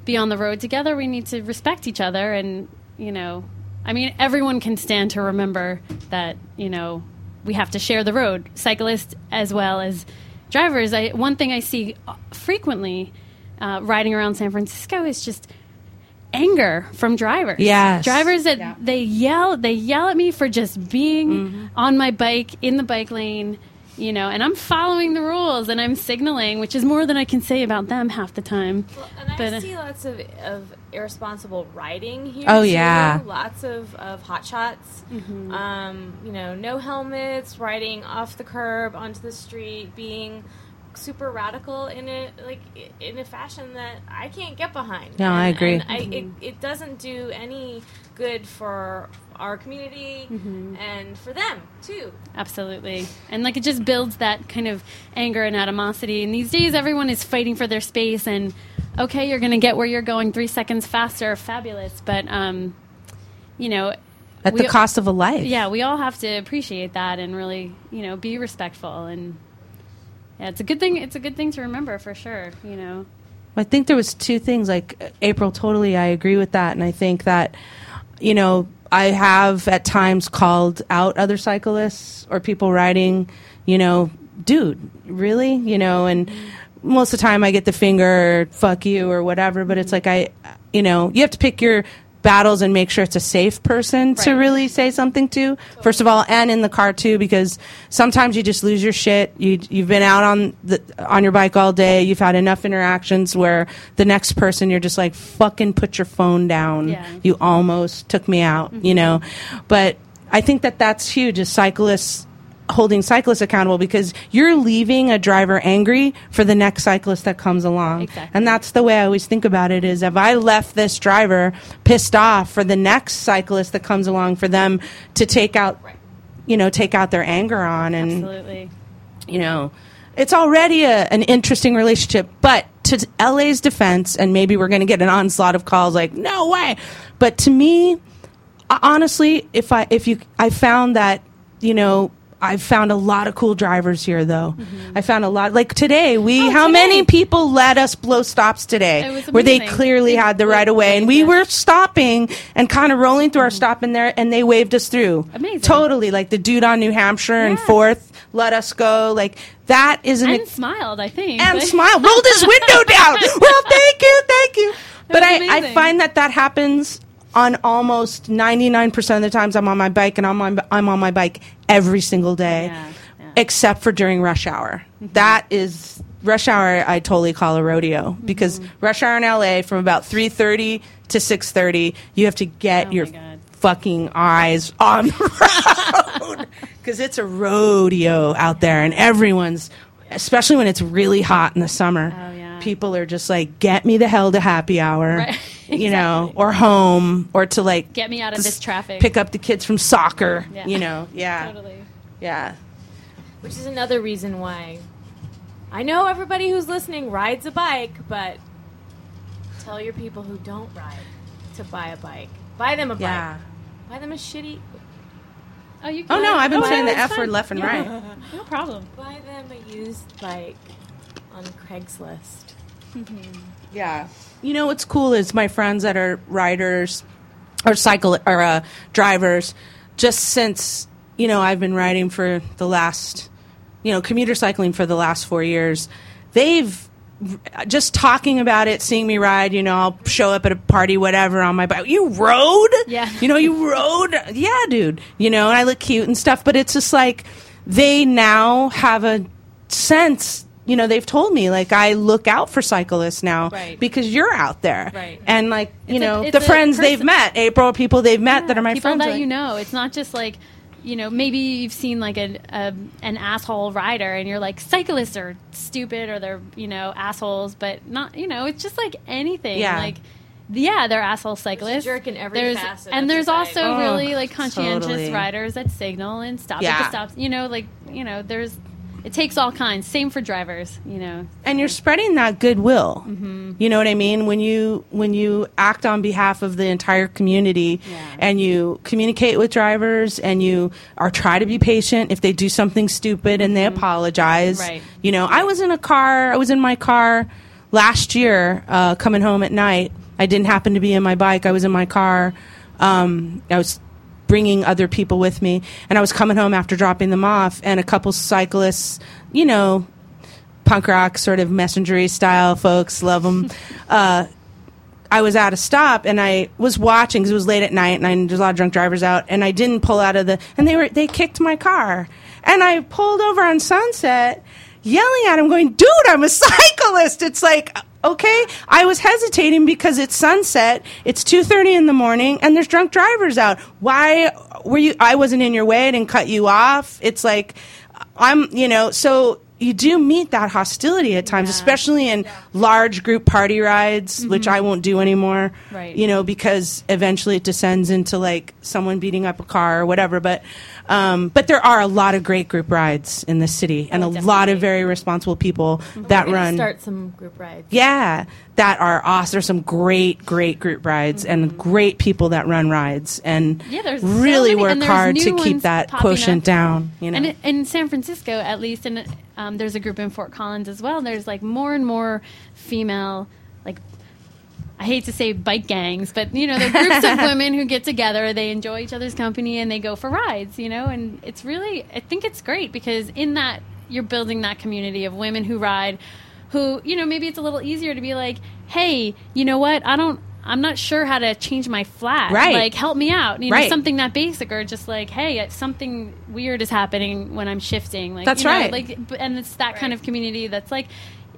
Speaker 3: be on the road together, we need to respect each other and, you know, I mean, everyone can stand to remember that, you know, we have to share the road, cyclists as well as drivers. I, one thing I see uh, frequently uh, riding around San Francisco is just anger from drivers.
Speaker 1: Yes.
Speaker 3: Drivers that they yell they yell at me for just being on my bike in the bike lane, you know, and I'm following the rules and I'm signaling, which is more than I can say about them half the time.
Speaker 2: Well, and I
Speaker 3: But, uh,
Speaker 2: see lots of, of irresponsible riding here.
Speaker 1: Oh,
Speaker 2: too.
Speaker 1: yeah. Mm-hmm.
Speaker 2: lots of of hot shots. Um, you know, no helmets, riding off the curb onto the street, being super radical in a like i- in a fashion that I can't get behind.
Speaker 1: No, I
Speaker 2: And-
Speaker 1: agree. Mm-hmm.
Speaker 2: and I, it, it doesn't do any good for our community
Speaker 1: Mm-hmm.
Speaker 2: and for them too.
Speaker 3: Absolutely. And like it just builds that kind of anger and animosity. And these days everyone is fighting for their space and okay, you're going to get where you're going 3 seconds faster, fabulous, but um you know,
Speaker 1: At the
Speaker 3: we-
Speaker 1: cost of a life.
Speaker 3: yeah, we all have to appreciate that and really, you know, be respectful and yeah, it's a good thing. It's a good thing to remember for sure. You know,
Speaker 1: I think there was two things like uh, April totally I agree with that and I think that you know I have at times called out other cyclists or people riding you know dude really you know and most of the time I get the finger fuck you or whatever, but it's like I you know, you have to pick your battles and make sure it's a safe person to really say something to. First of all, and in the car too because sometimes you just lose your shit. You you've been out on the on your bike all day. You've had enough interactions where the next person you're just like fucking put your phone down.
Speaker 3: Yeah.
Speaker 1: You almost took me out, you know. But I think that that's huge is cyclists holding cyclists accountable because you're leaving a driver angry for the next cyclist that comes along. And that's the way I always think about it is if I left this driver pissed off for the next cyclist that comes along for them to take out you know, take out their anger on and
Speaker 3: Absolutely.
Speaker 1: you know, it's already a, an interesting relationship. But to LA's defense, and maybe we're going to get an onslaught of calls like, no way. But to me, ho- honestly, if I if you I found that you know. I've found a lot of cool drivers here, though.
Speaker 3: Mm-hmm.
Speaker 1: I found a lot. Like today, we how many people let us blow stops
Speaker 3: Oh, It
Speaker 1: today,
Speaker 3: was
Speaker 1: where they
Speaker 3: amazing.
Speaker 1: clearly had the right of way, and we were stopping and kind of rolling through our stop in there, and they waved us through.
Speaker 3: Amazing.
Speaker 1: totally. Like the dude on New Hampshire and Fourth, let us go. Like that is an
Speaker 3: and
Speaker 1: ex-
Speaker 3: smiled, I think.
Speaker 1: and
Speaker 3: [laughs] Like-
Speaker 1: smile. Rolled his
Speaker 3: [laughs]
Speaker 1: window down. Well, thank you, thank you. But
Speaker 3: That's
Speaker 1: I, I
Speaker 3: amazing.
Speaker 1: find that that happens on almost ninety nine percent of the times I'm on my bike, and I'm on I'm on my bike every single day,
Speaker 3: Yeah, Mm-hmm.
Speaker 1: except for during rush hour. That is rush hour. I totally call a rodeo because
Speaker 3: Mm-hmm.
Speaker 1: rush hour in LA from about three thirty to six thirty, you have to get your
Speaker 3: Oh God.
Speaker 1: fucking eyes on the [laughs] road because it's a rodeo out there and everyone's especially when it's really hot in the summer
Speaker 3: Oh, yeah.
Speaker 1: people are just like get me the hell to happy hour
Speaker 3: Right.
Speaker 1: [laughs] you know or home or to like
Speaker 3: Get me out of this traffic.
Speaker 1: pick up the kids from soccer
Speaker 3: Yeah.
Speaker 1: you know yeah
Speaker 3: Totally.
Speaker 1: yeah
Speaker 2: Which is another reason why I know everybody who's listening rides a bike, but tell your people who don't ride to buy a bike. Buy them a bike.
Speaker 1: yeah
Speaker 2: Buy them a shitty.
Speaker 3: Oh, you
Speaker 1: oh
Speaker 3: can-
Speaker 1: no i've been
Speaker 3: yeah,
Speaker 1: saying the
Speaker 3: it's
Speaker 1: f
Speaker 3: fine.
Speaker 1: word left and
Speaker 3: Yeah.
Speaker 1: right
Speaker 3: No problem.
Speaker 2: Buy them a used bike on Craigslist.
Speaker 1: yeah you know what's cool is my friends that are riders or cycle or uh, drivers just since you know i've been riding for the last you know commuter cycling for the last four years they've just talking about it seeing me ride you know i'll show up at a party whatever on my bike you rode
Speaker 3: Yeah.
Speaker 1: you know you rode yeah dude you know and i look cute and stuff but it's just like they now have a sense you know they've told me like i look out for cyclists now
Speaker 3: Right.
Speaker 1: because you're out there
Speaker 3: Right.
Speaker 1: and like you
Speaker 3: It's a-
Speaker 1: know
Speaker 3: it's
Speaker 1: the
Speaker 3: a
Speaker 1: friends they've
Speaker 3: person-
Speaker 1: met april people they've met that are my
Speaker 3: people
Speaker 1: friends
Speaker 3: that
Speaker 1: like-
Speaker 3: you know. It's not just like you know maybe you've seen like a, a an asshole rider and you're like cyclists are stupid or they're you know assholes, but not you know it's just like anything
Speaker 1: Yeah.
Speaker 3: like. Yeah, they're asshole cyclists.
Speaker 2: jerk in every
Speaker 3: There's-
Speaker 2: facet
Speaker 3: and
Speaker 2: of
Speaker 3: there's
Speaker 2: society.
Speaker 3: also
Speaker 1: Oh,
Speaker 3: really like conscientious
Speaker 1: totally.
Speaker 3: riders that signal and stop at
Speaker 1: Yeah.
Speaker 3: the stops. You know, like you know, there's it takes all kinds. Same for drivers. You know,
Speaker 1: and you're spreading that goodwill
Speaker 3: Mm-hmm.
Speaker 1: you know what i mean when you when you act on behalf of the entire community and you communicate with drivers and you are try to be patient if they do something stupid and they apologize
Speaker 3: Right.
Speaker 1: you know i was in a car i was in my car last year uh, coming home at night i didn't happen to be in my bike i was in my car um, i was bringing other people with me and i was coming home after dropping them off and a couple cyclists you know punk rock sort of messengery style folks love them uh, i was at a stop and i was watching because it was late at night and I, there's a lot of drunk drivers out and i didn't pull out of the and they were they kicked my car and i pulled over on sunset yelling at him going dude i'm a [laughs] cyclist it's like okay i was hesitating because it's sunset it's 2.30 in the morning and there's drunk drivers out why were you i wasn't in your way I didn't cut you off it's like I'm, you know, so you do meet that hostility at times, especially in large group party rides, which I won't do anymore.
Speaker 3: Mm-hmm. Right.
Speaker 1: You know, because eventually it descends into like someone beating up a car or whatever. But, um, but there are a lot of great group rides in this city,
Speaker 3: Oh,
Speaker 1: and a lot of very responsible people
Speaker 3: Mm-hmm.
Speaker 1: that
Speaker 2: We're gonna
Speaker 1: run.
Speaker 2: Start some group rides.
Speaker 1: Yeah, that are awesome. There's some great, great group rides and great people that run rides and
Speaker 3: Mm-hmm. Yeah, there's so
Speaker 1: really
Speaker 3: many-
Speaker 1: work
Speaker 3: and there's
Speaker 1: hard
Speaker 3: new
Speaker 1: to keep
Speaker 3: ones
Speaker 1: that
Speaker 3: popping
Speaker 1: quotient
Speaker 3: up.
Speaker 1: down. You know,
Speaker 3: And in in San Francisco, at least, and um, there's a group in Fort Collins as well. There's like more and more female, like I hate to say bike gangs, but you know, they're
Speaker 1: [laughs]
Speaker 3: groups of women who get together. They enjoy each other's company and they go for rides. You know, and it's really I think it's great because in that you're building that community of women who ride. who, you know, maybe it's a little easier to be like, hey, you know what? I don't, I'm not sure how to change my flat.
Speaker 1: Right.
Speaker 3: Like, help me out. You know,
Speaker 1: Right.
Speaker 3: something that basic or just like, hey, it's- something weird is happening when I'm shifting. Like,
Speaker 1: That's
Speaker 3: you know,
Speaker 1: right.
Speaker 3: Like, b- and it's that kind of community that's like,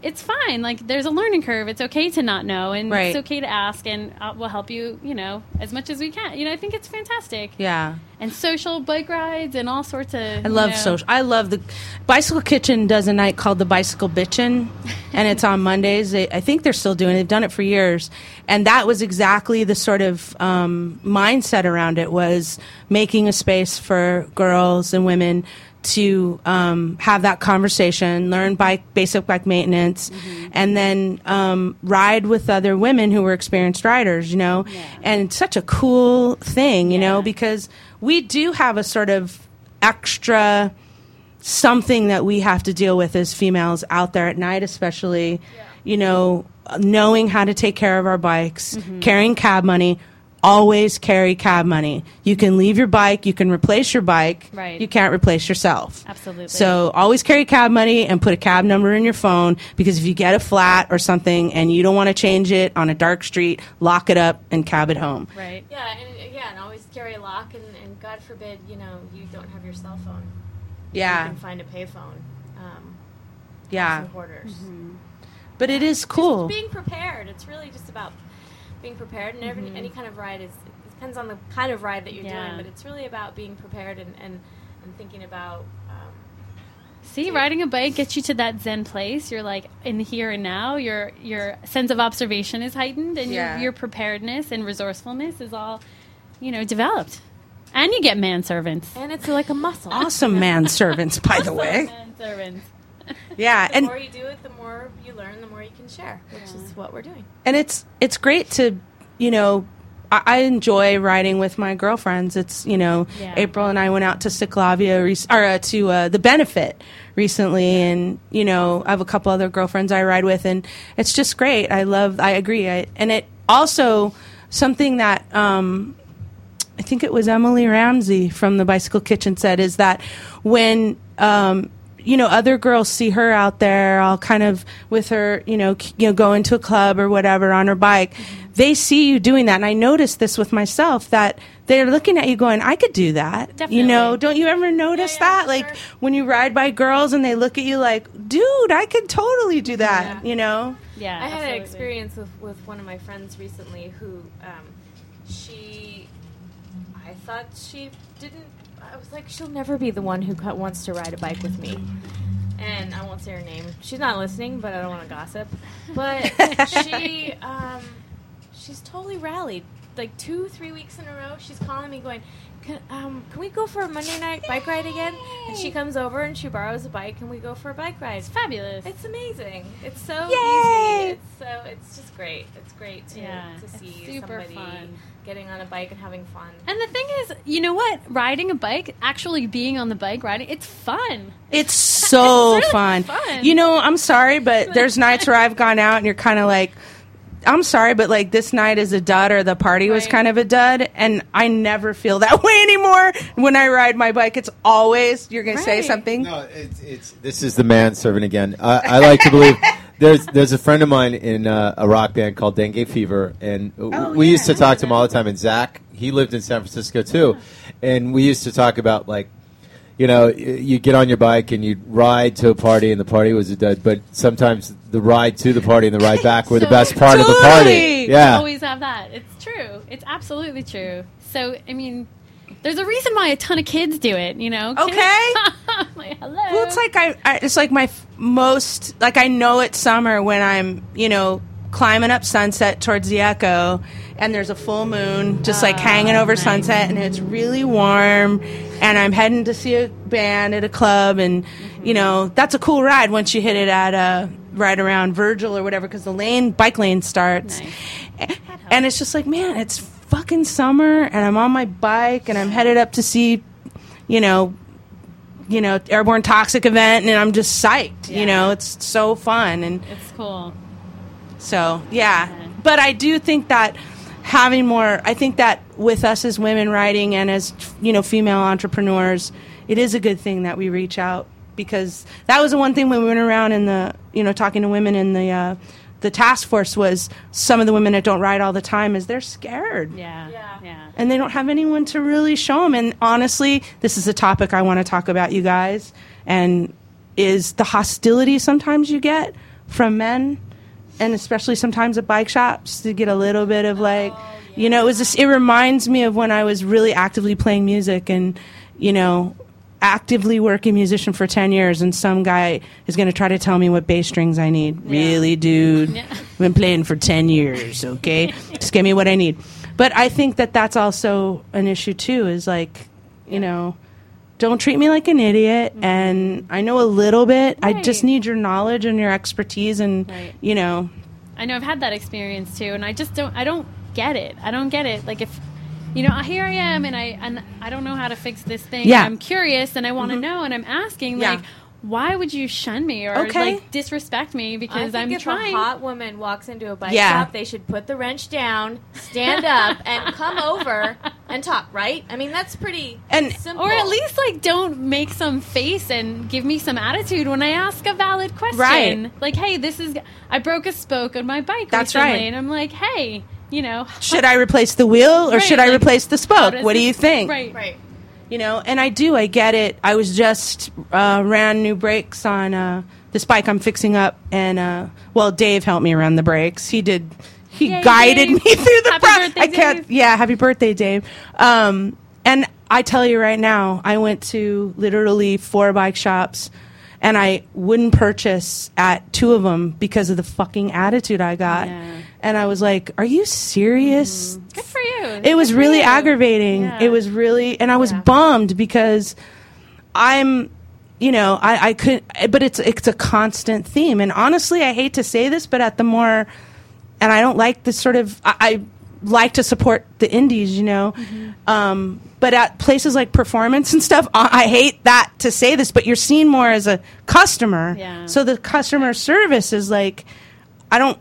Speaker 3: it's fine. Like, there's a learning curve. It's okay to not know, and
Speaker 1: Right.
Speaker 3: it's okay to ask, and uh, we'll help you. You know, as much as we can. You know, I think it's fantastic.
Speaker 1: Yeah.
Speaker 3: And social bike rides and all sorts of.
Speaker 1: I love
Speaker 3: you know-
Speaker 1: social. I love the Bicycle Kitchen does a night called the Bicycle Bitchin', and it's on Mondays. They, I think they're still doing. it. They've done it for years, and that was exactly the sort of um, mindset around it was making a space for girls and women to um, have that conversation, learn bike basic bike maintenance, and then um, ride with other women who were experienced riders. You know, and it's such a cool thing. You know, because we do have a sort of extra something that we have to deal with as females out there at night, especially, you know, knowing how to take care of our bikes, carrying cab money. Always carry cab money. You can leave your bike, you can replace your bike.
Speaker 3: Right.
Speaker 1: You can't replace yourself.
Speaker 3: Absolutely.
Speaker 1: So always carry cab money and put a cab number in your phone because if you get a flat or something and you don't want to change it on a dark street, lock it up and cab it home.
Speaker 3: Right.
Speaker 2: Yeah, and yeah, and always carry a lock, and, and God forbid, you know, you don't have your cell phone.
Speaker 1: Yeah.
Speaker 2: You can find a payphone. Um,
Speaker 1: Yeah.
Speaker 2: Some quarters.
Speaker 1: But it is cool.
Speaker 2: Being prepared. It's really just about being prepared, and
Speaker 1: Mm-hmm.
Speaker 2: every, any kind of ride is. It depends on the kind of ride that you're
Speaker 3: Yeah.
Speaker 2: doing, but it's really about being prepared and and, and thinking about. Um,
Speaker 3: See, riding a bike gets you to that zen place. You're like in the here and now. Your your sense of observation is heightened, and
Speaker 1: Yeah.
Speaker 3: your, your preparedness and resourcefulness is all, you know, developed. And you get manservants.
Speaker 2: and it's like a muscle.
Speaker 1: Awesome manservants, by the way.
Speaker 2: Manservants.
Speaker 1: Yeah, [laughs]
Speaker 2: the
Speaker 1: and
Speaker 2: more you do it, the more you learn, the more you can share, which is what we're doing.
Speaker 1: and it's it's great to you know I, I enjoy riding with my girlfriends it's you know
Speaker 2: Yeah.
Speaker 1: april and i went out to Ciclavia rec- or uh, to uh, the benefit recently and you know i have a couple other girlfriends i ride with and it's just great i love i agree I, and it also something that um, I think it was Emily Ramsey from the Bicycle Kitchen said is that when um, you know other girls see her out there, all kind of with her, you know, c- you know, going to a club or whatever on her bike, they see you doing that, and I noticed this with myself that they're looking at you going, "I could do that." You know, don't you ever notice that? Like when you ride by girls and they look at you like, "Dude, I could totally do that." You know?
Speaker 3: Yeah,
Speaker 2: I had
Speaker 3: absolutely.
Speaker 2: an experience with, with one of my friends recently who um, she I thought she didn't I was like she'll never be the one who co- wants to ride a bike with me. And I won't say her name. She's not listening, but I don't want to
Speaker 3: [laughs]
Speaker 2: gossip. But she um, she's totally rallied. Like two, three weeks in a row, she's calling me going, can, um, can we go for a Monday night bike ride again? And she comes over and she borrows a bike and we go for a bike ride. It's
Speaker 3: fabulous.
Speaker 2: It's amazing. It's so
Speaker 3: Yay!
Speaker 2: easy. It's so it's just great. It's great to,
Speaker 3: Yeah,
Speaker 2: to
Speaker 3: it's
Speaker 2: see
Speaker 3: super
Speaker 2: somebody
Speaker 3: fun.
Speaker 2: getting on a bike and having fun.
Speaker 3: And the thing is, you know what? Riding a bike, actually being on the bike, riding, it's fun.
Speaker 1: It's so
Speaker 3: [laughs] It's really
Speaker 1: fun.
Speaker 3: fun.
Speaker 1: You know, I'm sorry, but there's nights where I've gone out and you're kind of like, I'm sorry, but like this night is a dud or the party was kind of a dud. And I never feel that [laughs] way anymore when I ride my bike. It's always, you're going to say something.
Speaker 12: No, it's, it's
Speaker 7: This is the manservant again. Uh, I like
Speaker 12: [laughs]
Speaker 7: to believe there's there's a friend of mine in uh, a rock band called Dengue Fever, and w-
Speaker 2: Oh,
Speaker 7: we used to talk to him all the time. And Zach, he lived in San Francisco too, and we used to talk about like, you know, y- you get on your bike and you ride to a party, and the party was a dud. But sometimes the ride to the party and the ride
Speaker 2: [laughs]
Speaker 7: back were the best part of the party.
Speaker 3: You
Speaker 2: Oh,
Speaker 7: Yeah,
Speaker 3: always have that. It's true. It's absolutely true. So, I mean, there's a reason why a ton of kids do it, you know? Kids-
Speaker 1: Okay.
Speaker 2: [laughs]
Speaker 3: like, hello.
Speaker 1: Well, it's like I, I it's like my f- most like I know it's summer when I'm you know climbing up Sunset towards the Echo, and there's a full moon just like hanging over Sunset, and it's really warm, and I'm heading to see a band at a club, and you know that's a cool ride once you hit it at a right around Virgil or whatever because the lane bike lane starts, A- and it's just like man, it's fucking summer, and I'm on my bike, and I'm headed up to see. You know, you know airborne toxic event and i'm just psyched you know it's so fun and
Speaker 3: It's cool.
Speaker 1: so yeah but i do think that having more i think that with us as women writing and as you know female entrepreneurs it is a good thing that we reach out because that was the one thing when we went around in the you know talking to women in the uh, the task force was some of the women that don't ride all the time is they're scared
Speaker 2: Yeah. Yeah. Yeah.
Speaker 1: and they don't have anyone to really show them. And honestly, this is a topic I want to talk about, you guys, and is the hostility sometimes you get from men, and especially sometimes at bike shops to get a little bit of like, you know, it was just, it reminds me of when I was really actively playing music and, you know, actively working musician for 10 years and some guy is going to try to tell me what bass strings I need. Really, dude? I've been playing for 10 years, okay?
Speaker 2: [laughs]
Speaker 1: Just give me what I need. But I think that that's also an issue, too, is like, you know, don't treat me like an idiot. And I know a little bit. I just
Speaker 2: Mm-hmm. Right.
Speaker 1: need your knowledge and your expertise and,
Speaker 2: Right.
Speaker 1: you know,
Speaker 2: I know I've had that experience too, and I just don't. I don't get it. I don't get it. Like if you know, here I am, and I and I don't know how to fix this thing.
Speaker 1: Yeah. Mm-hmm.
Speaker 2: I'm curious, and I want to know, and I'm asking
Speaker 1: Yeah.
Speaker 2: like. Why would you shun me or
Speaker 1: Okay.
Speaker 2: like disrespect me
Speaker 14: I
Speaker 2: because
Speaker 14: think
Speaker 2: I'm
Speaker 14: if
Speaker 2: trying?
Speaker 14: a hot woman walks into a bike
Speaker 2: Yeah.
Speaker 14: shop, they should put the wrench down, stand up, and come over and talk. Right? I mean, that's pretty simple.
Speaker 2: or at least like don't make some face and give me some attitude when I ask a valid question.
Speaker 1: Right.
Speaker 2: Like, hey, this is I broke a spoke on my bike
Speaker 1: That's
Speaker 2: recently,
Speaker 1: right.
Speaker 2: and I'm like, hey, you know,
Speaker 1: should I replace the wheel or
Speaker 2: Right,
Speaker 1: should I
Speaker 2: like,
Speaker 1: replace the
Speaker 2: how
Speaker 1: spoke?
Speaker 2: does
Speaker 1: What do
Speaker 2: this-
Speaker 1: you think?
Speaker 2: Right, right.
Speaker 1: you know and i do i get it i was just uh, ran new brakes on uh, this bike i'm fixing up and uh, well dave helped me run the brakes he did he
Speaker 3: Yay,
Speaker 1: guided [laughs]
Speaker 3: Dave.
Speaker 1: me through the
Speaker 3: Happy
Speaker 1: pro-
Speaker 3: birthday,
Speaker 1: i can't
Speaker 3: Dave.
Speaker 1: yeah happy birthday dave um, and i tell you right now i went to literally four bike shops and i wouldn't purchase at two of them because of the fucking attitude i got and i was like are you serious
Speaker 2: Good for you.
Speaker 1: it was really aggravating. It was really, and I was bummed because I'm, you know, I, I could, but it's it's a constant theme. And honestly, I hate to say this, but at the more, and I don't like this sort of. I, I like to support the indies, you know, um, but at places like performance and stuff, I, I hate that to say this, but you're seen more as a customer.
Speaker 3: Yeah.
Speaker 1: So the customer service is like, I don't,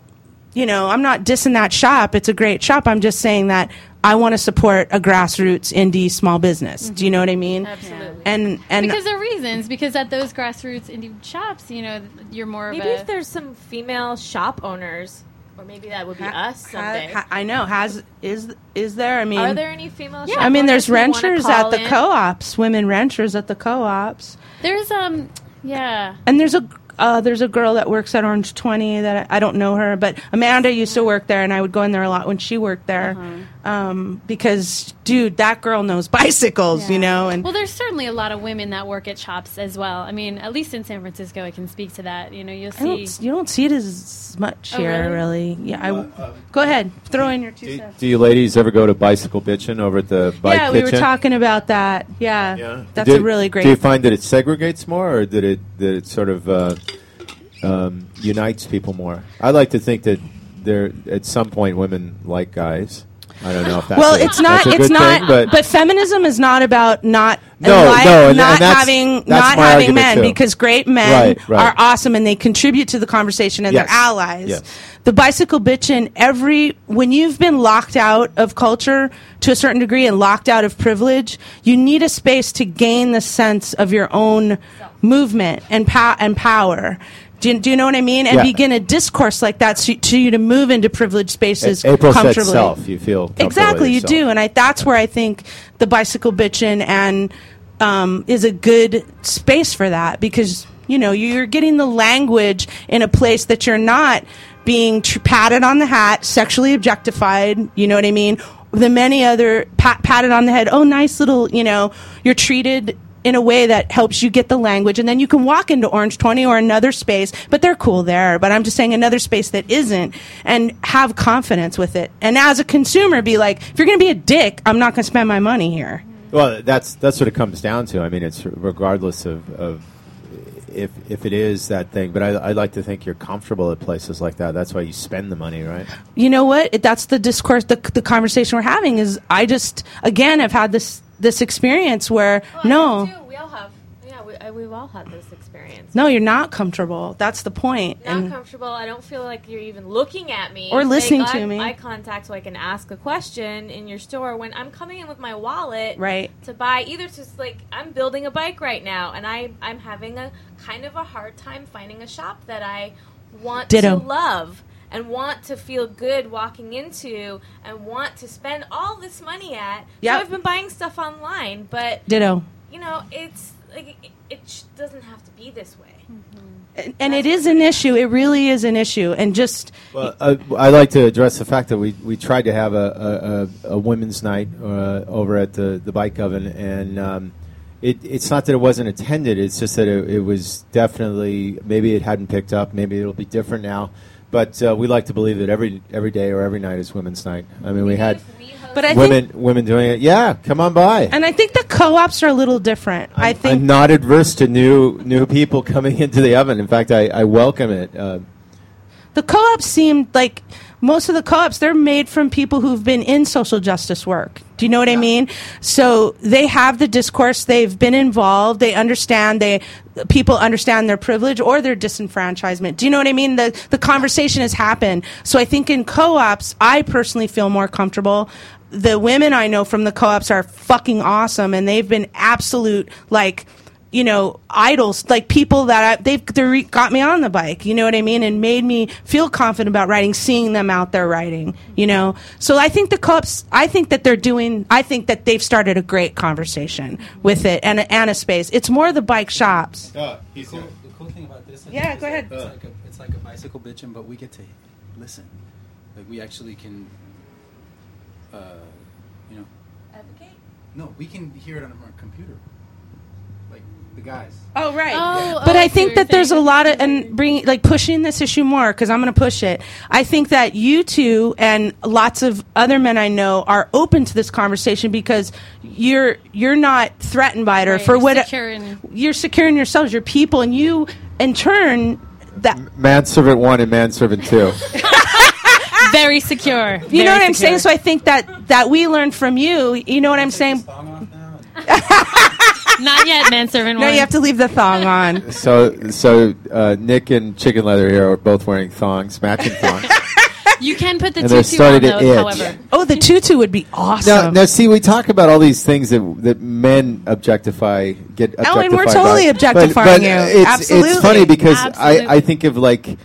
Speaker 1: you know, I'm not dissing that shop. It's a great shop. I'm just saying that I want to support a grassroots indie small business. Do you know what I mean?
Speaker 2: Absolutely.
Speaker 1: And and
Speaker 2: because there are reasons. Because at those grassroots indie shops, you know, th- you're more of
Speaker 14: maybe
Speaker 2: a
Speaker 14: if there's some female shop owners, or maybe that would be us someday.
Speaker 1: Ha- I know has is is there? I mean,
Speaker 14: Are there any female? shop
Speaker 1: I mean, there's
Speaker 14: owners who wanna
Speaker 1: ranchers at
Speaker 14: call
Speaker 1: the
Speaker 14: in?
Speaker 1: co-ops, women ranchers at the co-ops,
Speaker 2: There's um yeah.
Speaker 1: and there's a uh, there's a girl that works at Orange Twenty that I, I don't know her, but Amanda used to work there, and I would go in there a lot when she worked there,
Speaker 14: Uh-huh.
Speaker 1: um, because dude, that girl knows bicycles, you know, and
Speaker 2: well, there's certainly a lot of women that work at shops as well. I mean, at least in San Francisco, I can speak to that. You know, you'll
Speaker 1: I
Speaker 2: see.
Speaker 1: don't, you don't see it as much
Speaker 2: Oh,
Speaker 1: here, really. Yeah, I w go ahead, throw in your two cents.
Speaker 7: Do uh, you ladies ever go to bicycle bitching over at the bike
Speaker 1: Yeah, we
Speaker 7: kitchen?
Speaker 1: were talking about that. Yeah, that's
Speaker 7: Do-
Speaker 1: a really great.
Speaker 7: Do you find that it segregates more, or that it that it sort of uh, um, unites people more? I like to think that there at some point women like guys. I don't know if that's
Speaker 1: well,
Speaker 7: a-
Speaker 1: it's not.
Speaker 7: that's a
Speaker 1: It's
Speaker 7: good
Speaker 1: not.
Speaker 7: thing,
Speaker 1: but,
Speaker 7: but,
Speaker 1: feminism is not about not
Speaker 7: No,
Speaker 1: and like
Speaker 7: no, and- and
Speaker 1: not
Speaker 7: that's-
Speaker 1: having
Speaker 7: that's
Speaker 1: not
Speaker 7: my
Speaker 1: having
Speaker 7: argument,
Speaker 1: men
Speaker 7: too.
Speaker 1: because great men
Speaker 7: Right, right.
Speaker 1: are awesome and they contribute to the conversation and
Speaker 7: Yes,
Speaker 1: they're allies.
Speaker 7: yes.
Speaker 1: The bicycle bitchin' every when you've been locked out of culture to a certain degree and locked out of privilege, you need a space to gain the sense of your own movement and pow- and power. Do you, do you know what I mean? And
Speaker 7: Yeah.
Speaker 1: begin a discourse like that so, to you to move into privileged spaces
Speaker 7: A- April said
Speaker 1: comfortably.
Speaker 7: self. You feel comfortable with
Speaker 1: Exactly, you
Speaker 7: yourself.
Speaker 1: do, and I that's where I think the bicycle bitchin' and um, is a good space for that because you know you're getting the language in a place that you're not being tr- patted on the hat, sexually objectified. You know what I mean? The many other pat- patted on the head. Oh, nice little. You know, you're treated. In a way that helps you get the language, and then you can walk into Orange 20 or another space, but they're cool there. But I'm just saying another space that isn't, and have confidence with it. And as a consumer, be like, if you're going to be a dick, I'm not going to spend my money here.
Speaker 7: Well, that's that's what it comes down to. I mean, it's regardless of, of if if it is that thing. But I, I like to think you're comfortable at places like that. That's why you spend the money, right?
Speaker 1: you know what It- that's the discourse the, the conversation we're having is i just again i've had this this experience where no
Speaker 14: We all have. Yeah, we, I, we've all had this experience.
Speaker 1: No, you're not comfortable. That's the point.
Speaker 14: Not
Speaker 1: and
Speaker 14: comfortable. I don't feel like you're even looking at me
Speaker 1: Or
Speaker 14: Make
Speaker 1: listening
Speaker 14: eye-
Speaker 1: to me.
Speaker 14: Eye contact, so I can ask a question in your store when I'm coming in with my wallet,
Speaker 1: Right.
Speaker 14: To buy either to like I'm building a bike right now, and I I'm having a kind of a hard time finding a shop that I want
Speaker 1: Ditto.
Speaker 14: to love and want to feel good walking into and want to spend all this money at.
Speaker 1: Yep.
Speaker 14: So I've been buying stuff online, but
Speaker 1: Ditto.
Speaker 14: you know, it's like it, it sh- doesn't have to be this way.
Speaker 1: and, and it is an issue. It really is an issue. And just
Speaker 7: Well, uh, I'd like to address the fact that we, we tried to have a, a, a, a women's night uh, over at the, the bike oven, and um, it, it's not that it wasn't attended. It's just that it, it was definitely maybe it hadn't picked up. Maybe it'll be different now. But uh, we like to believe that every every day or every night is women's night. I mean, we had
Speaker 1: But I
Speaker 7: women women doing it. Yeah, come on by.
Speaker 1: and I think the co-ops are a little different. i think
Speaker 7: I'm not adverse to new new people [laughs] coming into the oven. In fact, I, I welcome it. Uh,
Speaker 1: the co-ops seemed like most of the co-ops they're made from people who've been in social justice work do you know what i mean so they have the discourse they've been involved they understand they people understand their privilege or their disenfranchisement do you know what i mean the the conversation has happened so i think in co-ops i personally feel more comfortable the women i know from the co-ops are fucking awesome and they've been absolute like you know idols like people that I, they've they re- got me on the bike you know what i mean and made me feel confident about riding seeing them out there riding you know so i think the co-ops i think that they're doing i think that they've started a great conversation with it and, and a space it's more the bike shops
Speaker 15: the, cool, the cool thing about this, I
Speaker 1: Yeah,
Speaker 15: think, is
Speaker 1: go
Speaker 15: that
Speaker 1: ahead.
Speaker 15: It's, like a, it's like a bicycle bitching, but we get to listen. Like we actually can, uh, you know,
Speaker 2: Advocate?
Speaker 15: no, we can hear it on our computer. Like the guys.
Speaker 1: Oh right.
Speaker 15: Oh,
Speaker 1: but
Speaker 15: oh,
Speaker 1: I
Speaker 15: so
Speaker 1: think
Speaker 15: you're
Speaker 1: that there's a lot of and bringing like pushing this issue more because I'm going to push it. I think that you two and lots of other men I know are open to this conversation because you're you're not threatened by it or
Speaker 3: Right,
Speaker 1: for
Speaker 3: you're
Speaker 1: what
Speaker 3: secure in-
Speaker 1: you're securing yourselves, your people, and you in turn that
Speaker 7: manservant one and manservant two.
Speaker 1: very secure. You
Speaker 3: very
Speaker 1: know what I'm saying?
Speaker 3: secure.
Speaker 1: So I think that that we learn from you. You know what I'm saying?
Speaker 3: Not yet, manservant
Speaker 1: No,
Speaker 3: one.
Speaker 1: you have to leave the thong on.
Speaker 7: [laughs] So, so uh, Nick and Chicken Leather here are both wearing thongs, matching thongs.
Speaker 3: You can put the
Speaker 7: And they're
Speaker 3: tutu on
Speaker 7: starting to
Speaker 3: though,
Speaker 7: itch.
Speaker 3: however. [laughs]
Speaker 1: Oh, the tutu would be awesome.
Speaker 7: now, now, see, we talk about all these things that that men objectify, get objectified.
Speaker 1: Oh, and we're
Speaker 7: by.
Speaker 1: totally
Speaker 7: But-
Speaker 1: objectifying
Speaker 7: but,
Speaker 1: you.
Speaker 7: uh, It's,
Speaker 1: Absolutely.
Speaker 7: It's funny because
Speaker 1: Absolutely.
Speaker 7: I, I think of like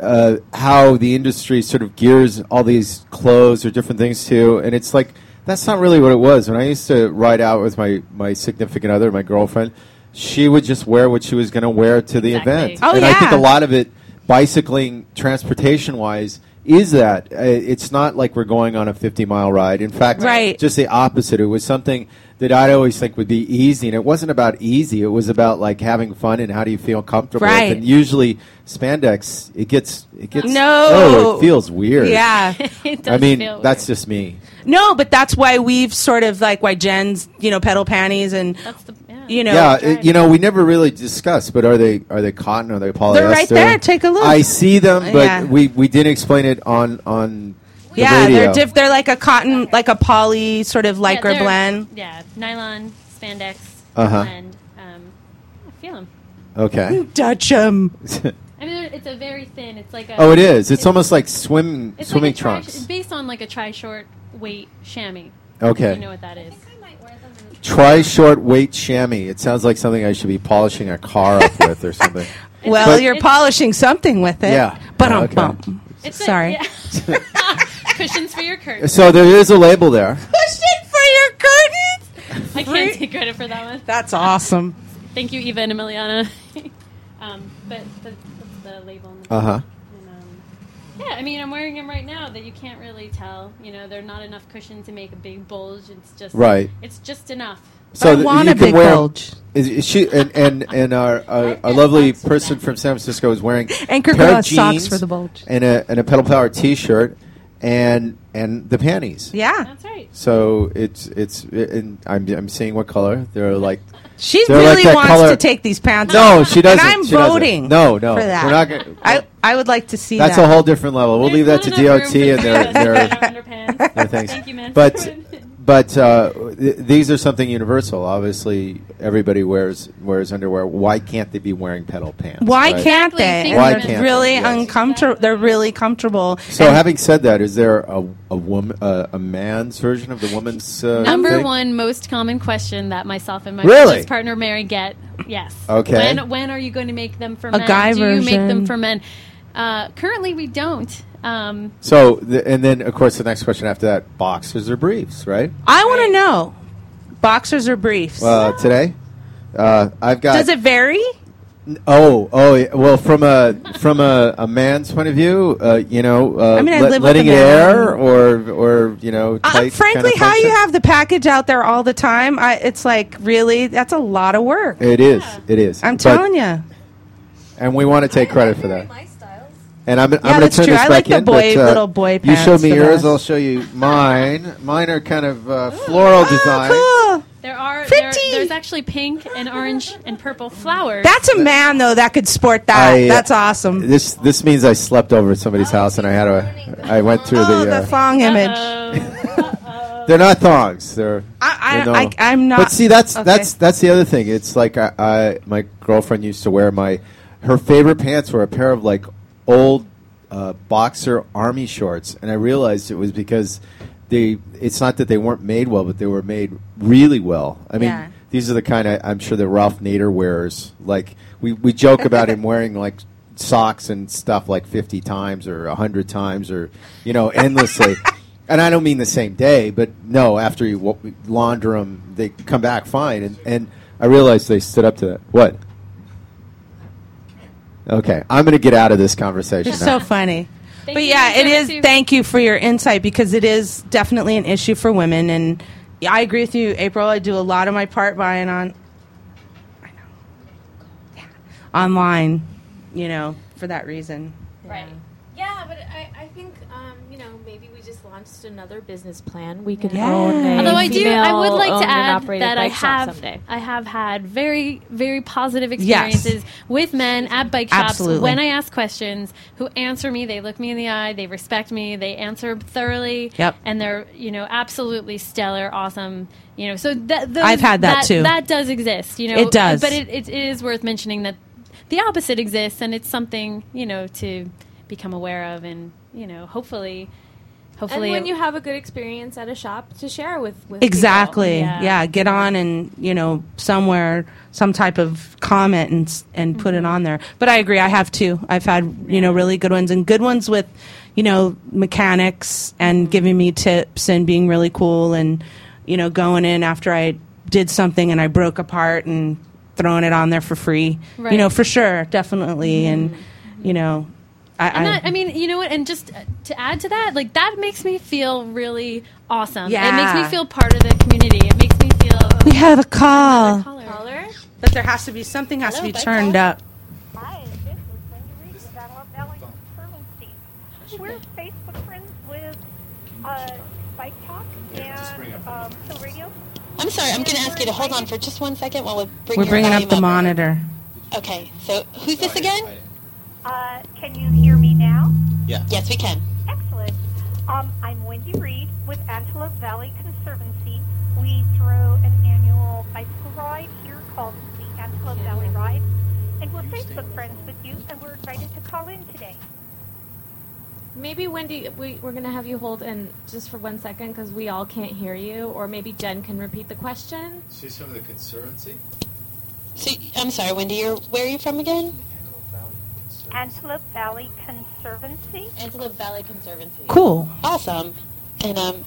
Speaker 7: uh, how the industry sort of gears all these clothes or different things to, and it's like that's not really what it was. When I used to ride out with my my significant other, my girlfriend, she would just wear what she was going to wear to the event,
Speaker 1: Oh,
Speaker 7: and I think
Speaker 1: yeah.
Speaker 7: a lot of it, bicycling transportation wise. Is that uh, it's not like we're going on a 50 mile ride. In fact,
Speaker 1: Right.
Speaker 7: just the opposite. It was something that I'd always think would be easy, and it wasn't about easy. It was about like having fun and how do you feel comfortable. with
Speaker 1: Right.
Speaker 7: it. And usually spandex, it gets it gets
Speaker 1: No.
Speaker 7: oh, it feels weird.
Speaker 1: Yeah.
Speaker 3: It
Speaker 7: I mean that's just me.
Speaker 1: No, but that's why we've sort of like why Jen's, you know, pedal panties and you know,
Speaker 7: yeah, it- you know, we never really discussed, but are they are they cotton? Are they polyester?
Speaker 1: They're right there. Take a look.
Speaker 7: I see them, but
Speaker 1: Yeah.
Speaker 7: we we didn't explain it on on. the
Speaker 1: yeah,
Speaker 7: radio.
Speaker 1: they're diff- they're like a cotton, like a poly sort of
Speaker 3: Yeah,
Speaker 1: lycra
Speaker 3: they're-
Speaker 1: blend.
Speaker 3: Yeah, nylon, spandex,
Speaker 7: Uh-huh.
Speaker 3: blend. Um, I feel 'em.
Speaker 7: Okay.
Speaker 1: Dutch 'em.
Speaker 3: I mean, they're- it's a very thin. It's like a.
Speaker 7: oh, it is. It's almost like swim
Speaker 3: it's like
Speaker 7: swimming
Speaker 3: a tri-
Speaker 7: trunks.
Speaker 3: It's based on like a tri short weight chamois.
Speaker 7: Okay.
Speaker 3: You know what that is.
Speaker 7: Try short weight chamois. It sounds like something I should be polishing a car up with or something.
Speaker 1: Well,
Speaker 7: But-
Speaker 1: you're polishing something with it.
Speaker 7: Yeah.
Speaker 1: But
Speaker 7: Oh,
Speaker 1: I'm
Speaker 7: okay.
Speaker 1: bump.
Speaker 3: [laughs]
Speaker 1: Sorry. [laughs]
Speaker 3: Cushions for your curtain.
Speaker 7: So there is a label there.
Speaker 1: Cushion for your curtains.
Speaker 3: I can't take credit for that one.
Speaker 1: That's awesome.
Speaker 3: Thank you, Eva and Emiliana. [laughs] um, but the, that's the label. on the um,
Speaker 7: Uh huh.
Speaker 3: Yeah, I mean, I'm wearing them right now that you can't really tell. You know, they're not enough cushion to make a big bulge. It's just
Speaker 7: Right.
Speaker 3: It's just enough.
Speaker 7: So th- you can wear,
Speaker 1: bulge.
Speaker 7: Is, is she and and,
Speaker 3: [laughs]
Speaker 7: and our, our, our lovely person from San Francisco is wearing
Speaker 1: [laughs] Anchor
Speaker 7: a pair
Speaker 1: Girl
Speaker 7: of
Speaker 1: has socks
Speaker 7: jeans
Speaker 1: for the bulge.
Speaker 7: and a and a pedal power T-shirt and and the panties.
Speaker 1: Yeah.
Speaker 3: That's right.
Speaker 7: So it's it's and I'm I'm seeing what color they're like.
Speaker 1: She
Speaker 7: they're like
Speaker 1: really
Speaker 7: that
Speaker 1: wants
Speaker 7: color-
Speaker 1: to take these pants
Speaker 7: No,
Speaker 1: off.
Speaker 7: she doesn't.
Speaker 1: And I'm
Speaker 7: She doesn't.
Speaker 1: voting.
Speaker 7: No, no,
Speaker 1: For that.
Speaker 7: we're not gonna-
Speaker 1: I, I would like to see
Speaker 7: That's
Speaker 1: that.
Speaker 3: [laughs]
Speaker 7: a whole different level. We'll leave that to DOT and their, their,
Speaker 3: underpants.
Speaker 7: their things.
Speaker 3: Thank you, man.
Speaker 7: But but uh, th- these are something universal. Obviously, everybody wears wears underwear. Why can't they be wearing pedal pants?
Speaker 1: Why
Speaker 7: right?
Speaker 1: can't they?
Speaker 7: Why
Speaker 1: they're
Speaker 7: can't they?
Speaker 1: really uncomfortable. They're really comfortable.
Speaker 7: So,
Speaker 1: And-
Speaker 7: having said that, is there a a woman uh, a man's version of the woman's uh,
Speaker 3: Number
Speaker 7: thing?
Speaker 3: one most common question that myself and my
Speaker 7: Really?
Speaker 3: business partner Mary get. Yes.
Speaker 7: Okay.
Speaker 3: When when are you going to make them for
Speaker 7: A
Speaker 3: men?
Speaker 7: guy
Speaker 3: Do you make them
Speaker 7: version.
Speaker 3: for men? Uh, currently, we don't. Um,
Speaker 7: So, th- and then of course the next question after that: boxers or briefs, right?
Speaker 1: I want to know, boxers or briefs?
Speaker 7: Uh, today, uh, I've got.
Speaker 1: Does it vary?
Speaker 7: Oh, oh, yeah. well, from a from a, a man's point of view, uh, you know, uh,
Speaker 1: I mean, I
Speaker 7: let-
Speaker 1: live with
Speaker 7: letting
Speaker 1: a
Speaker 7: it
Speaker 1: man.
Speaker 7: air or or you know, tight
Speaker 1: Uh, frankly,
Speaker 7: kinda
Speaker 1: how you
Speaker 7: function.
Speaker 1: have the package out there all the time? I, it's like really, that's a lot of work.
Speaker 7: It is, it is.
Speaker 1: I'm
Speaker 7: But-
Speaker 1: telling you.
Speaker 7: and we want to take credit for that. And I'm, I'm going
Speaker 1: that's
Speaker 7: to turn
Speaker 1: true.
Speaker 7: this
Speaker 1: I
Speaker 7: back
Speaker 1: like the
Speaker 7: in.
Speaker 1: boy-
Speaker 7: but, uh,
Speaker 1: little boy
Speaker 7: You
Speaker 1: pants
Speaker 7: show me
Speaker 1: the
Speaker 7: yours,
Speaker 1: best.
Speaker 7: I'll show you mine. Mine are kind of uh,
Speaker 1: Oh,
Speaker 7: floral design.
Speaker 3: [laughs] there are there, there's actually pink and orange and purple flowers.
Speaker 1: That's a man though that could sport that.
Speaker 7: I, uh,
Speaker 1: that's awesome.
Speaker 7: This this means I slept over at somebody's house and I had a I went through
Speaker 1: Oh,
Speaker 7: the.
Speaker 1: the
Speaker 7: Uh,
Speaker 1: thong image.
Speaker 7: they're not thongs. They're.
Speaker 1: Uh, I,
Speaker 7: they're
Speaker 1: I,
Speaker 7: no-
Speaker 1: I, am not.
Speaker 7: But see, that's
Speaker 1: okay.
Speaker 7: that's that's the other thing. It's like I, I my girlfriend used to wear my her favorite pants were a pair of like old uh, boxer army shorts, and I realized it was because they. It's not that they weren't made well, but they were made really well. I mean,
Speaker 16: Yeah.
Speaker 7: these are the kind of I'm sure that Ralph Nader wears. Like we we joke about
Speaker 1: [laughs]
Speaker 7: him wearing like socks and stuff like 50 times or 100 times or you
Speaker 1: [laughs]
Speaker 7: know endlessly. and I don't mean the same day, but no, after you wa- launder them, they come back fine. And, and I realized they stood up to that. What? Okay, I'm going to get out of this conversation.
Speaker 1: It's
Speaker 7: now.
Speaker 1: so funny.
Speaker 3: Thank
Speaker 1: but
Speaker 3: you,
Speaker 1: yeah,
Speaker 3: Mr.
Speaker 1: it is.
Speaker 3: Matthews.
Speaker 1: Thank you for your insight because it is definitely an issue for women, and yeah, I agree with you, April. I do a lot of my part buying on, I know, yeah, online, you know, for that reason.
Speaker 14: Right. Yeah, but I, I think um, you know maybe we just launched another business plan. We could own. A
Speaker 3: Although I do, I would like
Speaker 1: Um,
Speaker 14: female-owned
Speaker 3: to
Speaker 14: and
Speaker 3: add
Speaker 14: operated
Speaker 3: that I
Speaker 14: bike shop
Speaker 3: have,
Speaker 14: someday.
Speaker 3: I have had very, very positive
Speaker 14: Yes.
Speaker 3: experiences with men at bike shops.
Speaker 1: Absolutely.
Speaker 3: When I ask questions, who answer me, they look me in the eye, they respect me, they answer thoroughly,
Speaker 1: Yep.
Speaker 3: and they're you know absolutely stellar, awesome. You know, so that those,
Speaker 1: I've had that, too.
Speaker 3: That does exist. You know,
Speaker 1: It does.
Speaker 3: But it, it is worth mentioning that the opposite exists, and it's something you know to become aware of, and you know, hopefully, hopefully,
Speaker 14: and when you have a good experience at a shop to share with, with people.
Speaker 1: Exactly. Yeah. Get on and you know somewhere some type of comment and s- and put it on there. But I agree. I have too. I've had you know really good ones and good ones with you know mechanics and giving me tips and being really cool and you know going in after I did something and I broke apart and throwing it on there for free. You know
Speaker 3: Right.
Speaker 1: for sure, definitely. And you know, I,
Speaker 3: And
Speaker 1: I-
Speaker 3: that, I mean, you know what? And just uh, to add to that, like that makes me feel really awesome. It makes
Speaker 1: Yeah.
Speaker 3: me feel part of the community. It makes me feel.
Speaker 1: we have a call.
Speaker 3: Caller?
Speaker 1: But there has to be something has to be turned up.
Speaker 17: Hi, this [laughs] is Linda Reed with Donald Valley Permanency. We're Facebook friends with uh, Bike Talk and um, Hill Radio.
Speaker 10: I'm sorry, I'm going to ask you to hold on for just one second while we bring
Speaker 1: We're
Speaker 10: your
Speaker 1: bringing up
Speaker 10: volume
Speaker 1: the monitor.
Speaker 10: Okay, so who's this again?
Speaker 17: Uh, can you hear me now?
Speaker 10: Yeah. Yes, we can.
Speaker 17: Excellent. Um, I'm Wendy Reed with Antelope Valley Conservancy. We throw an annual bicycle ride here called the Antelope Valley Ride, and we're Facebook friends with you, and we're invited to call in today.
Speaker 14: Maybe Wendy, we, we're going to have you hold and just for one second because we all can't hear you, or maybe Jen can repeat the
Speaker 17: uh,
Speaker 14: question.
Speaker 4: She's from the Conservancy.
Speaker 10: So, I'm sorry, Wendy, you're, where are you from again?
Speaker 17: Antelope Valley Conservancy.
Speaker 10: Antelope Valley Conservancy.
Speaker 1: Cool.
Speaker 10: Awesome. And, um,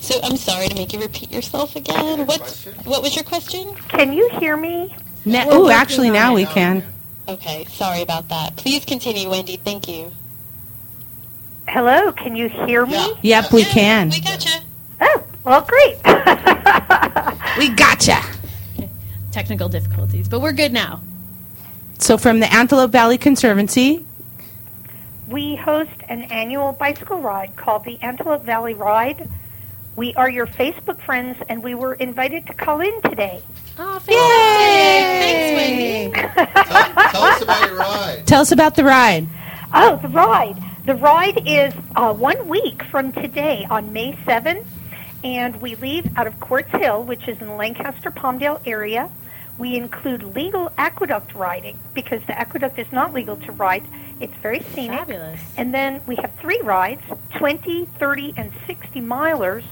Speaker 10: so I'm sorry to make you repeat yourself again. What's,
Speaker 1: [laughs]
Speaker 10: what was your question?
Speaker 17: Can you hear me?
Speaker 1: Ne-
Speaker 10: We're
Speaker 1: ooh,
Speaker 10: working
Speaker 1: actually,
Speaker 10: on
Speaker 1: now
Speaker 10: it.
Speaker 1: we can.
Speaker 10: Okay, sorry about that. Please continue, Wendy. Thank you.
Speaker 17: Hello, can you hear me?
Speaker 1: Yep, we can.
Speaker 10: Gotcha.
Speaker 17: Oh, well, great. [laughs]
Speaker 1: We gotcha.
Speaker 3: Technical difficulties, but we're good now.
Speaker 1: So, from the Antelope Valley Conservancy,
Speaker 17: We host an annual bicycle ride called the Antelope Valley Ride. We are your Facebook friends, and we were invited to call in today.
Speaker 3: Oh,
Speaker 17: Yay! Thanks, Wendy. tell, us about your ride.
Speaker 1: tell us about the ride.
Speaker 17: Oh, the ride. The ride is uh, one week from today on May 7th, And we leave out of Quartz Hill, which is in the Lancaster Palmdale area. We include legal aqueduct riding because the aqueduct is not legal to ride. It's very scenic.
Speaker 2: Fabulous.
Speaker 17: And then we have three rides 20, 30, and 60 milers,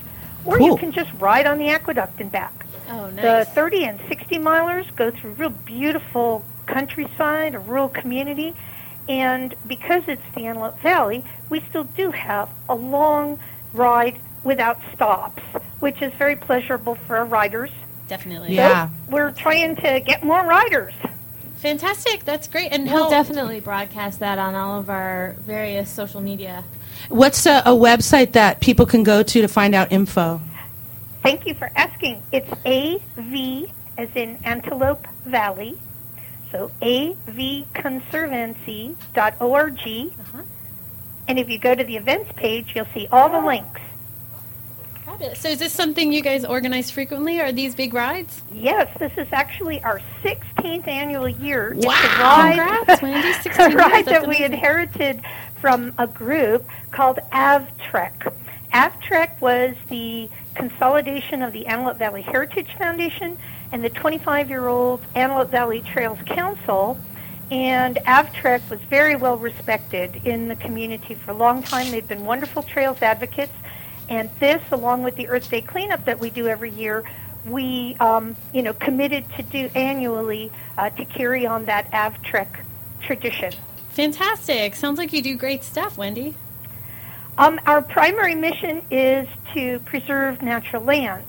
Speaker 17: or you
Speaker 2: Cool.
Speaker 17: can just ride on the aqueduct and back.
Speaker 2: Oh,
Speaker 17: The 30 and 60 milers go through real beautiful countryside, a rural community, and because it's the Antelope Valley, we still do have a long ride without stops, which is very pleasurable for our riders.
Speaker 3: Definitely.
Speaker 17: So we're trying to get more riders.
Speaker 14: Fantastic. That's great. And
Speaker 17: how-
Speaker 14: we'll definitely broadcast that on all of our various social media.
Speaker 1: What's a, a website that people can go to to find out info?
Speaker 17: Thank you for asking. It's AV, as in Antelope Valley. So avconservancy.org.
Speaker 3: Uh-huh.
Speaker 17: And if you go to the events page, you'll see all the links.
Speaker 3: Fabulous. So is this something you guys organize frequently? Are these big rides?
Speaker 17: Yes, this is actually our 16th annual year. It's a
Speaker 3: Wow.
Speaker 17: ride- [laughs]
Speaker 3: Congrats, Wendy. 16
Speaker 17: a
Speaker 3: years.
Speaker 17: ride
Speaker 3: That's
Speaker 17: that we
Speaker 3: amazing.
Speaker 17: inherited from a group called AvTrek. AvTrek was the consolidation of the Antelope Valley Heritage Foundation and the 25-year-old Antelope Valley Trails Council. And AvTrek was very well respected in the community for a long time. They've been wonderful trails advocates. And this, along with the Earth Day cleanup that we do every year, we, um, you know, committed to do annually uh, to carry on that AvTrek tradition.
Speaker 3: Fantastic. Sounds like you do great stuff, Wendy.
Speaker 17: Um, our primary mission is to preserve natural lands.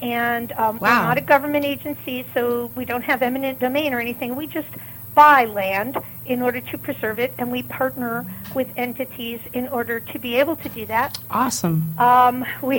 Speaker 17: And um,
Speaker 3: Wow.
Speaker 17: we're not a government agency, so we don't have eminent domain or anything. We just buy land in order to preserve it, and we partner with entities in order to be able to do that.
Speaker 1: Awesome.
Speaker 17: Um, we, [laughs]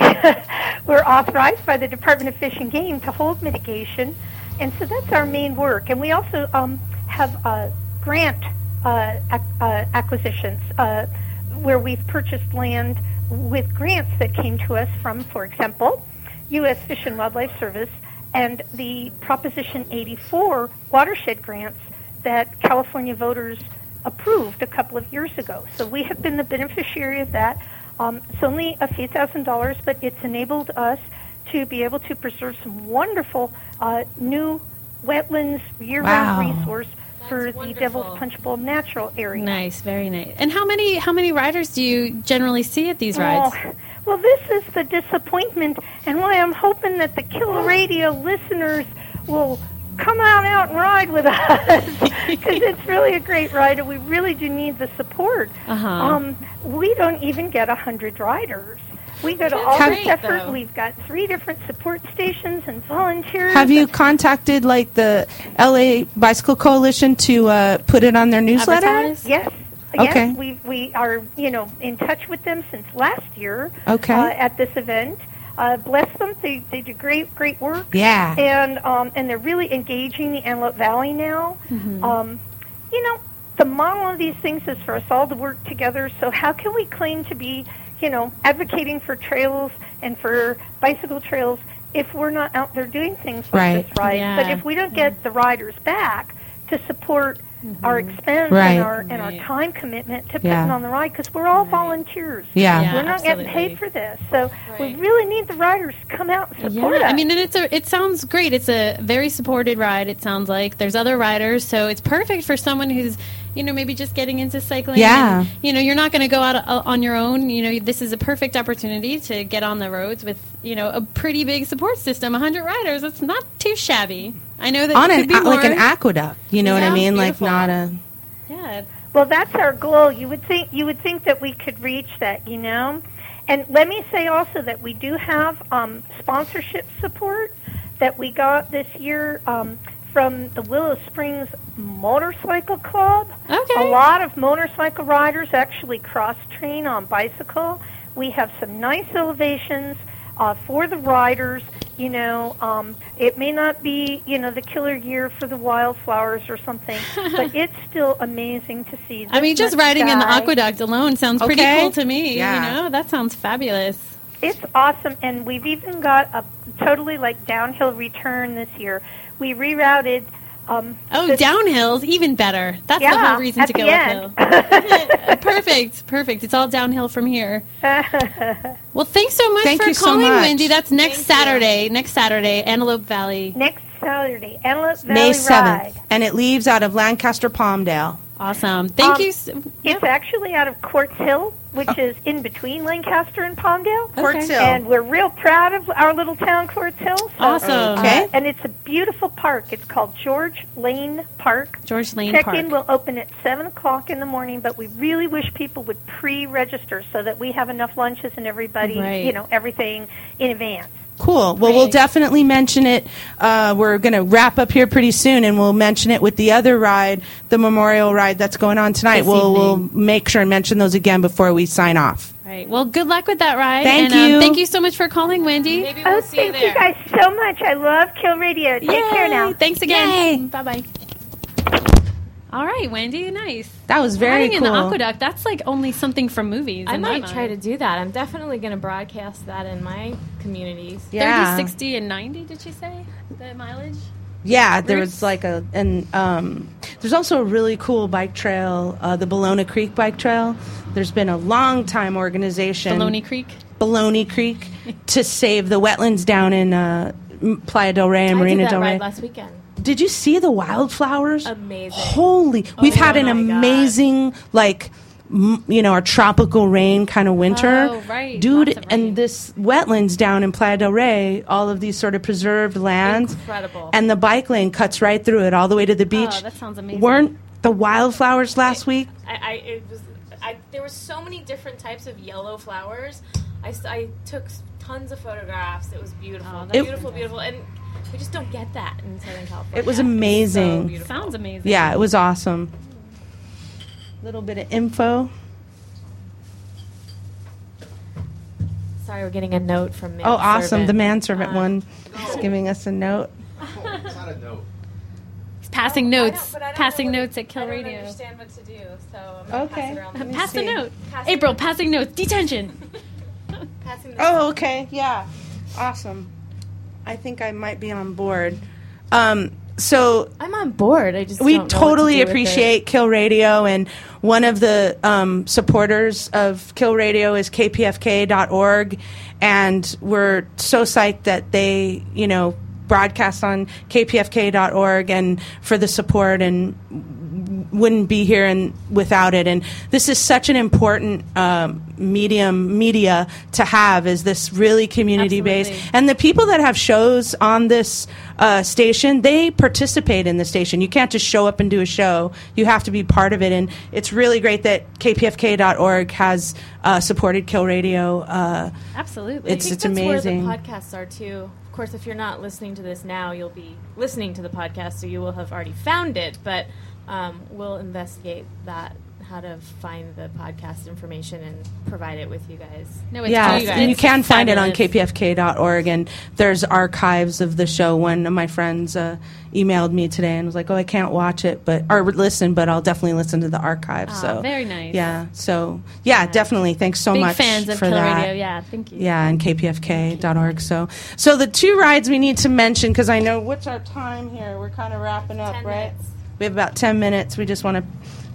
Speaker 17: we're authorized by the Department of Fish and Game to hold mitigation, and so that's our main work. And we also um, have uh, grant uh, ac- uh, acquisitions uh, where we've purchased land with grants that came to us from, for example, U.S. Fish and Wildlife Service and the Proposition 84 watershed grants that California voters approved a couple of years ago. So we have been the beneficiary of that. Um, it's only a few thousand dollars, but it's enabled us to be able to preserve some wonderful uh, new wetlands year-round
Speaker 3: Wow.
Speaker 17: resource for the Devil's Punch Bowl Natural Area.
Speaker 3: Nice, very nice. And how many how many riders do you generally see at these rides?
Speaker 17: Oh, well, this is the disappointment, and why I'm hoping that the Kill Radio listeners will come on out and ride with [laughs] us because it's really a great ride, and we really do need the support.
Speaker 3: Uh-huh.
Speaker 17: Um, we don't even get a hundred riders. We go to all
Speaker 1: Have-
Speaker 17: this effort. We've got three different support stations and volunteers.
Speaker 1: Have you contacted like the LA Bicycle Coalition to uh, put it on their newsletter?
Speaker 17: Yes.
Speaker 1: Okay.
Speaker 17: Yes, we we are you know in touch with them since last year.
Speaker 1: Okay.
Speaker 17: Uh, at this event, uh, bless them. They they do great great work.
Speaker 1: Yeah.
Speaker 17: And um and they're really engaging the Antelope Valley now.
Speaker 1: Mm-hmm.
Speaker 17: Um, you know the model of these things is for us all to work together. So how can we claim to be you know advocating for trails and for bicycle trails if we're not out there doing things like
Speaker 1: Right.
Speaker 17: this, right? But
Speaker 1: Yeah.
Speaker 17: if we don't get the riders back to support our expense
Speaker 1: Mm-hmm. Right.
Speaker 17: and our and our time commitment to putting
Speaker 1: Yeah.
Speaker 17: on the ride because we're all volunteers.
Speaker 1: Yeah. Yeah,
Speaker 17: we're not getting paid for this, so we really need the riders to come out and support
Speaker 3: Yeah,
Speaker 17: us.
Speaker 3: I mean, and it's a it sounds great. It's a very supported ride. It sounds like there's other riders, so it's perfect for someone who's you know maybe just getting into cycling.
Speaker 1: Yeah.
Speaker 3: and, you know, you're not going to go out uh, on your own. You know, this is a perfect opportunity to get on the roads with you know a pretty big support system, 100 riders. It's not too shabby. I know that
Speaker 1: on
Speaker 3: it
Speaker 1: an
Speaker 3: could be
Speaker 1: a- like an
Speaker 3: more.
Speaker 1: aqueduct. You know what I
Speaker 3: Yeah.
Speaker 1: mean?
Speaker 3: Beautiful.
Speaker 1: Like not a.
Speaker 3: Yeah.
Speaker 17: Well, that's our goal. You would think you would think that we could reach that, you know. And let me say also that we do have um, sponsorship support that we got this year um, from the Willow Springs Motorcycle Club.
Speaker 3: Okay.
Speaker 17: A lot of motorcycle riders actually cross train on bicycle. We have some nice elevations uh, for the riders. You know, um, it may not be you know the killer year for the wildflowers or
Speaker 3: [laughs]
Speaker 17: something, but it's still amazing to see.
Speaker 3: I mean,
Speaker 17: this
Speaker 3: just
Speaker 17: much
Speaker 3: riding in the
Speaker 17: sky.
Speaker 3: aqueduct alone sounds
Speaker 17: Okay.
Speaker 3: pretty cool to me.
Speaker 17: Yeah.
Speaker 3: You know, that sounds fabulous.
Speaker 17: It's awesome, and we've even got a totally like downhill return this year. We rerouted Um,
Speaker 3: Oh,
Speaker 17: the-
Speaker 3: downhill's even better. That's the
Speaker 17: Yeah,
Speaker 3: whole reason
Speaker 17: at
Speaker 3: to go
Speaker 17: the
Speaker 3: uphill. Uh, perfect, [laughs] perfect. It's all downhill from here. Well, thanks so much
Speaker 17: Thank
Speaker 3: for
Speaker 17: you so
Speaker 3: calling,
Speaker 17: much.
Speaker 3: Wendy. That's next Saturday. Next Saturday, Antelope Valley.
Speaker 17: [laughs] Next Saturday, Antelope Valley
Speaker 1: May
Speaker 17: Ride.
Speaker 1: 7th. And it leaves out of Lancaster Palmdale.
Speaker 3: Awesome.
Speaker 17: Um, It's actually out of Quartz Hill, which
Speaker 3: Oh.
Speaker 17: is in between Lancaster and Palmdale.
Speaker 1: Quartz Hill.
Speaker 17: And we're real proud of our little town, Quartz Hill. So, uh,
Speaker 3: Awesome. Okay.
Speaker 17: and it's a beautiful park. It's called George Lane Park.
Speaker 3: George Lane
Speaker 17: Check
Speaker 3: Park.
Speaker 17: in will open at 7 o'clock in the morning, but we really wish people would pre register so that we have enough lunches and everybody,
Speaker 1: Right.
Speaker 17: you know, everything in advance.
Speaker 1: Cool. Well, we'll definitely mention it. Uh, we're going to wrap up here pretty soon, and we'll mention it with the other ride, the memorial ride that's going on tonight.
Speaker 3: This
Speaker 1: we'll we'll make sure and mention those again before we sign off.
Speaker 3: Right. Well, good luck with that ride.
Speaker 1: Thank
Speaker 3: and, um,
Speaker 1: you.
Speaker 3: thank you so much for calling, Wendy. Maybe
Speaker 17: we'll Oh, see you thank you there. guys so much. I love Kill Radio. Take care now.
Speaker 3: Thanks again. Bye bye. All right, Wendy. Nice.
Speaker 1: That was
Speaker 2: very
Speaker 3: Riding in the
Speaker 2: cool.
Speaker 3: aqueduct. That's like only something from movies.
Speaker 2: I
Speaker 3: in
Speaker 2: might
Speaker 3: my
Speaker 2: try to
Speaker 3: mind.
Speaker 2: do that. I'm definitely going to broadcast that in my communities.
Speaker 1: Yeah.
Speaker 2: 30,
Speaker 3: 60, and 90, did she say? The mileage?
Speaker 1: Yeah, there was like a and um, there's also a really cool bike trail, uh, the Bologna Creek Bike Trail. There's been a long time organization,
Speaker 3: Bologna Creek.
Speaker 1: Bologna Creek, to save the wetlands down in uh, M- Playa del Rey and
Speaker 2: I
Speaker 1: Marina
Speaker 2: did that
Speaker 1: del Rey.
Speaker 2: ride last weekend.
Speaker 1: Did you see the wildflowers?
Speaker 2: Amazing.
Speaker 1: Holy! We've
Speaker 2: Oh
Speaker 1: had an amazing like. m- You know, our tropical rain kind of winter,
Speaker 3: Oh, right.
Speaker 1: dude, and this wetlands down in Playa del Rey, all of these sort of preserved lands,
Speaker 3: Incredible.
Speaker 1: and the bike lane cuts right through it all the way to the beach.
Speaker 2: Oh, that sounds amazing.
Speaker 1: Weren't the wildflowers last week?
Speaker 2: I, I it was I there were so many different types of yellow flowers. I, s- I took s- tons of photographs. It was beautiful,
Speaker 1: that's
Speaker 2: beautiful, beautiful, and we just don't get that in Southern California.
Speaker 1: It was amazing.
Speaker 2: Sounds amazing.
Speaker 1: Yeah, it was awesome. Little bit of info.
Speaker 2: Sorry, we're getting a note from.
Speaker 1: Oh, awesome! The manservant
Speaker 2: Um,
Speaker 1: one is giving us a note.
Speaker 18: It's not a note.
Speaker 3: He's passing
Speaker 2: I don't-
Speaker 3: notes.
Speaker 2: but I don't know
Speaker 3: Passing
Speaker 2: what-
Speaker 3: notes at Kill
Speaker 2: I don't
Speaker 3: Radio.
Speaker 2: understand what to do, so I'm gonna pass
Speaker 1: Okay,
Speaker 2: it around.
Speaker 3: Pass the note.
Speaker 2: Pass
Speaker 3: April, passing notes. Detention.
Speaker 2: Passing the
Speaker 1: Oh, okay. Yeah. Awesome. I think I might be on board. Um, so
Speaker 2: I'm on board. I just
Speaker 1: we
Speaker 2: don't know what to
Speaker 1: totally
Speaker 2: do with it.
Speaker 1: appreciate Kill Radio, and one of the um, supporters of Kill Radio is kpfk.org, and we're so psyched that they, you know, broadcast on kpfk.org and for the support and wouldn't be here and without it. And this is such an important um, medium media to have is this really community based. And the people that have shows on this uh, station, they participate in the station. You can't just show up and do a show. You have to be part of it. And it's really great that kpfk.org has uh, supported Kill Radio. Uh,
Speaker 2: Absolutely.
Speaker 1: It's-
Speaker 2: I think
Speaker 1: it's
Speaker 2: that's
Speaker 1: amazing.
Speaker 2: Where the podcasts are too. Of course, if you're not listening to this now, you'll be listening to the podcast, so you will have already found it. But um, we'll investigate that, how to find the podcast information and provide it with you guys. No,
Speaker 1: yeah, and you can find it on kpfk.org, and there's archives of the show. One of my friends uh, emailed me today and was like, "Oh, I can't watch it, but or listen, but I'll definitely listen to the archives."
Speaker 3: Aw,
Speaker 1: so
Speaker 3: Ah, very nice.
Speaker 1: Yeah, so yeah, definitely. Thanks so
Speaker 3: Big
Speaker 1: much
Speaker 3: fans of
Speaker 1: for
Speaker 3: Kill
Speaker 1: that.
Speaker 3: Radio. Yeah, thank you.
Speaker 1: Yeah, and kpfk.org. So, so the two rides we need to mention because I know what's our time here. We're kind of wrapping up, right? We have about ten minutes. We just want to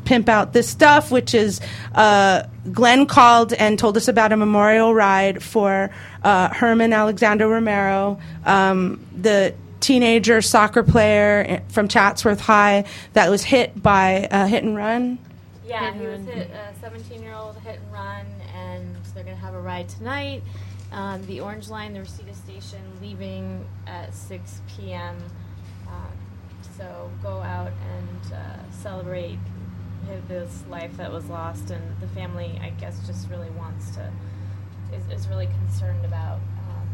Speaker 1: pimp out this stuff, which is uh, Glenn called and told us about a memorial ride for uh, Herman Alexander Romero, um, the teenager soccer player eh, from Chatsworth High that was hit by a hit and run.
Speaker 2: Yeah, he was hit, a 17 year old hit and run, and they're going to have a ride tonight. Um, the Orange Line, the Reseda Station, leaving at 6 p.m. Um, so go out and uh, celebrate hi- this life that was lost, and the family, I guess, just really wants to, is, is really concerned about. Um,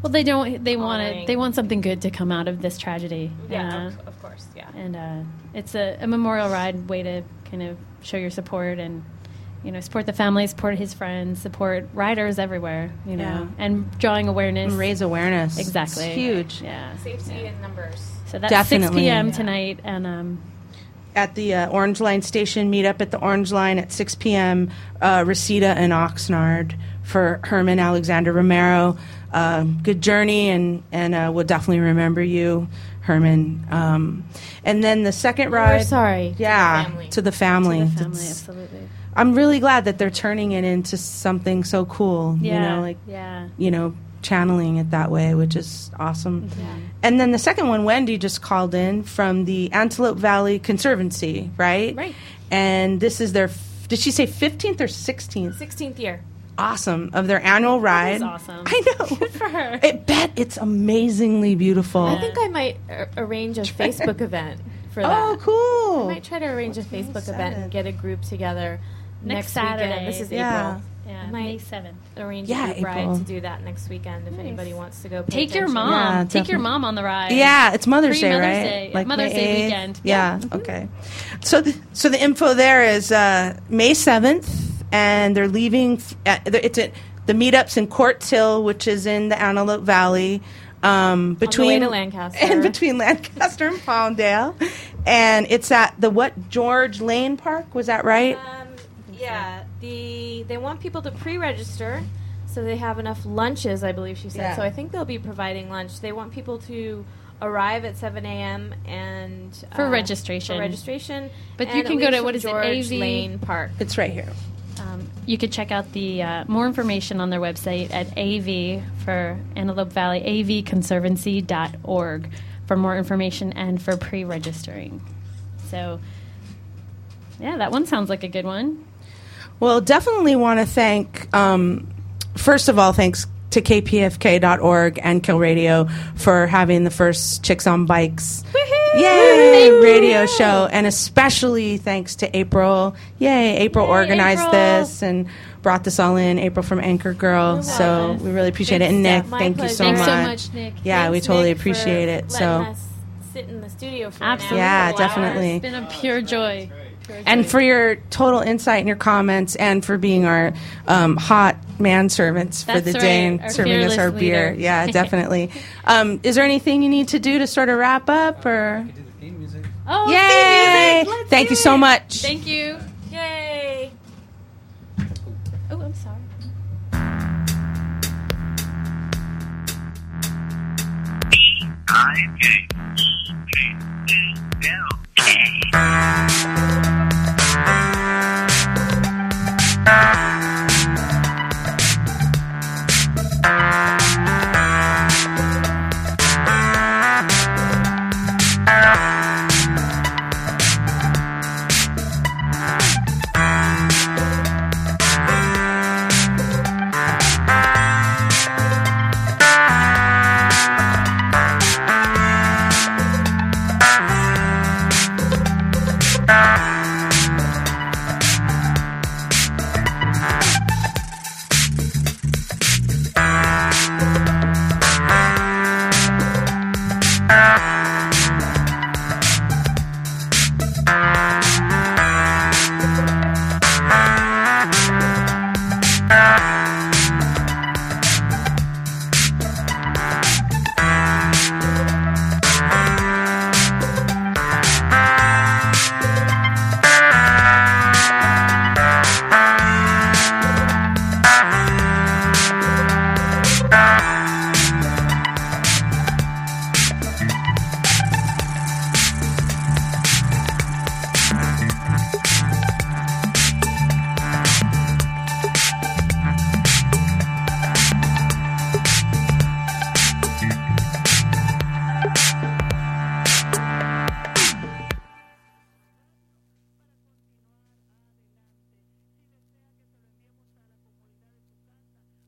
Speaker 3: Well, they don't. They want
Speaker 2: Honoring.
Speaker 3: it. They want something good to come out of this tragedy.
Speaker 2: yeah,
Speaker 3: Uh,
Speaker 2: of, of course, yeah.
Speaker 3: and uh, it's a, a memorial ride way to kind of show your support and you know support the family support his friends support riders everywhere you know
Speaker 1: Yeah.
Speaker 3: and drawing awareness
Speaker 1: And raise awareness. It's
Speaker 3: exactly
Speaker 1: huge.
Speaker 3: yeah
Speaker 2: Safety in numbers.
Speaker 3: so that's
Speaker 1: Definitely.
Speaker 3: 6 p.m
Speaker 1: Yeah.
Speaker 3: tonight and um
Speaker 1: at the uh, Orange Line station, meet up at the Orange Line at 6 p.m. Uh, Reseda and Oxnard for Herman Alexander Romero. Um, good journey, and and uh, we'll definitely remember you, Herman. Um, and then the second
Speaker 2: We're
Speaker 1: ride.
Speaker 2: sorry.
Speaker 1: Yeah,
Speaker 2: Family.
Speaker 1: to the family.
Speaker 2: To the family,
Speaker 1: That's-
Speaker 2: absolutely.
Speaker 1: I'm really glad that they're turning it into something so cool. You
Speaker 3: Yeah,
Speaker 1: know, like
Speaker 3: yeah.
Speaker 1: you know, channeling it that way, which is awesome. And then the second one, Wendy just called in from the Antelope Valley Conservancy, right?
Speaker 2: Right.
Speaker 1: And this is their. f- Did she say 15th or 16th?
Speaker 2: 16th year.
Speaker 1: Awesome of their annual ride.
Speaker 2: That's awesome.
Speaker 1: I
Speaker 2: [laughs]
Speaker 1: know. Good for her. I bet it's amazingly beautiful.
Speaker 2: I think I might ar- arrange a Facebook event [laughs] for
Speaker 1: Oh,
Speaker 2: that.
Speaker 1: cool.
Speaker 2: I might try to arrange a Facebook event and get a group together next,
Speaker 3: Next
Speaker 2: weekend.
Speaker 3: Saturday.
Speaker 2: This is
Speaker 3: Yeah.
Speaker 2: April.
Speaker 3: Yeah,
Speaker 2: I might
Speaker 3: May 7th.
Speaker 2: Arrange
Speaker 1: Yeah,
Speaker 2: a group ride
Speaker 1: April.
Speaker 2: to do that next weekend if anybody wants to go. pay
Speaker 3: Take your
Speaker 2: attention.
Speaker 3: mom.
Speaker 1: Yeah,
Speaker 3: Take your
Speaker 1: definitely.
Speaker 3: mom on the ride.
Speaker 1: Yeah, it's Mother's
Speaker 3: Pre-
Speaker 1: Day,
Speaker 3: Mother's
Speaker 1: right?
Speaker 3: Day.
Speaker 1: Like
Speaker 3: Mother's
Speaker 1: May
Speaker 3: Day
Speaker 1: 8th?
Speaker 3: weekend.
Speaker 1: Yeah. Okay. So, the, so the info there is uh, May seventh, and they're leaving. f- At, the- it's at the meetups in Quartz Hill, which is in the Antelope Valley, um, between
Speaker 2: to Lancaster.
Speaker 1: [laughs] and between Lancaster and Palmdale, and it's at the what George Lane Park? Was that right?
Speaker 2: Um,
Speaker 3: Uh,
Speaker 2: Yeah, the they want people to pre-register, so they have enough lunches. I believe she said.
Speaker 1: Yeah.
Speaker 2: So I think they'll be providing lunch. They want people to arrive at 7 a.m. and
Speaker 3: For
Speaker 2: uh,
Speaker 3: registration.
Speaker 2: For registration,
Speaker 3: But you
Speaker 2: and
Speaker 3: can
Speaker 2: it
Speaker 3: go
Speaker 2: leaves
Speaker 3: to- what
Speaker 2: from
Speaker 3: is it,
Speaker 2: George
Speaker 3: AV?
Speaker 2: Lane Park.
Speaker 1: It's right here.
Speaker 2: Um,
Speaker 3: You could check out the uh, more information on their website at AV for Antelope Valley avconservancy.org for more information and for pre-registering. So, yeah, that one sounds like a good one.
Speaker 1: Well, definitely want to thank, um, first of all, thanks to kpfk.org and Kill Radio for having the first Chicks on Bikes yay, radio show. And especially thanks to April. Yay, April organized
Speaker 2: April.
Speaker 1: this and brought this all in. April from Anchor Girl. so we really appreciate it. And Nick,
Speaker 2: My
Speaker 1: thank
Speaker 2: pleasure.
Speaker 1: you so
Speaker 2: Thanks
Speaker 1: much.
Speaker 2: so much, Nick.
Speaker 1: Yeah,
Speaker 2: Thanks,
Speaker 1: we totally
Speaker 2: Nick, for
Speaker 1: appreciate it. So.
Speaker 2: letting us sit in the studio for an hour.
Speaker 3: Absolutely.
Speaker 1: Yeah, definitely.
Speaker 3: It's been a pure joy. Pure
Speaker 1: and
Speaker 3: joy.
Speaker 1: for your total insight and your comments, and for being our um, hot manservants for
Speaker 3: That's
Speaker 1: the
Speaker 3: right,
Speaker 1: day and
Speaker 3: our
Speaker 1: serving us our
Speaker 3: fearless
Speaker 1: beer.
Speaker 3: leader. [laughs]
Speaker 1: Yeah, definitely. um, is there anything you need to do to sort of wrap up, or?
Speaker 3: oh,
Speaker 1: Yay!
Speaker 3: theme music. Let's
Speaker 1: Thank
Speaker 3: do
Speaker 1: you so
Speaker 3: it.
Speaker 1: much.
Speaker 3: Thank you. Yay.
Speaker 2: Oh, I'm sorry.
Speaker 19: I J